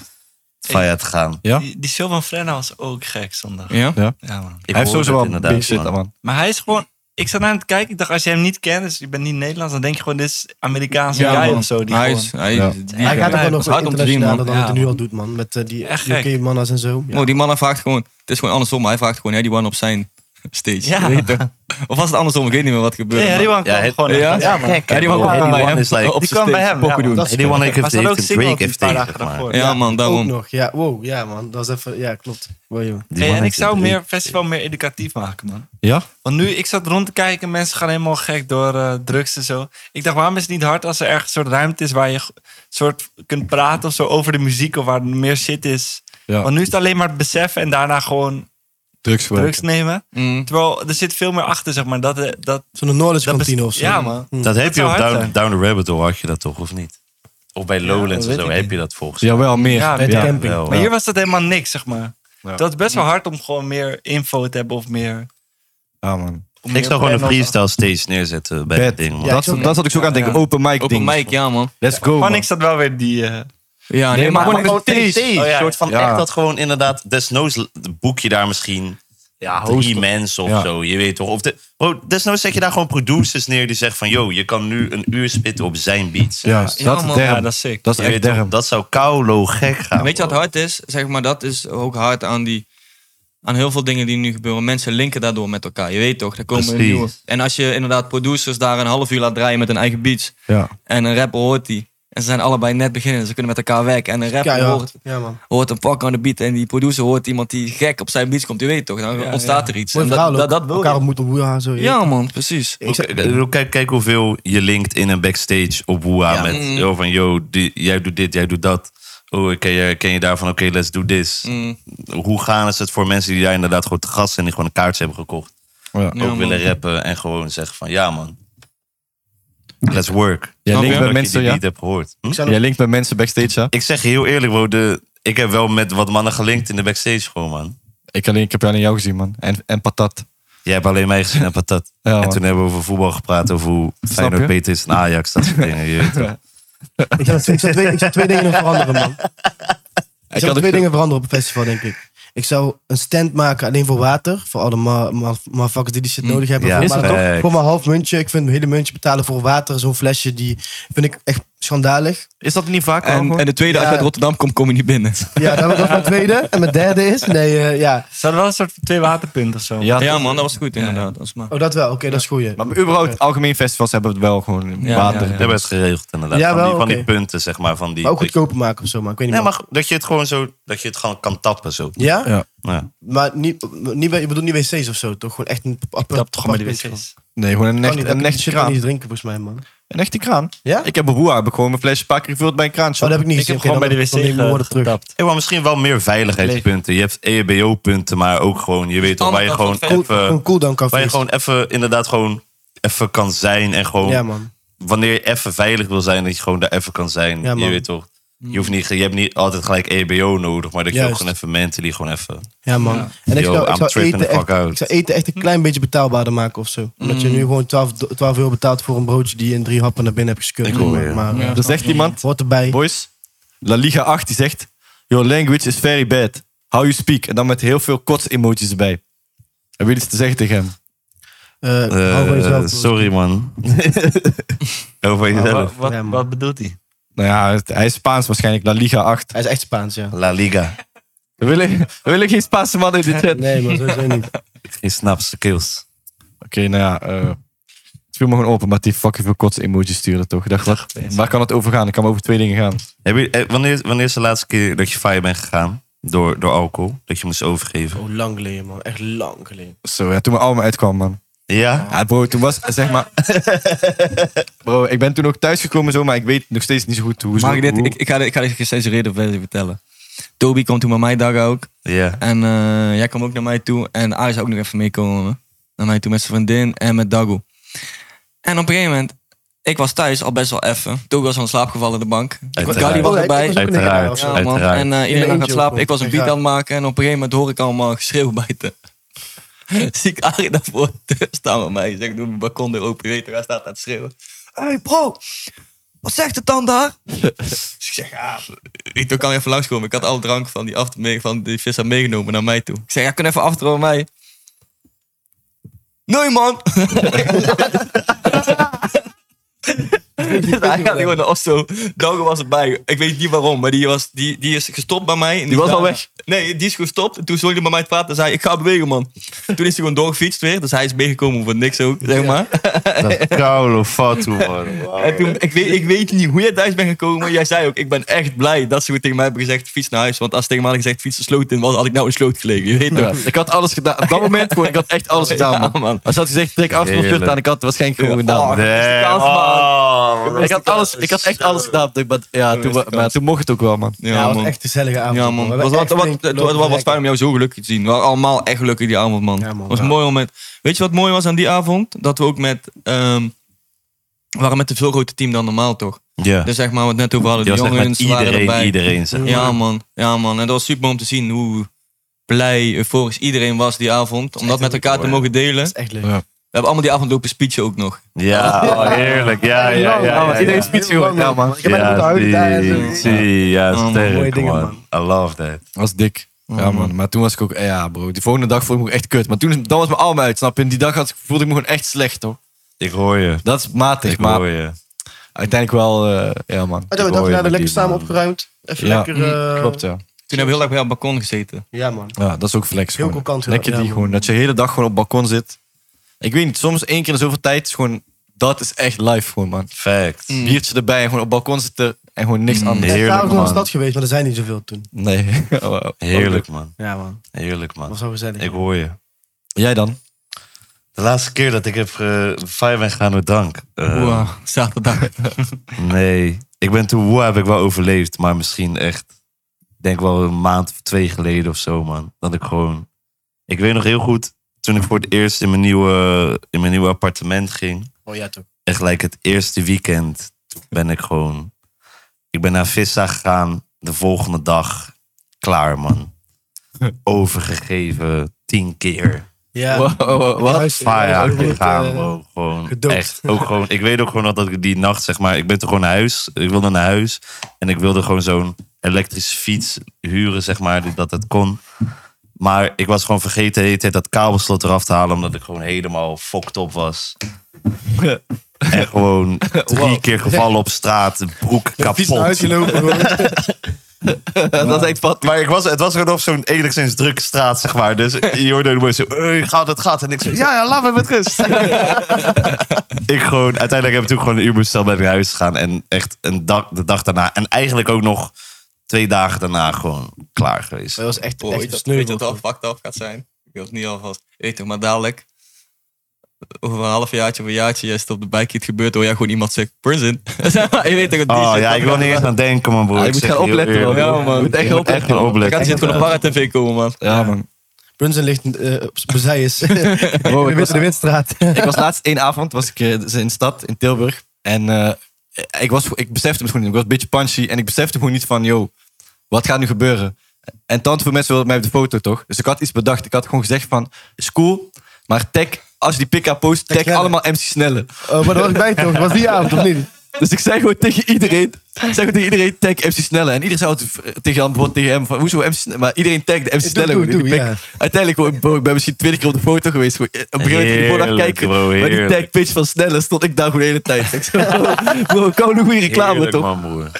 via te gaan.
Ja?
Die, die Sylvan Frenna was ook gek zondag.
Ja?
Ja, man.
Ik
Hij heeft
hoor
sowieso
het
wel big shit,
man.
man.
Maar hij is gewoon... Ik zat naar hem te kijken. Ik dacht, als je hem niet kent, dus je bent niet Nederlands, dan denk je gewoon, dit is Amerikaanse
Ja,
guy
man.
of zo. Die
Hij
gewoon...
is. Hij,
Ja.
die-
Hij gaat ook wel
het
nog
is hard om te zien,
internationaler
man.
dan wat hij
Ja,
nu al doet, man. Met eh, die
Echt gek.
UK-manna's en zo. Ja.
Oh, die man vraagt gewoon. Het is gewoon andersom. Hij vraagt gewoon. Ja, die one op zijn stage.
Ja.
Je weet toch? Of was het andersom? Ik weet niet meer wat gebeurde.
Nee,
maar-
Harry Wan
Ja,
kwam
het-
gewoon...
Ja?
echt-
Ja,
man.
Ja,
die kwam
bro,
gewoon bij
Eddie
hem.
One is like-
Op
Die
zijn
kwam bij
stage
hem,
pokken
ja, man.
doen.
Dat is
Anyone heeft
Maar
heeft
ze hadden ook
een
single
break
een
heeft
paar
tegen.
dagen
zeg maar.
daarvoor.
Ja, man.
Ook
Daarom.
nog, ja. Wow, ja, man. Dat is even... Ja, klopt. Wow, joh.
Die
Hey,
man
en ik
heeft
zou
een
meer festival meer educatief maken, man.
Ja?
Want nu, ik zat rond te kijken, mensen gaan helemaal gek door eh, drugs en zo. Ik dacht, waarom is het niet hard als er ergens een soort ruimte is waar je g- soort kunt praten of zo over de muziek of waar meer shit is.
Ja.
Want nu is het alleen maar het beseffen en daarna gewoon
Drugs gebruiken.
drugs nemen.
Mm.
Terwijl er zit veel meer achter, zeg maar. Dat, eh, dat,
Zo'n Noorderse
dat bes-
kantine of zo.
Ja, man.
Hmm. Dat heb je
zou
op
hard
Down,
zijn.
Down the Rabbit Hole had je dat toch, of niet? Of bij Lowlands
dat
en
weet
zo
ik
heb
niet.
je dat volgens mij.
Jawel, meer.
Ja, met
Ja.
camping.
Wel,
Maar
ja.
hier was dat helemaal niks, zeg maar.
Ja.
Dat is best wel hard om gewoon meer info te hebben of meer...
Ja, man.
om meer
Ik zou gewoon een
panels-
freestyle stage neerzetten bij
Bed.
dat ding, man.
dat,
ook, ja.
dat zat ik zo ook aan het denken. Open mic
Open
ding.
mic, ja, man.
Let's go,
Van
Oh, man.
ik zat wel weer die... eh,
Ja, nee, maar,
maar
gewoon
gewoon
een
Een
stage.
soort van
Ja.
echt dat gewoon inderdaad, desnoods l- boek je daar misschien ja, drie mensen of
Ja.
zo. Je weet toch? Of de, bro, desnoods zet je daar gewoon producers neer die zeggen van, yo, je kan nu een uur spitten op zijn beats.
Ja, dat,
man.
is
Ja,
derm.
dat is sick.
dat
Je
is
weet
echt
toch,
derm.
dat zou koulo gek gaan.
Nou,
Eh,
Weet je wat
bro.
hard is? Zeg maar, dat is ook hard aan die... Aan heel veel dingen die nu gebeuren. Mensen linken daardoor met elkaar. Je weet toch, daar komen
Precies.
nieuwe... En als je inderdaad producers daar een half uur laat draaien met hun eigen beats...
Ja.
en een rapper hoort die... En ze zijn allebei net beginnen. Ze kunnen met elkaar werken. En een rapper
ja,
hoort,
ja, man.
hoort een pak aan de beat. En die producer hoort iemand die gek op zijn beats komt. Die weet toch, dan
Ja,
ontstaat
ja.
er iets.
Mooi
En
verhaal
dat,
ook.
dat, dat wil je.
elkaar ontmoeten op Woeha en zo. je
Ja
weet.
man, precies.
Ik zeg-
Ik bedoel, Kijk, kijk hoeveel je linkt in een backstage op Woeha met
Mm.
yo, van yo, die- jij doet dit, jij doet dat. Oh, ik ken je, ken je daarvan, oké, let's do this.
Mm.
Hoe gaan is het voor mensen die daar inderdaad gewoon te gast zijn, die gewoon een kaartje hebben gekocht,
Ja,
ook
man.
willen rappen en gewoon zeggen van ja man, let's work.
Jij
Snap
linkt
je?
met
Dat
mensen,
je die
ja.
beat hebt gehoord. Hm?
Ik zou nog-
Jij linkt met mensen backstage, ja?
Ik zeg je heel eerlijk, bro, de, ik heb wel met wat mannen gelinkt in de backstage gewoon, man.
Ik, alleen, ik heb alleen jou gezien, man. En, en patat.
Jij hebt alleen mij gezien en patat.
Ja,
en
man.
toen hebben we over voetbal gepraat, over hoe
je?
Feyenoord beter is dan Ajax, dat soort dingen. Je weet toch.
Ik zou, ik zou twee, ik zou twee dingen nog veranderen, man. Ik,
Ik
zou
had
twee
ook-
dingen veranderen op een festival, denk ik. Ik zou een stand maken alleen voor water. Voor alle ma- ma- motherfuckers die die shit nodig hebben.
Ja,
voor,
is
maar,
dat
toch?
ook?
voor maar een half muntje. Ik vind een hele muntje betalen voor water. Zo'n flesje, die vind ik echt schandalig.
Is dat niet vaak al
En,
gewoon?
en de tweede, als je
Ja.
uit Rotterdam komt, kom je niet binnen.
Ja, dat was mijn tweede. En mijn derde is... Nee, eh, ja.
Ze hadden wel een soort van twee waterpunten of zo.
Ja,
Ja man, dat was goed inderdaad. Dat was maar...
Oh, dat wel. Oké, dat is goeie.
Maar überhaupt, algemeen festivals hebben het wel gewoon
Ja,
water.
ja,
Dat hebben we het geregeld inderdaad.
Ja,
van,
wel,
die, van die
oké.
punten, zeg maar. Van die,
Maar ook
dat je-
goedkoper maken of zo, maar ik weet niet
nee,
meer.
maar dat je het gewoon zo, dat je het gewoon kan tappen zo.
Ja?
Ja.
Ja.
Maar niet, niet, bij- je bedoelt niet wc's of zo, toch? Gewoon echt een... Ik
Dat toch gewoon bij de wc's.
Nee, gewoon een, echt,
Echt,
een
echt
echte
shit kan
kraan.
niet drinken, volgens mij, man. Oh,
Een echte kraan.
Ja?
Ik heb een roer, heb ik gewoon mijn flesje pakken gevuld bij een
Oh, dat
kraantje.
heb ik niet
Ik
gezien.
heb
Oké,
gewoon bij
dan-
de
dan neem ik mijn
wc
woorden terug.
getapt.
Hey, maar misschien wel meer veiligheidspunten. Je hebt EHBO-punten, maar ook gewoon, je weet toch, waar je
Andere
gewoon
kant van
Cool,
even,
een cooldown café.
waar je gewoon even, inderdaad gewoon even kan zijn. En gewoon,
Ja, man.
wanneer je even veilig wil zijn, dat je gewoon daar even kan zijn.
Ja,
je
man. Mm.
weet toch, je, hoeft niet, je hebt niet altijd gelijk EHBO nodig, maar dat je ook
Juist.
gewoon even mentally gewoon even...
Ja, man. En ik
Yo,
zou, ik
I'm
zou
tripping
eten
the fuck
echt,
out.
ik zou eten echt een klein beetje betaalbaarder maken of zo. Omdat je nu gewoon 12, do- 12 euro betaalt voor een broodje die je in drie happen naar binnen hebt geskeurd.
Ik hoor je.
Maar eh,
Er zegt iemand,
hoort erbij.
boys, La Liga 8, die zegt... Your language is very bad. How you speak. En dan met heel veel kots-emoties erbij. Hebben jullie iets te zeggen tegen hem?
Eh,
eh,
hou van jezelf.
sorry, man. Over jezelf.
Wat,
Ja, man.
wat bedoelt hij?
Nou ja, het- hij is Spaans waarschijnlijk. La Liga 8.
Hij is echt Spaans, ja.
La Liga.
We willen, we willen geen Spaanse man in de chat.
Nee, man, sowieso niet.
Geen snaps, skills.
Oké, nou ja. eh, het viel me gewoon open, maar die fucking veel kots emojis sturen toch? Ik dacht, wat, waar kan het over gaan? Ik kan maar over twee dingen gaan.
Heb je, eh, wanneer, wanneer is de laatste keer dat je fire bent gegaan door, door alcohol? Dat je moest overgeven?
Oh, lang geleden, man. Echt lang geleden.
Zo, ja, toen mijn album uitkwam, man.
Ja?
Ja, bro, toen was, zeg maar... Bro, ik ben toen ook thuisgekomen zo, maar ik weet nog steeds niet zo goed hoe...
Mag ik dit?
hoe-
Ik, ik ga dit- ik ga dit gecensureerde versie vertellen. Toby kwam toen bij mij dag ook.
Ja.
En eh, jij kwam ook naar mij toe. En Aris zou ook nog even meekomen. Naar mij toe met zijn vriendin en met Dago. En op een gegeven moment, ik was thuis al best wel effen. Toby was van slaap gevallen op de bank.
Uiteraard.
Gadi was
Oh,
erbij.
ik was ook in de kamer of
Uiteraard.
zo.
Ja, man.
uiteraard.
En eh,
eentje
iedereen aan het
ook
slapen.
nog.
Ik was een
Echt
beat aan
raar.
het maken. En op een gegeven moment hoor ik allemaal geschreeuw buiten. Zie ik Arie daarvoor de deur staan met mij. Zeg, doe mijn balkon er open. Je weet toch, hij staat aan het schreeuwen. Hé hey bro, wat zegt het dan daar? Dus ik zeg, ja, ik toen kan je even langskomen. Ik had al drank van die, after, mee- van die vissa meegenomen naar mij toe. Ik zeg, ja, kun je even achter bij mij. Nee man! Dus hij gaat gewoon naar Osso. Dago was erbij. Ik weet niet waarom, maar die, was, die, die is gestopt bij mij. Die
was al weg?
Nee, die is gestopt. En Toen stond hij bij mij te praten en zei ik ga bewegen man. Toen is hij gewoon doorgefietst weer. Dus hij is meegekomen voor niks ook, zeg maar.
Kaulo fatu, man.
En toen, ik, weet, ik weet niet hoe jij thuis bent gekomen. Jij zei ook, ik ben echt blij dat ze goed tegen mij hebben gezegd fiets naar huis. Want als ze tegen mij hadden gezegd fiets de sloot in was, had ik nou een sloot gelegen. Je weet toch?
Ja, ik had alles gedaan. Op dat moment gewoon, ik had echt alles gedaan, man.
Ja, man.
Als je had gezegd, trek af van
Heerlijk.
aan, ik had het waarschijnlijk gewoon gedaan. man.
Nee.
Kans, man.
Oh, man.
Ik had, alles, ik had echt alles gedaan. Maar, ja, toen, wa- maar toen mocht het ook wel, man.
Ja, het was echt een gezellige avond.
Ja, man.
We
Het was,
hebben
wat,
echt
wat,
flink
het was,
lopen
was
werken.
fijn om jou zo gelukkig te zien. We waren allemaal echt gelukkig die avond, man.
Ja, man.
Het was
Ja.
een mooi moment. Weet je wat mooi was aan die avond? Dat we ook met... ehm, we waren met een veel groter team dan normaal, toch?
Ja.
Dus zeg maar, wat we het net over hadden.
Die
De
was echt
jongens
met
waren
iedereen,
erbij.
iedereen. Zeg.
Ja, man. Ja, man. En dat was super mooi om te zien hoe blij, euforisch iedereen was die avond. Om dat met elkaar te mogen delen.
Dat is echt leuk.
We hebben allemaal die avond lopen speechen ook nog.
Ja, oh, heerlijk. Ja, ja, ja. ja, ja.
Iedereen speech gewoon. Ja, man.
Ik heb echt moeten huilen daar en zo.
zie, zie, ja,
man,
mooie
sterk,
dingen,
man. I love that.
Dat was dik. Ja, man. Maar toen was ik ook, ja, bro. Die volgende dag voelde ik me echt kut. Maar toen dan was mijn arm uit, snap je? En die dag had, ik- voelde ik me gewoon echt slecht, hoor.
Ik hoor je.
Dat is matig,
Ik
maar
hoor je.
uiteindelijk wel, eh, ja, man.
Ah, ja, we
Ik hoor
dachten,
je met
we lekker
die
samen
man.
opgeruimd. Even
Ja.
lekker... eh,
Klopt, ja.
Toen hebben we heel erg bij op het balkon gezeten.
Ja, man.
Ja, dat is ook flex.
Heel
gewoon.
kokant, ja.
Lekker
Ja,
die
man.
gewoon, dat je de hele dag gewoon op het balkon zit. Ik weet niet, soms één keer in zoveel tijd is gewoon, dat is echt live gewoon, man.
Fact.
Mm.
Biertje erbij en gewoon op het balkon zitten, en gewoon niks anders.
ik ben ook nog in de stad geweest, maar er zijn niet zoveel toen.
Nee. Oh, wow.
Heerlijk, man.
Ja, man.
Heerlijk, man.
Dat was wel gezellig.
Ik hoor je.
Jij dan?
De laatste keer dat ik heb ge- fire ben gegaan door drank. eh,
Wow, zaterdag.
Nee. Ik ben toen woe heb ik wel overleefd. Maar misschien echt, ik denk wel een maand of twee geleden of zo, man. Dat ik gewoon... Ik weet nog heel goed, toen ik voor het eerst in mijn nieuwe, in mijn nieuwe appartement ging.
Oh ja, toch.
En gelijk het eerste weekend toen ben ik gewoon... Ik ben naar Vissa gegaan. De volgende dag, klaar, man. Overgegeven, tien keer.
Ja.
Wat?
Huis-
Fire
huis-
gegaan,
eh,
bro. Gewoon
gedoopt.
echt. Ook gewoon, ik weet ook gewoon nog dat ik die nacht, zeg maar, ik ben toen gewoon naar huis. Ik wilde naar huis. En ik wilde gewoon zo'n elektrische fiets huren, zeg maar, die- dat het kon. Maar ik was gewoon vergeten de hele tijd dat kabelslot eraf te halen, omdat ik gewoon helemaal fokt op was. En gewoon drie keer gevallen op straat, broek
Vies naar
kapot.
huis gelopen, hoor.
Dat is echt wat.
Maar ik was, het was gewoon op zo'n enigszins drukke straat, zeg maar. Dus je hoorde de boys zo, "Hey, gaat het, gaat. En ik zo, ja, ja, laat me met rust. ik gewoon, uiteindelijk heb ik toen gewoon een uur besteld ben ik naar huis gegaan. En echt een dag, de dag daarna. En eigenlijk ook nog twee dagen daarna gewoon klaar geweest.
Dat was echt,
Boy,
echt
dat,
sneu,
weet je wat
man.
er fucked up gaat zijn? Ik wil het niet alvast weten, maar dadelijk... eh, Over een half jaartje of een jaartje, jij op de bike het gebeurt hoor jij gewoon iemand zegt prison. Zeg maar, je weet toch
Oh
shit
ja, ik wil niet eens aan denken, man, broer.
Ja, je
Ik
Ah, moet
zeg
gaan
je heel
opletten,
eerlijk.
man.
Ja,
Je
man.
moet echt
Je moet echt
opletten.
gaan
Dan gaat
opletten.
hij zit gewoon op para-tv komen, man.
Ja, man.
Brunsen ligt eh, op zij is.
Bro, ik, was,
de Witstraat.
ik was laatst één avond was ik eh, in de stad, in Tilburg. En eh, ik, was, ik besefte het gewoon niet. Ik was een beetje punchy. En ik besefte gewoon niet van, yo, wat gaat nu gebeuren? En tante voor mensen wilde mij op de foto, toch? Dus ik had iets bedacht. Ik had gewoon gezegd van, is cool, maar tag, als je die pick-up post, tag
Snelle.
allemaal MC Snelle.
Oh, maar dat was ik bij toch? Dat was die avond, of niet?
Dus ik zei gewoon tegen iedereen, ik zei gewoon tegen iedereen tag MC Snelle. En iedereen zei altijd v- tegen Jan, bijvoorbeeld tegen hem, van, hoezo MC Snelle? Maar iedereen tagde MC Snelle.
doe,
gewoon in die pic.
doe, ja.
Uiteindelijk, gewoon, bro, ik ben misschien twintig keer op de foto geweest. Gewoon, eh, Op een gegeven moment ging ik gewoon naar
Heerlijk,
kijken.
bro,
maar die
heerlijk.
tagpage van Snelle stond ik daar gewoon de hele tijd. Ik zei, bro, ik hou een goede reclame,
Heerlijk,
toch?
man, broer.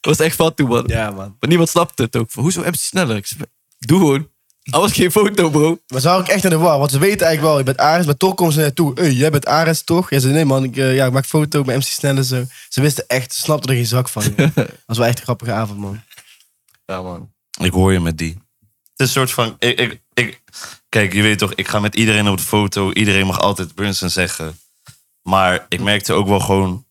Dat was echt van toen, man.
Ja, man.
Maar niemand snapte het ook. Van, hoezo MC Snelle? Ik zei, doe gewoon. Al was geen foto, bro.
Maar ze waren ook echt in de war, want ze weten eigenlijk wel, je bent Ares, maar toch komen ze naartoe. Hé, jij bent Ares toch? Ja, ze nee man, ik, eh, ja, ik maak foto met MC Snelle en zo. Ze wisten echt, ze snapten er geen zak van. joh. Dat was wel echt een grappige avond, man.
Ja, man.
Ik hoor je met die. Het is een soort van. Ik, ik, ik, kijk, je weet toch, ik ga met iedereen op de foto. Iedereen mag altijd Brunson zeggen. Maar ik merkte ook wel gewoon.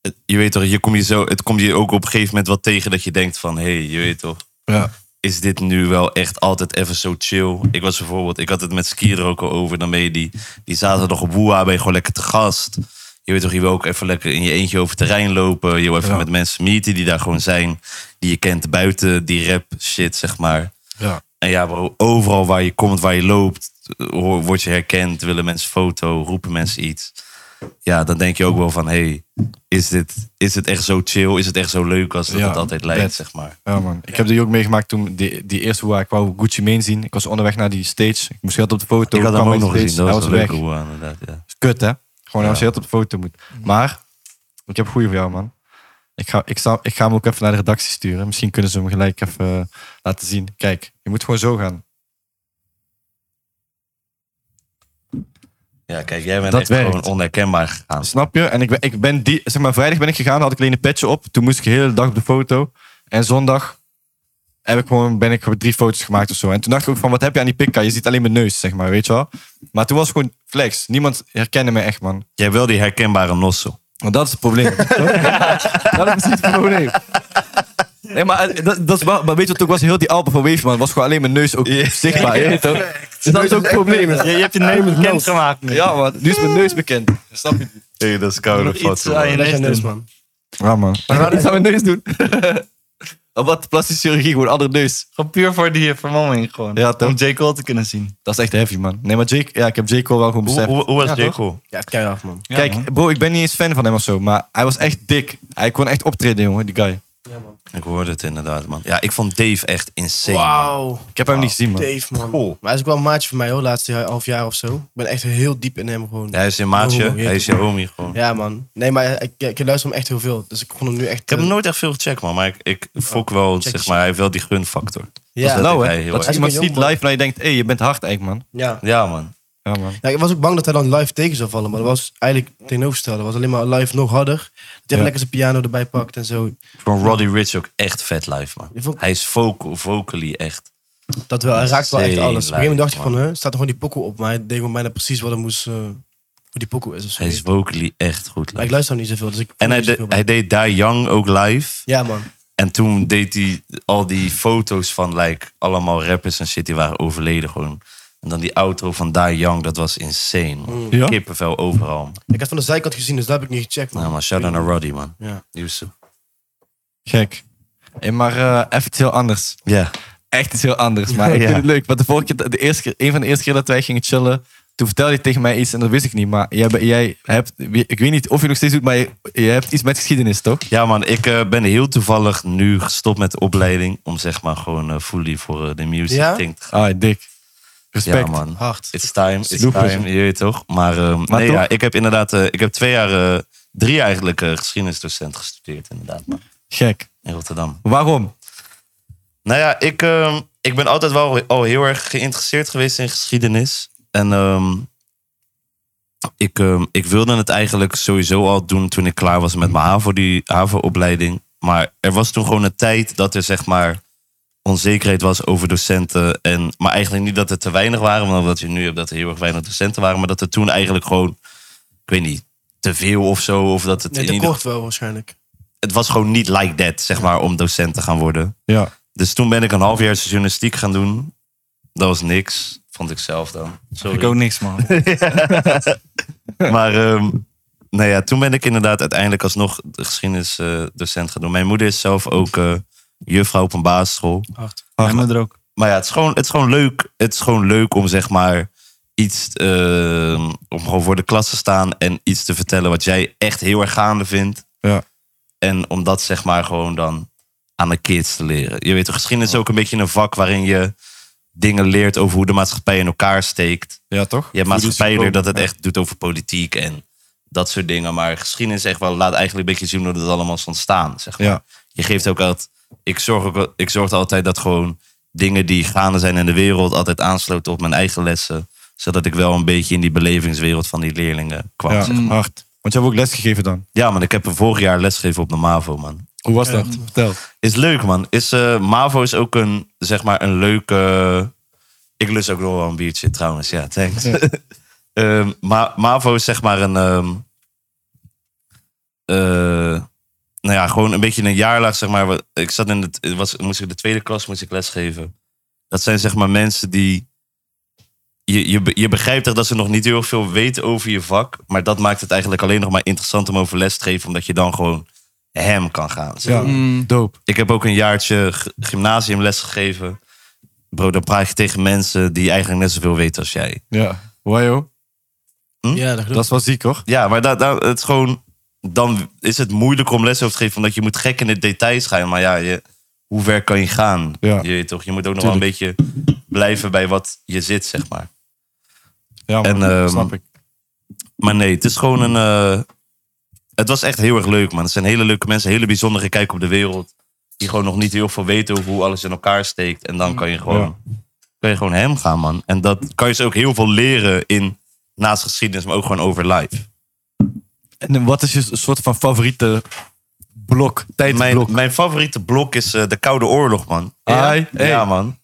het- Je weet toch, je kom je zo, het komt je ook op een gegeven moment wel tegen dat je denkt van... hé, hey, je weet toch,
Ja.
is dit nu wel echt altijd even zo chill? Ik was bijvoorbeeld, ik had het met Ski er ook al over. Dan ben je die, die zaterdag op Woeha, ben je gewoon lekker te gast. Je weet toch, je wil ook even lekker in je eentje over terrein lopen. Je wil even met mensen meeten die daar gewoon zijn. Die je kent buiten die rap shit, zeg maar.
Ja.
En ja, bro, overal waar je komt, waar je loopt, hoor- word je herkend. Willen mensen foto, roepen mensen iets. Ja, dan denk je ook wel van, hey, is, dit, is het echt zo chill? Is het echt zo leuk als dat
Ja,
het altijd lijkt,
dat.
zeg maar.
Ja, man. Ik heb die ook meegemaakt toen die, die eerste waar ik wou Gucci Mane zien. Ik was onderweg naar die stage. Ik moest heel op de foto.
Ik had
kwam
hem ook
bij die
nog
stage.
gezien. Dat
Hij
was een
weg.
leuke hoe inderdaad, ja.
is kut, hè? Gewoon als je heel op de foto moet. Maar, ik heb een goeie voor jou, man. Ik ga, ik, sta, ik ga hem ook even naar de redactie sturen. Misschien kunnen ze hem gelijk even eh, laten zien. Kijk, je moet gewoon zo gaan.
Ja, kijk, jij bent
Dat
echt
werkt.
gewoon onherkenbaar gegaan.
Snap je? En ik ben, ik ben die, zeg maar, vrijdag ben ik gegaan, had ik alleen een petje op. Toen moest ik de hele dag op de foto. En zondag heb ik gewoon, ben ik gewoon drie foto's gemaakt of zo. En toen dacht ik ook van, wat heb je aan die pikka? Je ziet alleen mijn neus, zeg maar, weet je wel? Maar toen was het gewoon flex. Niemand herkende me echt, man.
Jij wil die herkenbare nossel.
Want dat is het probleem. dat is precies het probleem. Nee, maar, eh, dat, dat is, wel- maar weet je wat het ook was? Heel die Alpen van Wave, man. Was gewoon alleen mijn neus ook zichtbaar. Je weet toch? Dus dat is ook het probleem.
Je, je hebt je neus bekend gemaakt. nu.
Ja, man. Nu is mijn neus bekend. Snap je?
Hé, dat is koude
Iets
eh,
aan je
Leg je
neus
neus,
doen.
man.
Ja, man. Maar ik zou mijn neus doen. Of Oh, wat plastische chirurgie, gewoon een andere neus.
Gewoon puur voor
eh,
die vermomming gewoon.
Ja, toch?
Om J. Cole te kunnen zien.
Dat is echt heavy, man. Nee, maar Jake, ja, ik heb J. Cole wel gewoon
Hoe,
beseft.
hoe, hoe was
Ja,
J.
toch?
Cole?
Ja, keihard, man.
man.
Kijk, bro, ik ben niet eens fan van hem of zo, maar hij was echt dik. Hij kon echt optreden, jongen, die guy.
Ik hoorde het inderdaad, man. Ja, ik vond Dave echt insane. man.
Wauw.
Ik heb hem niet gezien, man.
Dave, man. Maar hij is ook wel een maatje van mij, hoor, laatste half jaar of zo. Ik ben echt heel diep in hem, gewoon.
Ja,
Ja,
Hij is je maatje,
Oh,
hij is je homie gewoon.
man. Nee, maar ik, ik luister hem echt heel veel, dus ik vond hem nu echt...
Ik heb
eh,
hem nooit echt veel gecheckt, man. Maar ik, ik fok wel,
check
zeg
je.
maar, hij heeft wel die gunfactor.
ja,
dat
Lauw,
ik
hè?
hij heel
Dat
erg-
iemand
Hij is
ziet
een jong, man.
live en je denkt, hé, hey, je bent hard eigenlijk, man.
ja.
Ja, man.
Ja, man.
Ja, ik was ook bang dat hij dan live tegen zou vallen, maar dat was eigenlijk tegenovergestelde. Dat was alleen maar live nog harder. Dat hij even
Ja.
lekker zijn piano erbij pakt en zo.
Van Roddy Rich ook echt vet live, man.
Ik vond-
Hij is vocal, vocally echt.
Dat wel, hij raakt wel echt alles. Op een gegeven moment dacht ik
man.
van, hè, staat er gewoon die pokoe op. Maar hij deed gewoon bijna precies wat er moest, eh, hoe die pokoe is of zo.
Hij is vocally echt goed
Maar
live.
ik luister hem niet zoveel, dus ik...
En hij,
niet zoveel
de-
bij.
hij deed Da Young ook live.
Ja, man.
En toen deed hij al die foto's van like, allemaal rappers en shit die waren overleden gewoon. En dan die outro van Da Young, dat was insane. Man.
Mm.
Ja?
Kippenvel overal.
Ik had van de zijkant gezien, dus daar heb ik niet gecheckt, man.
Nou, maar shout out naar Roddy, man.
Ja.
Yusuf.
Gek. Hey, maar eh, even iets heel anders.
Ja.
Echt iets heel anders. Maar ik
Ja.
vind het leuk. Want de vorige keer, de eerste keer, een van de eerste keer dat wij gingen chillen. Toen vertelde je tegen mij iets en dat wist ik niet. Maar jij, be- jij hebt, ik weet niet of je nog steeds doet, maar je, je hebt iets met geschiedenis, toch?
Ja, man, ik eh, ben heel toevallig nu gestopt met de opleiding. Om zeg maar gewoon eh fully voor eh, de music
Ja?
thing te gaan.
Ah, dik. Respect.
Ja, man.
Hard.
It's time, it's
Sloepers.
time. Je weet toch? Maar, ehm,
Maar
nee,
toch?
ja, ik heb inderdaad... eh, ik heb twee jaar, eh, drie eigenlijk eh, geschiedenisdocent gestudeerd inderdaad, man.
Gek.
In Rotterdam.
Waarom?
Nou ja, ik, ehm, ik ben altijd wel al heel erg geïnteresseerd geweest in geschiedenis. En ehm, ik, ehm, ik wilde het eigenlijk sowieso al doen toen ik klaar was met mijn HAVO, die HAVO-opleiding. Maar er was toen gewoon een tijd dat er zeg maar onzekerheid was over docenten. En, maar eigenlijk niet dat er te weinig waren, want wat je nu hebt dat er heel erg weinig docenten waren. Maar dat er toen eigenlijk gewoon, ik weet niet, te veel of zo. Of dat het,
Nee,
in
te
ieder-
kort wel waarschijnlijk.
het was gewoon niet like that, zeg maar, om docent te gaan worden.
Ja.
Dus toen ben ik een half jaar journalistiek gaan doen. Dat was niks, vond ik zelf dan.
Ik
Sorry.
ook niks, man.
Maar ehm, nou ja, toen ben ik inderdaad uiteindelijk alsnog de geschiedenisdocent gaan doen. Mijn moeder is zelf ook eh, juffrouw op een basisschool.
Hard.
Mijn moeder ook.
Maar ja, het is gewoon, het is gewoon, leuk. Het is gewoon leuk om zeg maar iets ehm, om gewoon voor de klas te staan en iets te vertellen wat jij echt heel erg gaande vindt.
Ja.
En om dat zeg maar gewoon dan aan de kids te leren. Je weet, toch, geschiedenis is ook een beetje een vak waarin je dingen leert over hoe de maatschappij in elkaar steekt.
Ja, toch?
Je hebt maatschappijleer
systemen,
dat het echt doet over politiek en dat soort dingen. Maar geschiedenis echt wel, laat eigenlijk een beetje zien hoe dat allemaal is ontstaan. Zeg maar.
Ja.
Je geeft ook altijd. Ik zorg, ook, al- ik zorg altijd dat gewoon dingen die gaande zijn in de wereld altijd aansloten op mijn eigen lessen. Zodat ik wel een beetje in die belevingswereld van die leerlingen kwam.
Ja,
zeg.
hard. Want je hebt ook lesgegeven dan.
Ja, man, ik heb vorig jaar lesgegeven op de MAVO, man.
Hoe was dat? Vertel.
Is leuk, man. Is, eh, MAVO is ook een, zeg maar, een leuke... eh, Ik lust ook nog wel een biertje, trouwens. Ja, thanks. Ehm, maar MAVO is zeg maar een... ehm, eh, nou ja, gewoon een beetje een jaarlaag, zeg maar. Wat- Ik zat in de, was, moest ik de tweede klas moest ik lesgeven. Dat zijn zeg maar mensen die... Je, je, be- je begrijpt echt dat ze nog niet heel erg veel weten over je vak. Maar dat maakt het eigenlijk alleen nog maar interessant om over les te geven. Omdat je dan gewoon hem kan gaan. zeg
Ja.
Mm,
Doop.
ik heb ook een jaartje g- gymnasiumles gegeven. Bro, dan praat je tegen mensen die eigenlijk net zoveel weten als jij.
Ja. Wajo.
Ja, dat
Dat
geloof
is wel ziek, hoor.
Ja, maar dat, dat, het is gewoon, dan is het moeilijk om les over te geven. Omdat je moet gek in de details gaan. Maar ja, je, hoe ver kan je gaan?
Ja.
Je, weet toch, je moet ook nog wel een beetje blijven bij wat je zit, zeg maar.
Ja, man.
En, ehm,
Oh, snap ik.
Maar nee, het is gewoon een. eh, het was echt heel erg leuk, man. Het zijn hele leuke mensen, hele bijzondere kijk op de wereld. Die gewoon nog niet heel veel weten over hoe alles in elkaar steekt. En dan kan je gewoon, kan je gewoon hem gaan, man. En dat kan je ze ook heel veel leren in. Naast geschiedenis, maar ook gewoon over live.
En wat is je soort van favoriete blok,
Mijn,
tijdsblok?
mijn favoriete blok is eh, de Koude Oorlog, man.
Ai, hey.
Ja, man.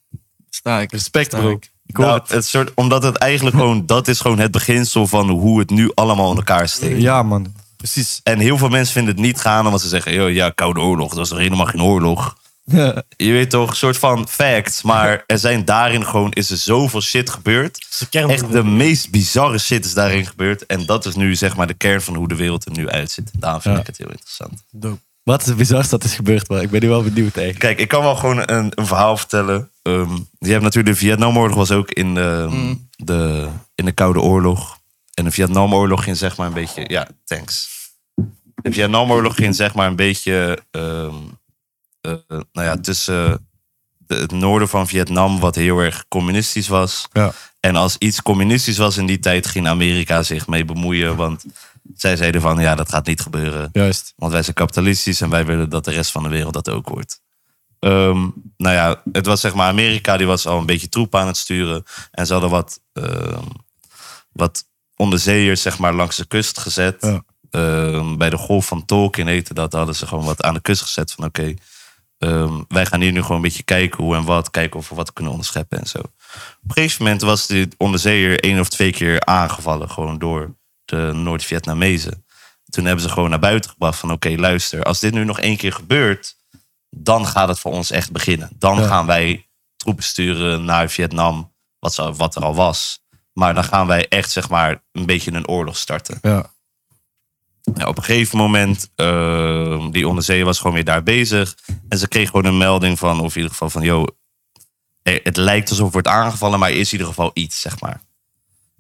sta ik.
Respect,
Sta
bro.
ik.
Ik hoor
Nou,
het.
het soort, omdat het eigenlijk gewoon, dat is gewoon het beginsel van hoe het nu allemaal in elkaar steekt.
Ja, man. Precies.
En heel veel mensen vinden het niet gaan, omdat ze zeggen: "Yo, ja, Koude Oorlog, dat was er helemaal geen oorlog. Je weet toch, een soort van fact. Maar er zijn daarin gewoon, is er zoveel shit gebeurd.
is de kern van
Echt de meest bizarre shit is daarin gebeurd. En dat is nu zeg maar de kern van hoe de wereld er nu uitziet. En daarom vind
Ja.
ik het heel interessant.
Wat is het bizarste dat is gebeurd, man? Ik ben nu wel benieuwd, eigenlijk.
Kijk, ik kan wel gewoon een, een verhaal vertellen. Ehm, je hebt natuurlijk de Vietnamoorlog was ook in de, ehm,
Mm.
de, in de Koude Oorlog. En de Vietnamoorlog ging zeg maar een beetje... Ja, thanks. De Vietnamoorlog ging zeg maar een beetje... ehm, eh, nou ja, tussen de- het noorden van Vietnam, wat heel erg communistisch was.
Ja.
En als iets communistisch was in die tijd, ging Amerika zich mee bemoeien. Want zij zeiden van, ja, dat gaat niet gebeuren.
Juist.
Want wij zijn kapitalistisch en wij willen dat de rest van de wereld dat ook wordt. Ehm, nou ja, het was zeg maar Amerika, die was al een beetje troep aan het sturen. En ze hadden wat ehm, wat onderzeeërs zeg maar langs de kust gezet. Ehm, bij de golf van Tolkien heette dat. Hadden ze gewoon wat aan de kust gezet van oké. ehm, wij gaan hier nu gewoon een beetje kijken hoe en wat. Kijken of we wat kunnen onderscheppen en zo. Op een gegeven moment was die onderzeeër één of twee keer aangevallen. Gewoon door de Noord-Vietnamezen. Toen hebben ze gewoon naar buiten gebracht van oké luister. Als dit nu nog één keer gebeurt. Dan gaat het voor ons echt beginnen. Dan
Ja.
gaan wij troepen sturen naar Vietnam. Wat, zou- wat er al was. Maar dan gaan wij echt zeg maar een beetje een oorlog starten.
Ja.
Ja, op een gegeven moment, ehm, die onderzee was gewoon weer daar bezig. En ze kreeg gewoon een melding van, of in ieder geval van, yo, eh, het lijkt alsof het wordt aangevallen, maar er is in ieder geval iets, zeg maar.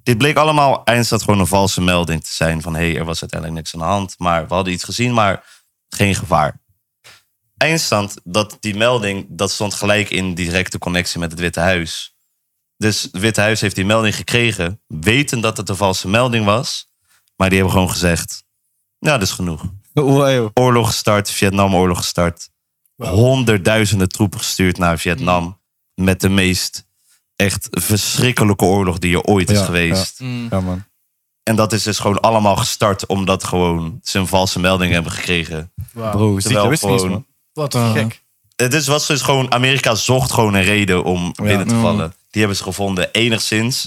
Dit bleek allemaal eindstad gewoon een valse melding te zijn van, hé, hey, er was uiteindelijk niks aan de hand, maar we hadden iets gezien, maar geen gevaar. Eindstand, dat die melding, dat stond gelijk in directe connectie met het Witte Huis. Dus het Witte Huis heeft die melding gekregen, weten dat het een valse melding was, maar die hebben gewoon gezegd, nou, dat is genoeg. Oorlog gestart, Vietnamoorlog gestart. Honderdduizenden troepen gestuurd
Mm.
naar Vietnam. Met de meest echt verschrikkelijke oorlog die er ooit is
Ja,
geweest.
Ja, Ja, man.
En dat is dus gewoon allemaal gestart omdat gewoon ze een valse melding hebben gekregen.
Bro, ziek,
Terwijl
dat wist ik Dus niet, eens,
gewoon-
man.
Wat
Eh,
gek.
Het is, was dus gewoon, Amerika zocht gewoon een reden om binnen te
Ja.
vallen. Die hebben ze gevonden, enigszins.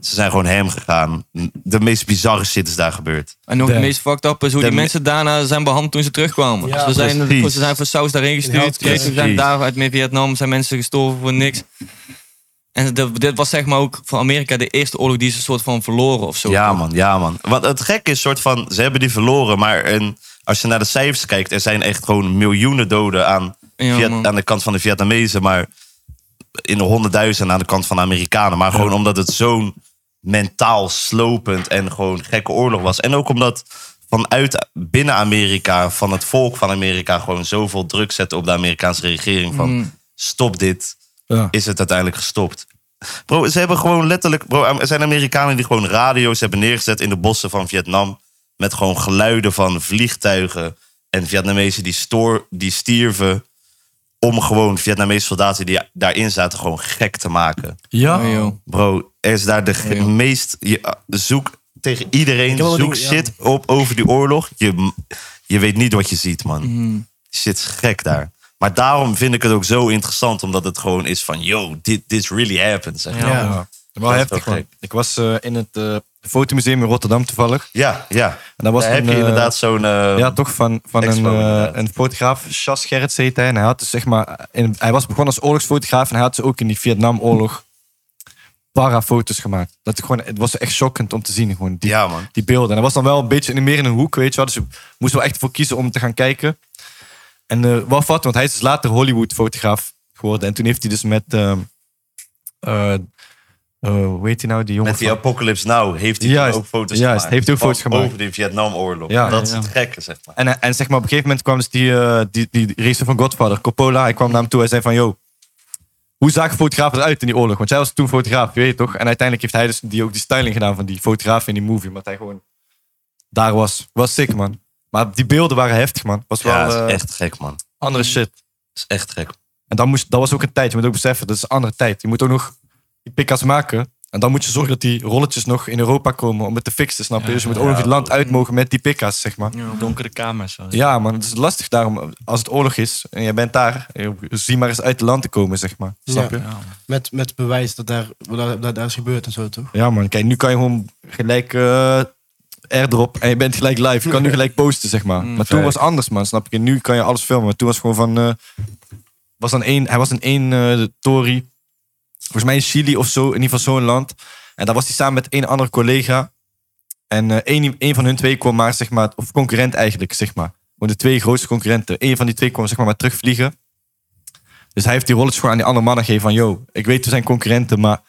Ze zijn gewoon hem gegaan. De meest bizarre shit is daar gebeurd.
En nog
Damn.
het meest fucked up is hoe
De
die
me-
mensen daarna zijn behandeld toen ze terugkwamen.
Ja,
ze, zijn,
precies.
ze zijn voor saus daarheen gestuurd.
Inhoud,
Kijk, ze zijn
precies.
daar uit Vietnam zijn mensen gestorven voor niks. En dit, dit was zeg maar ook voor Amerika de eerste oorlog die ze soort van verloren of zo.
Ja, man, ja, man. Want het gekke is, soort van, ze hebben die verloren, maar en als je naar de cijfers kijkt, er zijn echt gewoon miljoenen doden aan,
Ja,
Viet-
man.
aan de kant van de Vietnamezen, maar in de honderdduizenden aan de kant van de Amerikanen. Maar gewoon omdat het zo'n mentaal slopend en gewoon gekke oorlog was. En ook omdat vanuit binnen Amerika, van het volk van Amerika, gewoon zoveel druk zette op de Amerikaanse regering van
Mm.
stop dit,
Ja.
is het uiteindelijk gestopt. Bro, ze hebben gewoon letterlijk. Bro, er zijn Amerikanen die gewoon radio's hebben neergezet in de bossen van Vietnam. Met gewoon geluiden van vliegtuigen. En Vietnamezen die, stoor, die stierven. Om gewoon Vietnamese soldaten die daarin zaten gewoon gek te maken.
Ja?
Oh, joh.
Bro, er is daar de ge- meest. Je, eh, zoek tegen iedereen.
heb wel
Zoek
dingen, ja.
shit op over die oorlog. Je, je weet niet wat je ziet, man.
Mhm.
Shit is gek daar. Maar daarom vind ik het ook zo interessant. Omdat het gewoon is van, yo, dit this really happened. Zeg.
Ja.
maar.
Wel
is
heftig,
wel
man. Ik was eh, in het eh, fotomuseum in Rotterdam toevallig.
Ja, ja.
En daar was
Daar
een,
heb je
eh,
inderdaad zo'n... eh,
ja, toch van, van een,
Expo,
eh,
inderdaad.
een fotograaf, Chas Gerrits heet hij. En hij, had dus, zeg maar, in, hij was begonnen als oorlogsfotograaf en hij had ze ook in die Vietnamoorlog para-foto's gemaakt. Dat ik gewoon, het was echt shockend om te zien, gewoon die,
ja, man.
die beelden. En dat was dan wel een beetje in- meer in een hoek, weet je wel. Dus je moest wel echt voor kiezen om te gaan kijken. En eh wel vat, want hij is dus later Hollywood-fotograaf geworden. En toen heeft hij dus met... ehm, eh, eh, hoe heet hij nou, die jongen
Met die
van-
Apocalypse Now heeft hij
Juist,
ook foto's
juist.
gemaakt.
Heeft hij ook
van
foto's gemaakt.
Over de Vietnamoorlog.
Ja.
dat is het gekke, zeg maar.
En, en zeg maar, op een gegeven moment kwam dus die, eh, die, die regisseur van Godfather, Coppola. Hij kwam naar hem toe en zei van, yo, hoe zagen fotografen eruit in die oorlog? Want jij was toen fotograaf, je weet toch? En uiteindelijk heeft hij dus die, ook die styling gedaan van die fotograaf in die movie. Omdat hij gewoon daar was. Was sick, man. Maar die beelden waren heftig, man. Was wel
Ja, dat
eh,
is echt gek, man. Dat
andere shit.
is echt gek.
En dan moest, dat was ook een tijd. Je moet ook beseffen, dat is een andere tijd. Je moet ook nog die pika's maken. En dan moet je zorgen dat die rolletjes nog in Europa komen om het te fixen, snap je? dus je moet ook nog het land uit mogen met die pika's, zeg maar.
Donkere kamers. zo.
Ja, man, het is lastig daarom als het oorlog is en jij bent daar. eh, Zie maar eens uit het land te komen, zeg maar. Snap je? Ja,
Met, met bewijs dat daar, dat, dat daar is gebeurd en zo, toch?
man, kijk, nu kan je gewoon gelijk eh airdrop en je bent gelijk live. Je kan nu gelijk posten, zeg
Mm.
maar. maar toen was het anders, man, snap ik. En nu kan je alles filmen. Maar toen was het gewoon van. eh, was dan één, hij was in één eh Tory. Volgens mij in Chili of zo, in ieder geval zo'n land. En daar was hij samen met één andere collega. En eh één, één van hun twee kwam maar, zeg maar, of concurrent eigenlijk, zeg maar. Gewoon de twee grootste concurrenten. Eén van die twee kwam, zeg maar, maar terugvliegen. Dus hij heeft die rolletjes gewoon aan die andere mannen gegeven van, yo, ik weet we zijn concurrenten, maar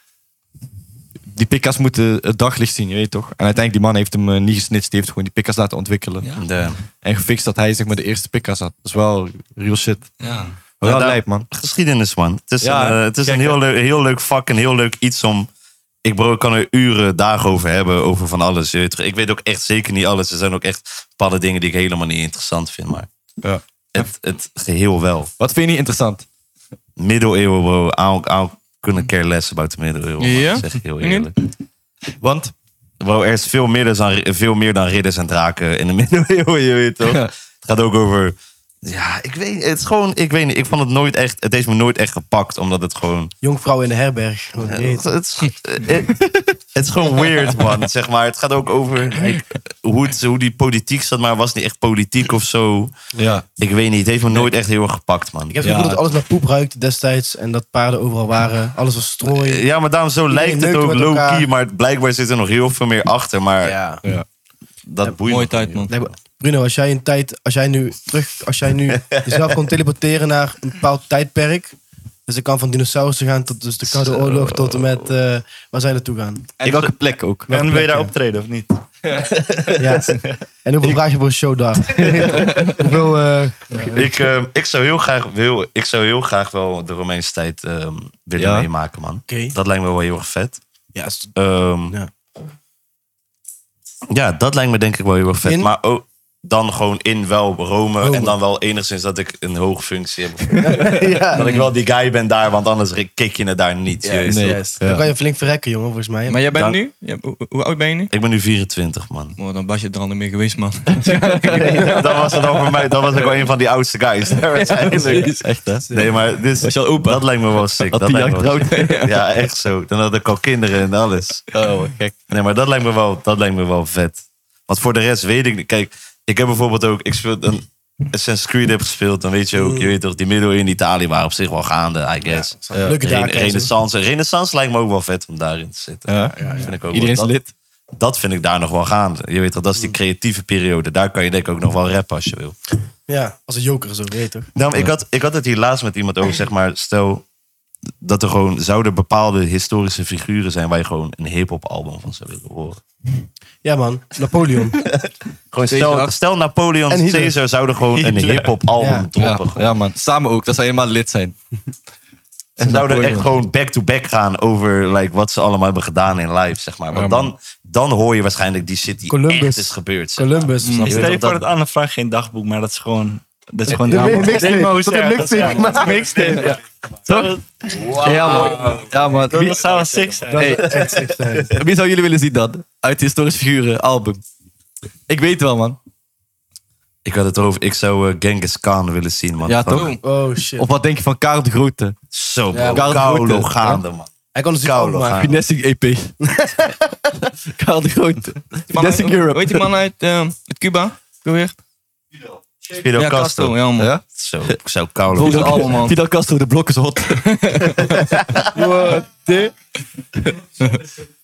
die pikka's moeten het daglicht zien, je weet toch? En uiteindelijk, die man heeft hem eh, niet gesnitst, die heeft gewoon die pikka's laten ontwikkelen.
De,
En gefixt dat hij, zeg maar, de eerste pikka's had. Dat is wel real shit.
Ja.
Wel
daar-
lijp, man.
geschiedenis, man. Het is
Ja,
een, eh, het is een
kijk,
heel, leuk, heel leuk vak en heel leuk iets om... Ik, bro, ik kan er uren, dagen over hebben, over van alles. Je weet toch, Ik weet ook echt zeker niet alles. Er zijn ook echt bepaalde dingen die ik helemaal niet interessant vind. Maar
Ja.
het, het geheel wel.
Wat vind je niet interessant?
Middeleeuwen, bro.
Mhm.
I don't, I don't couldn't care less about the middeleeuwen. man.
Ja?
Dat zeg ik heel
Niet?
eerlijk.
Want
Bro, er is veel meer, dus dan, veel meer dan ridders en draken in de middeleeuwen, je weet toch? Het gaat ook over... Ja, ik weet het is gewoon... Ik weet niet, ik vond het nooit echt... Het heeft me nooit echt gepakt, omdat het gewoon...
Jonkvrouw in de herberg. Oh,
Het, het is, het, het is gewoon weird, man. Zeg maar. Het gaat ook over like, hoe, het, hoe die politiek zat, maar was niet echt politiek of zo.
Ja.
Ik weet niet, het heeft me nooit echt heel erg gepakt, man.
Ik heb het gevoel dat alles naar poep ruikte destijds. En dat paarden overal waren. Alles was strooi.
Eh,
Ja, maar daarom zo
Iedereen
lijkt het
neukte
ook
met
low-key,
elkaar.
maar blijkbaar zit er nog heel veel meer achter. Maar
Ja.
dat boeit
Mooie
me
tijd,
niet,
man.
Nee, maar Bruno, als jij een tijd, als jij nu terug, als jij nu jezelf kon teleporteren naar een bepaald tijdperk. Dus ik kan van dinosaurussen gaan tot dus de Koude Oorlog tot en met eh, waar zij naartoe gaan.
En welke plek ook.
En wil je daar
ja.
optreden of niet?
Ja. En hoeveel vraag je voor een show daar? hoeveel, eh,
joh. Ik, eh, ik, zou heel graag, wil, ik zou heel graag wel de Romeinse tijd eh, willen
Ja.
meemaken, man.
Oké.
Dat lijkt me wel heel erg vet.
ja, is-
Ehm, ja.
Ja.
dat lijkt me denk ik wel heel erg vet.
In- Oh.
Maar ook dan gewoon in wel Rome,
Rome.
En dan wel enigszins dat ik een hoge functie heb.
ja.
dat ik wel die guy ben daar, want anders kik je het daar niet. je weet
nee.
toch?
Yes.
Dan kan je flink verrekken, jongen, volgens mij.
Maar jij bent
Dan-
nu? Ja, hoe, hoe oud ben je nu?
Ik ben nu 24, man.
Oh, dan was je er al niet meer geweest, man.
dat was het al voor mij. Dat was ook wel een van die oudste guys. Waarschijnlijk.
Echt, hè?
nee, maar dit is, dat lijkt me wel sick.
Had
Dat
die
lijkt me wel
jacht
sick. Ja, echt zo. Dan had ik al kinderen en alles.
Oh, gek.
Nee, maar dat lijkt me wel, dat lijkt me wel vet. Want voor de rest weet ik niet. Kijk, ik heb bijvoorbeeld ook... Ik speel een Assassin's Creed heb gespeeld. Dan weet je ook, je weet toch, die middeleeuwen in Italië waren op zich wel gaande, I guess.
Leuke
Ren-
dagen.
Renaissance. Renaissance lijkt me ook wel vet om daarin te zitten.
Ja.
Vind ik ook wel.
Iedereen is
Dat-
lid.
dat vind ik daar nog wel gaande. Je weet toch, dat is die creatieve periode. Daar kan je denk ik ook nog wel rappen als je wil.
Ja, als een joker zo, weet je toch?
Nou, ik, had, ik had het hier laatst met iemand over, zeg maar, stel dat er gewoon zouden bepaalde historische figuren zijn waar je gewoon een hip-hop album van zou willen horen.
Ja, man. Napoleon.
Gewoon stel,
Caesar.
stel Napoleon
En
en
Hitler.
Caesar zouden gewoon een hip-hop album
Ja.
droppen.
Ja,
gewoon.
ja, man. Samen ook. Dat zou helemaal lid zijn.
En zouden
Napoleon.
echt gewoon back-to-back gaan over like, wat ze allemaal hebben gedaan in live, zeg maar. Want dan, dan hoor je waarschijnlijk die shit die
Columbus.
echt is gebeurd. zeg.
Columbus.
Mm,
Snap je?
weet
Stel je
toch
voor
dat-
dat Anne Frank geen dagboek, maar dat is gewoon... Dat is gewoon
De
allemaal-
mixtape.
Demo's,
Tot
ja,
een
dat is-
mixtape. maar-
Mixtape, ja. Toch?
Ja, man. Ja, man. Wie,
Dat zou wel sick zijn.
Dat is echt sick zijn.
wie zou jullie willen zien dan? Uit de historische figuren, album. Ik weet wel, man.
Ik had het erover, ik zou eh, Genghis Khan willen zien, man.
Ja,
Van-
toch?
Oh, shit.
Of wat denk je van Karel de Grote?
Zo,
Ja,
bro.
Karel de Grote,
Koulo
hè?
gaande, man.
Hij kon het dus natuurlijk
Koulo
ook maken.
gaande.
Finessing EP. Karel de Grote.
Man uit-
Finessing Europe.
Hoe heet die man uit, eh, uit Cuba? Ik wil weer.
Fidel
ja,
Castro.
Castro. Ja, man.
Ja?
Zo, ik zou Koulo
Fidel- allemaal, man.
Fidel Castro, de blok is hot.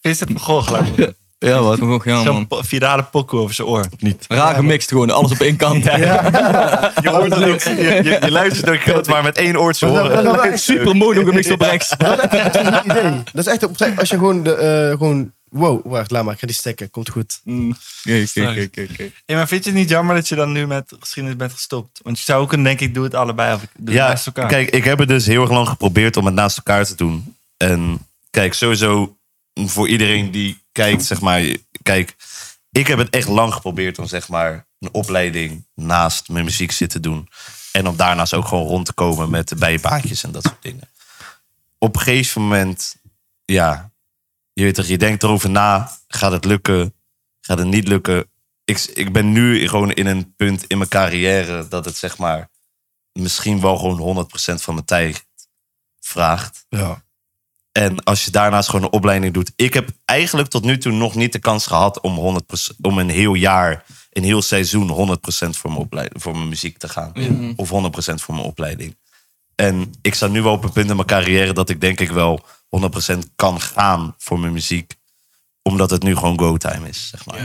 Vincent van Gogh, geloof ik.
Ja, man.
Toch ook, ja,
Zo'n
man.
po- virale pokoe over zijn oor.
Raar gemixt gewoon, alles op één kant.
Je, hoort het ook, je, je, je luistert ook heel goed, maar met één oortje
Dat
horen.
is wel echt
Super mono gemixt op rechts.
een idee. Dat is echt op als je gewoon, de, eh, gewoon... Wow, wacht, laat maar. Ik ga die stekken. Komt goed.
Hey, maar vind je het niet jammer dat je dan nu met geschiedenis bent gestopt? Want je zou ook kunnen denken, ik doe het allebei of ik doe het
Ja,
naast elkaar.
kijk, ik heb het dus heel erg lang geprobeerd om het naast elkaar te doen. En kijk, sowieso mm, voor iedereen die kijkt, zeg maar... Kijk, ik heb het echt lang geprobeerd om zeg maar een opleiding naast mijn muziek zit te doen. En om daarnaast ook gewoon rond te komen met de bijbaantjes en dat soort dingen. Op een gegeven moment, ja, je weet toch, je denkt erover na. Gaat het lukken? Gaat het niet lukken? Ik, ik ben nu gewoon in een punt in mijn carrière dat het zeg maar misschien wel gewoon 100% van mijn tijd vraagt.
Ja.
En als je daarnaast gewoon een opleiding doet. Ik heb eigenlijk tot nu toe nog niet de kans gehad om, 100%, om een heel jaar, een heel seizoen 100% voor mijn, opleiding, voor mijn muziek te gaan. Of 100% voor mijn opleiding. En ik sta nu wel op een punt in mijn carrière dat ik denk ik wel 100% kan gaan voor mijn muziek. Omdat het nu gewoon go-time is, zeg maar.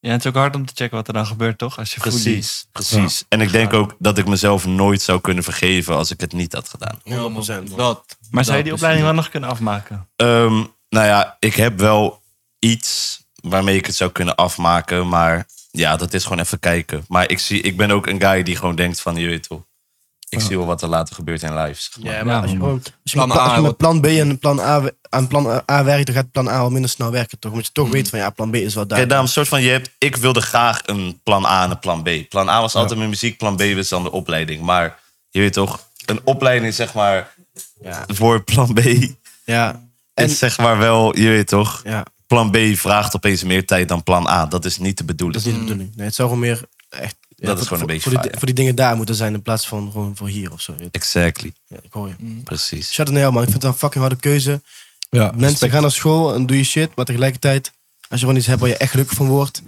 Ja, het is ook hard om te checken wat er dan gebeurt, toch? Als je voelt die-
Precies, precies. En ik denk ook dat ik mezelf nooit zou kunnen vergeven als ik het niet had gedaan.
Ja, man. Dat.
Maar zou je
Ja,
die opleiding wel nog kunnen afmaken?
Ehm, nou ja, ik heb wel iets waarmee ik het zou kunnen afmaken. Maar ja, dat is gewoon even kijken. Maar ik, zie, ik ben ook een guy die gewoon denkt van, je weet toch. Ik zie wel wat er later gebeurt in live. zeg maar.
Ja, maar als je, gewoon- als je
Plan
met, als je
A
met plan B en plan A, we- aan plan A werkt, dan gaat plan A al minder snel werken, toch? Omdat je toch weet van, ja, plan B is wel daar.
Kijk, daarom een soort van, je hebt, ik wilde graag een plan A en een plan B. Plan A was altijd mijn muziek, plan B was dan de opleiding. Maar je weet toch, een opleiding zeg maar voor plan B
ja. En,
is zeg maar wel, je weet toch.
ja.
plan B vraagt opeens meer tijd dan plan A. Dat is niet de bedoeling.
Dat is niet de bedoeling. Nee, het zou gewoon meer echt...
Mm. Dat is gewoon een
voor,
beetje
voor die,
vaag.
voor die dingen daar moeten zijn in plaats van gewoon voor hier of zo.
Exactly.
Ja, ik hoor je.
Precies.
Shout out naar jou, man. Ik vind het een fucking harde keuze.
Ja,
Mensen gaan naar school en doe je shit, maar tegelijkertijd, als je gewoon iets hebt waar je echt gelukkig van wordt.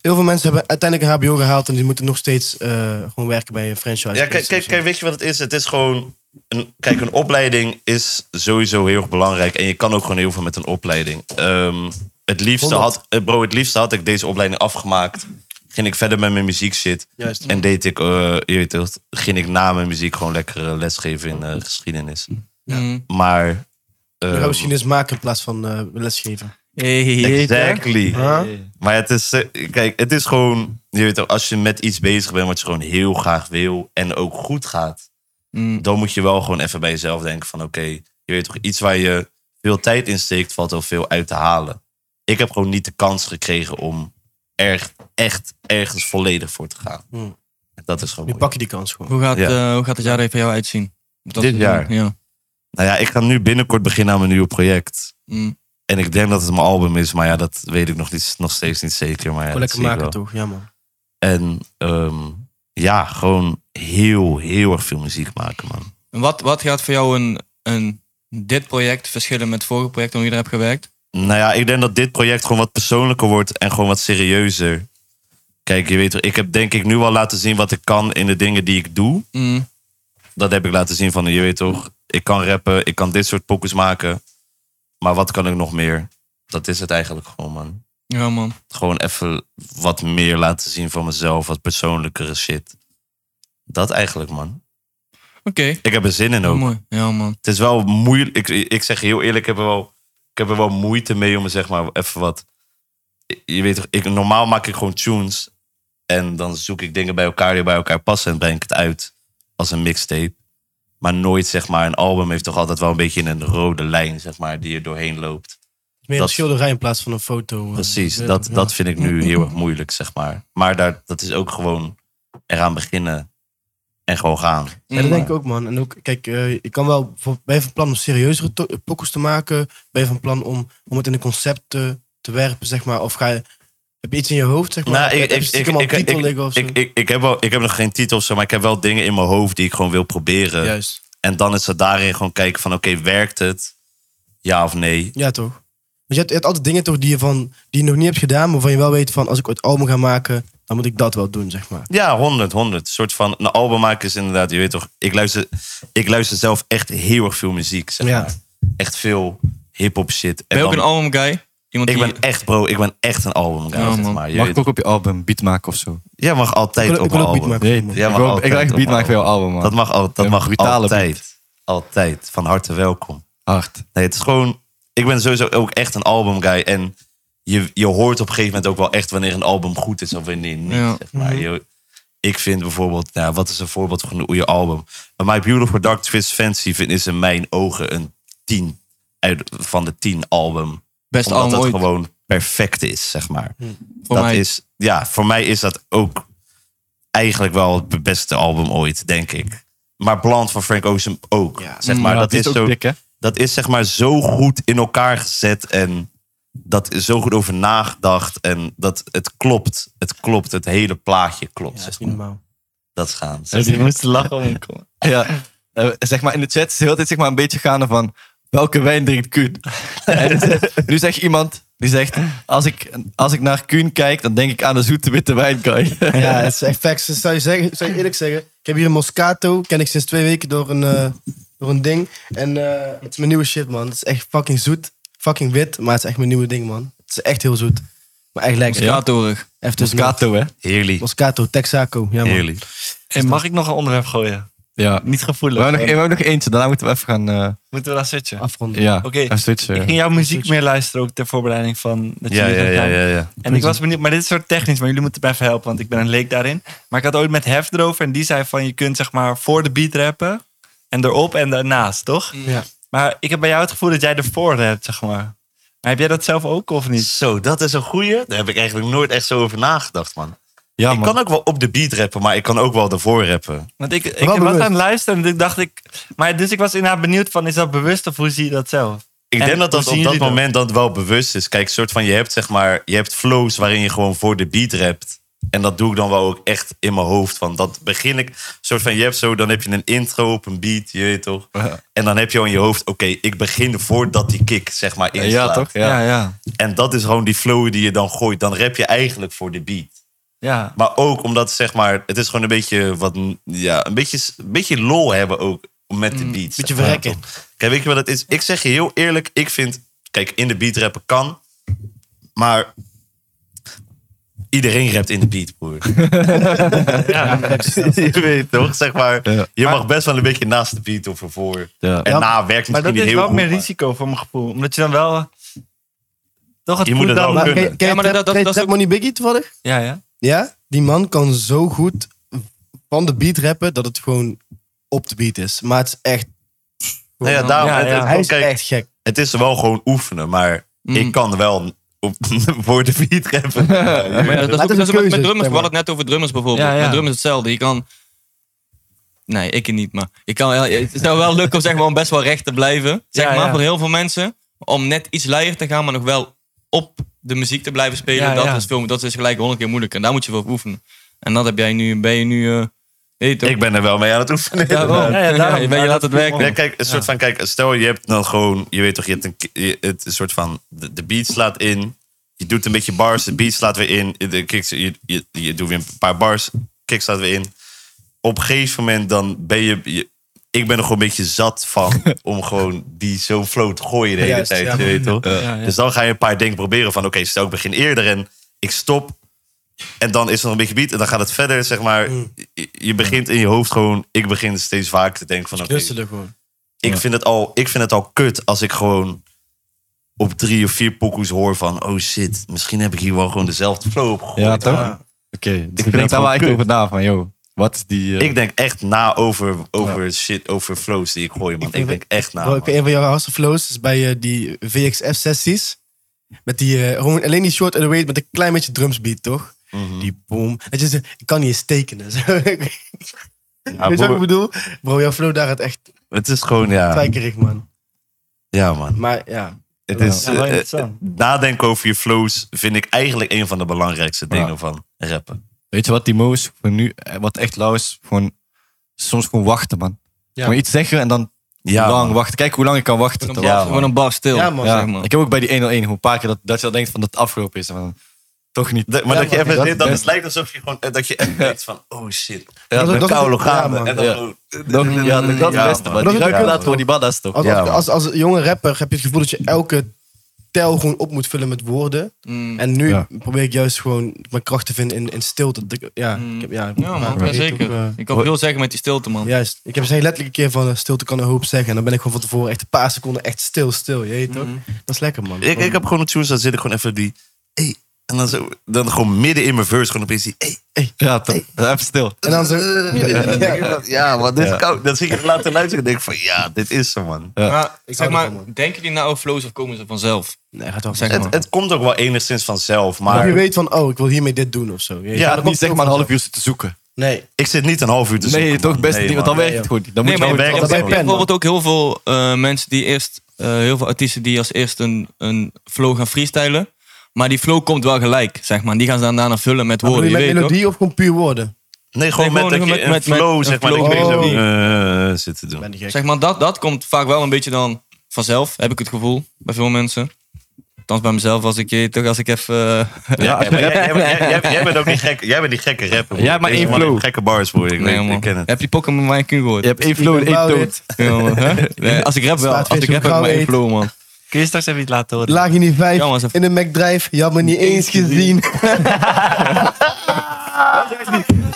Heel veel mensen hebben uiteindelijk een HBO gehaald en die moeten nog steeds eh, gewoon werken bij een franchise. Dus
Ja, kijk, kijk, kijk, weet je wat het is? Het is gewoon. Een, kijk, een opleiding is sowieso heel erg belangrijk. En je kan ook gewoon heel veel met een opleiding. Ehm, het, liefste had, eh, bro, het liefste had ik deze opleiding afgemaakt. Ging ik verder met mijn muziek shit.
Juist.
En deed ik, eh, je weet het, ging ik na mijn muziek gewoon lekker eh, lesgeven in eh, geschiedenis. Maar.
Je
ehm,
gaat misschien eens maken in plaats van eh, lesgeven.
Exactly.
Huh?
Maar het is, eh, kijk, het is gewoon, je weet toch, als je met iets bezig bent wat je gewoon heel graag wil en ook goed gaat,
Mm.
dan moet je wel gewoon even bij jezelf denken van, oké, je weet toch, iets waar je veel tijd in steekt, valt er veel uit te halen. Ik heb gewoon niet de kans gekregen om er, echt ergens volledig voor te gaan.
Hmm.
En Dat is gewoon.
Nu
moeilijk.
pak je die kans gewoon.
Hoe gaat,
Ja.
eh, hoe gaat het jaar even jou uitzien? Dat-
Dit jaar?
Ja.
Nou ja, ik ga nu binnenkort beginnen aan mijn nieuwe project.
Mm.
En ik denk dat het mijn album is, maar ja, dat weet ik nog, niet, nog steeds niet zeker. Maar ja,
Gewoon
dat
lekker
zie ik wel.
maken toch? Ja, man.
En ehm, ja, gewoon heel, heel erg veel muziek maken, man.
En Wat, wat gaat voor jou een, een, dit project verschillen met vorige project waar je er hebt gewerkt?
Nou ja, ik denk dat dit project gewoon wat persoonlijker wordt en gewoon wat serieuzer. Kijk, je weet toch, ik heb denk ik nu al laten zien wat ik kan in de dingen die ik doe.
Mm.
Dat heb ik laten zien van, je weet toch, ik kan rappen, ik kan dit soort pokus maken. Maar wat kan ik nog meer? Dat is het eigenlijk gewoon, man.
Ja, man.
Gewoon even wat meer laten zien van mezelf, wat persoonlijkere shit. Dat eigenlijk, man.
Oké.
Ik heb er zin in ook.
Mooi. Ja, man.
het is wel moeilijk. Ik, ik zeg je heel eerlijk, ik heb, er wel, ik heb er wel moeite mee om zeg maar even wat. Je weet toch, ik, normaal maak ik gewoon tunes. En dan zoek ik dingen bij elkaar die bij elkaar passen. En breng ik het uit als een mixtape. Maar nooit zeg maar, een album heeft toch altijd wel een beetje een rode lijn zeg maar, die er doorheen loopt.
Meer
Dat-
een schilderij in plaats van een foto. eh,
Precies,
weet
dat,
je,
dat
ja.
vind ik nu heel erg moeilijk zeg maar. Maar daar, dat is ook gewoon eraan beginnen en gewoon gaan.
Ja, dat denk ik ook, man. En ook, kijk, eh ik kan wel. bijvoorbeeld- Ben je van plan om serieuzere to- pokkels te maken? Ben je van plan om, om het in een concept te, te werpen, zeg maar? Of ga je. Heb je iets in je hoofd, zeg maar?
Nou, ik,
Heb je
ik, ik,
stiekem al
ik,
een titel
ik,
liggen of zo?
ik, ik, ik heb wel, ik heb nog geen titel of zo, maar ik heb wel dingen in mijn hoofd die ik gewoon wil proberen.
Juist.
En dan is het daarin gewoon kijken van oké, werkt het? Ja of nee?
Ja, toch? Want je hebt, je hebt altijd dingen toch die je, van, die je nog niet hebt gedaan, maar waarvan je wel weet van als ik ooit album ga maken, dan moet ik dat wel doen, zeg maar.
Ja, 100, 100. Een soort van een album maken is inderdaad, je weet toch, ik luister, ik luister zelf echt heel erg veel muziek. Zeg
Ja.
maar. Echt veel hip-hop shit. En
Ben je ook
dan-
een album guy? Iemand
ik
die...
ben echt, bro, ik ben echt een album guy.
Ja,
zeg
man.
maar. Je
Mag
weet-
ik ook op je album beat maken of zo?
Jij mag altijd
Ik wil,
op
ik wil
mijn
ook beat
album.
maken.
Nee,
man.
Jij
ik
mag
wil, ik
altijd
wil echt
op
beat maken voor
mijn
jouw album, man.
Dat mag, al, dat
Een
mag
brutale
altijd. Altijd. Van harte welkom.
Hard.
Nee, het is gewoon. Ik ben sowieso ook echt een albumguy. En je, je hoort op een gegeven moment ook wel echt wanneer een album goed is of wanneer niet.
Ja.
Zeg maar.
Mhm.
Je- ik vind bijvoorbeeld, nou, wat is een voorbeeld van een goede album? My Beautiful Dark Twist Fancy vind is in mijn ogen een 10 uit, van de 10 album.
Best
omdat
album
het
ooit.
gewoon perfect is, zeg maar.
voor
dat
mij.
is, ja, voor mij is dat ook eigenlijk wel het beste album ooit, denk ik. Maar Bland van Frank Ocean ook. zeg
Hm. Mm,
maar, dat is,
ook
zo,
dik, hè?
dat is zeg maar zo goed in elkaar gezet en dat is zo goed over nagedacht en dat het klopt. Het klopt, het hele plaatje klopt.
Ja, dat
zeg
is
maar.
niet normaal.
Dat is gaan.
Die moesten lachen om Ja. Eh, zeg maar in de chat is de hele tijd zeg maar een beetje gaande van welke wijn drinkt Kuhn? En het is- nu zegt iemand die zegt als ik, als ik naar Kuhn kijk dan denk ik aan de zoete witte wijn guy.
Ja, het is echt facts. Dat zou je, zeggen, zou je eerlijk zeggen. Ik heb hier een Moscato, ken ik sinds twee weken door een, eh, door een ding. En eh, het is mijn nieuwe shit, man. Het is echt fucking zoet, fucking wit, maar het is echt mijn nieuwe ding, man. Het is echt heel zoet. Maar echt lekker.
Ja, toerig.
Even tussendoor.
Moscato Dus hè?
Heerlijk.
Moscato, Texaco. Ja, man.
Heerlijk.
En mag ik nog een onderwerp gooien?
Ja.
Niet
We
gevoelig.
hebben, nog, we hebben nog eentje, daarna moeten we even gaan. eh,
Moeten we daar switchen?
Afronden.
ja,
Oké.
even switchen.
Ik ging jouw muziek meer luisteren ook ter voorbereiding van... Dat
eh, Ja,
jullie
ja,
dit
ja,
gaan.
ja, ja.
En ik was benieuwd, maar dit is soort technisch, maar jullie moeten me even helpen, want ik ben een leek daarin. Maar ik had ooit met Hef erover en die zei van je kunt zeg maar voor de beat rappen en erop en daarnaast, toch?
Ja.
Maar ik heb bij jou het gevoel dat jij ervoor rapt, zeg maar. Maar heb jij dat zelf ook of niet?
Zo, dat is een goeie. Daar heb ik eigenlijk nooit echt zo over nagedacht, man.
Ja,
ik
man.
kan ook wel op de beat rappen, maar ik kan ook wel ervoor rappen.
Want ik, ik
Wel
was
bewust.
aan het luisteren en ik dacht ik... Maar dus ik was inderdaad benieuwd van is dat bewust of hoe zie je dat zelf?
Ik
En
denk dat
hoe
dat
zien
op dat
jullie dat?
moment dan wel bewust is. Kijk, soort van, je hebt zeg maar, je hebt flows waarin je gewoon voor de beat rapt. En dat doe ik dan wel ook echt in mijn hoofd. Van dat begin ik, soort van, je hebt zo, dan heb je een intro op een beat, je weet toch. En dan heb je al in je hoofd, oké, ik begin voordat die kick, zeg maar, inslaat.
Ja, toch? Ja. Ja, ja.
En dat is gewoon die flow die je dan gooit. Dan rap je eigenlijk voor de beat.
Ja.
Maar ook omdat, zeg maar, het is gewoon een beetje wat, ja, een beetje, een beetje lol hebben ook met
Mm,
de beats.
beetje
zeg maar,
verrekken.
toch? Kijk, weet je wat het is? Ik zeg je heel eerlijk, ik vind, kijk, in de beat rappen kan, maar iedereen rapt in de beat, broer. je weet toch, zeg maar, je mag best wel een beetje naast de beat of ervoor.
Ja.
En na werkt
Maar
misschien
dat
niet
is
heel
wel
goed.
meer
maar
risico voor mijn gevoel. Omdat je dan wel... Toch het
Je moet
voelt
het wel
dan-
Maar
kunnen.
ken, ken
Ja,
je
maar
Trap-
dat- dat-
ken je
dat is
Trap
ook-
Money Biggie toevallig?
Ja, ja.
Ja? Die man kan zo goed van de beat rappen dat het gewoon op de beat is. Maar het is echt,
Nou ja, daarom,
Ja,
het-
ja.
het-
hij is
kijk,
echt gek.
het is wel gewoon oefenen, maar
Mm.
ik kan wel op, voor de beat rappen. Ja,
Maar ja, dat is ook-
is
dat is
een
ook met,
keuze,
met drummers.
zeg
We
maar.
hadden het net over drummers bijvoorbeeld.
Ja, ja.
Met drummers hetzelfde. Je kan... Nee, ik niet, maar... Je kan, wel- het is nou wel leuk om, zeg maar, om best wel recht te blijven. Zeg
Ja,
maar,
ja.
voor heel veel mensen. Om net iets leier te gaan, maar nog wel op de muziek te blijven spelen.
Ja,
dat,
ja.
Is veel, dat is gelijk honderd keer moeilijker. En daar moet je voor oefenen. En dat heb jij nu... Ben je nu... eh weet je toch?
Ik ben er wel mee aan het oefenen.
Daarom.
Ja, ja, daarom.
je bent- je laat het werken.
Ja, kijk, een soort van, kijk, stel je hebt dan gewoon, je weet toch, je hebt een, je- het een soort van, de, de beat slaat in, je doet een beetje bars, de beat slaat weer in, de kicks, je, je, je doet weer een paar bars, kick slaat weer in. Op een gegeven moment dan ben je, je- ik ben er gewoon een beetje zat van om gewoon die zo'n flow te gooien de hele
Juist,
tijd,
ja.
je weet toch?
Ja, ja.
Dus dan ga je een paar dingen proberen van, oké, stel ik begin eerder en ik stop. En dan is er nog een beetje beat en dan gaat het verder, zeg maar. Je, je begint in je hoofd gewoon, ik begin steeds vaker te denken van, oké,
Knusselen gewoon.
ik, vind het al, ik vind het al kut als ik gewoon op drie of vier pokoes hoor van... oh shit, misschien heb ik hier wel gewoon dezelfde flow op gegooid.
Ja, toch? Oké, dus ik denk
dat
daar wel
wel
echt
kut.
over na van, joh, wat is die... eh,
Ik denk echt na over, over shit, over flows die ik gooi, man. Ik,
vind-
denk echt na,
Bro, ik
man.
weet een van jouw hardste flows is bij eh, die VXF-sessies. Met die, eh, gewoon alleen die short and wait met een klein beetje drumsbeat, toch?
Mhm.
Die boom. Dat je ze- ik kan niet eens tekenen. Zo. Weet
Ja,
je wat ik
broer,
bedoel? Bro, jouw flow daar gaat echt
het is gewoon, ja.
twijkerig, man.
Ja, man.
Maar ja,
Het is,
Ja, wel
eh, eh,
interessant.
nadenken over je flows vind ik eigenlijk een van de belangrijkste dingen van rappen.
Weet je wat, die moves, voor nu, eh, wat echt lauw is, gewoon soms gewoon wachten, man. Gewoon iets zeggen en dan
Ja,
lang
man.
wachten. Kijk hoe lang ik kan wachten.
Gewoon een
terwijl-
bar- Gewoon een bar stil.
Ja, man.
Ja,
Zeg maar.
Ik heb ook bij die 101 gewoon een paar keer dat, dat je dan denkt van dat het afgelopen is. en dan toch niet.
De- maar
Ja,
dat je
man,
even
dat-
zit, dan
dat-
het lijkt alsof je gewoon, eh, dat je echt denkt van, oh shit,
Ja,
dat-
dat,
is-
koude
ja,
gaan.
man.
en dan
Ja.
gewoon-
dat- ja, dat, dat is het beste.
Ja, man.
Maar die
Dat is ook
ruikt
wel-
laat voor die baddas toch?
als,
Ja,
als,
man.
als, als jonge rapper heb je het gevoel dat je elke tel gewoon op moet vullen met woorden.
Mm.
En nu
Ja.
probeer ik juist gewoon mijn kracht te vinden in, in stilte. Dat ik- Ja,
Mm.
ik heb, ja,
Ja, man.
maar
ja,
ik weet ook,
zeker.
eh,
Ik kan veel zeggen met die stilte, man.
Juist. Ik heb ze letterlijk een keer van eh, stilte kan een hoop zeggen. En dan ben ik gewoon van tevoren echt een paar seconden echt stil, stil. Je weet toch? Dat is lekker, man.
Ik, ik heb gewoon een tunes, dan zit ik gewoon even die... Hey, en dan, zo, dan gewoon midden in mijn verse gewoon opeens die... Hey,
Ja, toch. Even stil.
En dan zo... Ja.
ja, wat dit is koud. Dan zie ik het later luisteren en denk ik van... Ja, dit is zo, man.
Maar, zeg
hou
maar,
ervan,
denken die nou over flows of komen ze vanzelf?
Nee, gaat wel
Zeg
goed.
maar.
Het, het komt ook wel enigszins vanzelf,
Of je
maar...
weet van, oh, ik wil hiermee dit doen of zo. Je weet
Ja,
toch?
Ja,
Dat
niet
komt
zeg
ook
maar een half
vanzelf.
uur zitten zoeken.
Nee.
Ik zit niet een half uur te zoeken,
Nee, toch
man.
best
Nee,
niet, want
man.
dan werkt het goed. niet. Dan moet
Nee,
je
maar
wel-
werkt
je
het
hebt
wel.
bijvoorbeeld ook heel veel eh, mensen die eerst, eh, heel veel artiesten die als eerst een, een flow gaan freestylen. Maar die flow komt wel gelijk, zeg maar. Die gaan ze dan daarna vullen met
Bedoel
woorden.
je
Je
met
weet toch?
melodie of gewoon puur woorden?
Nee, gewoon
Nee,
met,
gewoon
dat
met-
je een
met- met-
flow,
een
zeg maar.
flow.
dat je zo
Oh.
eh, zit te doen.
Ben die gek.
Zeg maar, dat, dat komt vaak wel een beetje dan vanzelf, heb ik het gevoel, bij veel mensen. Althans bij mezelf, als ik, je, toch, als ik even... eh,
Ja, maar jij, jij, jij- jij- jij bent ook die gekke, jij bent die gekke rapper. broer.
Jij hebt maar
Deze
één
man
flow.
heeft Gekke bars, broer. Ik,
nee,
weet,
man.
ik ken het.
Heb je Pokémon Mind King gehoord?
Je hebt één flow en één
Blauw,
toon.
wit.
Ja, man, hè? Nee, als ik rap wel, als ik rap heb ik maar één flow, man.
Kun je straks even iets laten horen?
Laag in die vijf,
Ja, maar eens even-
in de McDrive, jammer niet eens gezien.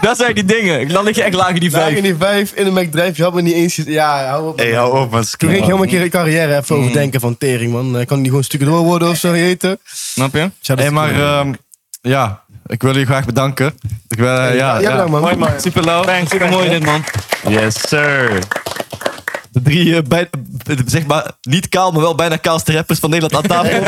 Dat zijn die dingen. Dan lig je echt laag in die
Laag
vijf.
in die vijf, in de McDrive, jammer niet eens gezien. Ja, hou op.
Hé, hey, hou op, man.
Toen ging ik helemaal een keer een carrière even overdenken van tering, man. Dan kan die gewoon stukken door worden of zo, je weet toch?
Snap je?
Hey, maar ehm, ja, ik wil jullie graag bedanken. Ik wil, eh, ja,
ja, bedankt, man. Mooi, man.
Super lauw.
Super mooi dit, man.
Yes, sir.
De drie, eh, bij, eh, zeg maar, niet kaal, maar wel bijna kaalste rappers van Nederland aan tafel.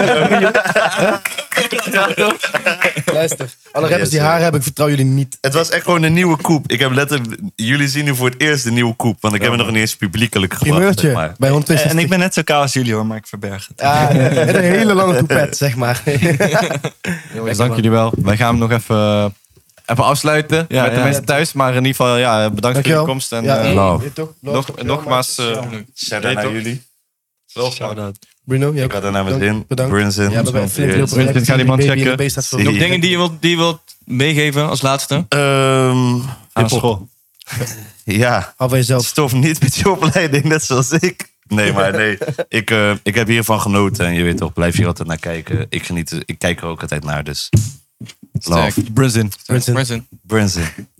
Luister, alle rappers die haar hebben, ik vertrouw jullie niet.
Het was echt gewoon een nieuwe koep. Ik heb letterlijk, jullie zien nu voor het eerst de nieuwe koep. Want ik heb hem nog niet eens publiekelijk gebracht. zeg
Primeurtje
maar.
bij 162.
Eh, En ik ben net zo kaal als jullie hoor, maar ik verberg het. Oh.
Ah, ja, met een hele lange toepet, zeg maar.
Jongens, dank jullie wel. Wij gaan hem nog even, eh, even afsluiten
Ja,
met de
ja.
mensen thuis. Maar in ieder geval, ja, bedankt voor
Dankjewel.
jullie komst. En
Ja,
eh,
love.
dit toch? Love,
nog,
dankjewel,
nogmaals,
Marcus.
eh,
Shout-out
Weet
naar
toch?
jullie.
Bruno, jij
Ik had er naar mijn
Dank-
zin.
bedankt.
Burns in.
Ja, we hebben flink veel
Yes.
projecten.
Vincent, ga die man
Baby in
checken.
de beest staat voor-
Zie
Nog dingen die je wilt, die je wilt meegeven als laatste?
Ehm,
Aan school.
ja,
Hou van jezelf.
stof niet met je opleiding, net zoals ik. Nee, maar nee. Ik, eh, ik heb hiervan genoten. En je weet toch, blijf hier altijd naar kijken. Ik, geniet, er- ik kijk er ook altijd naar, dus. Love.
Brunzin.
Vincent.
Present.
Burns in.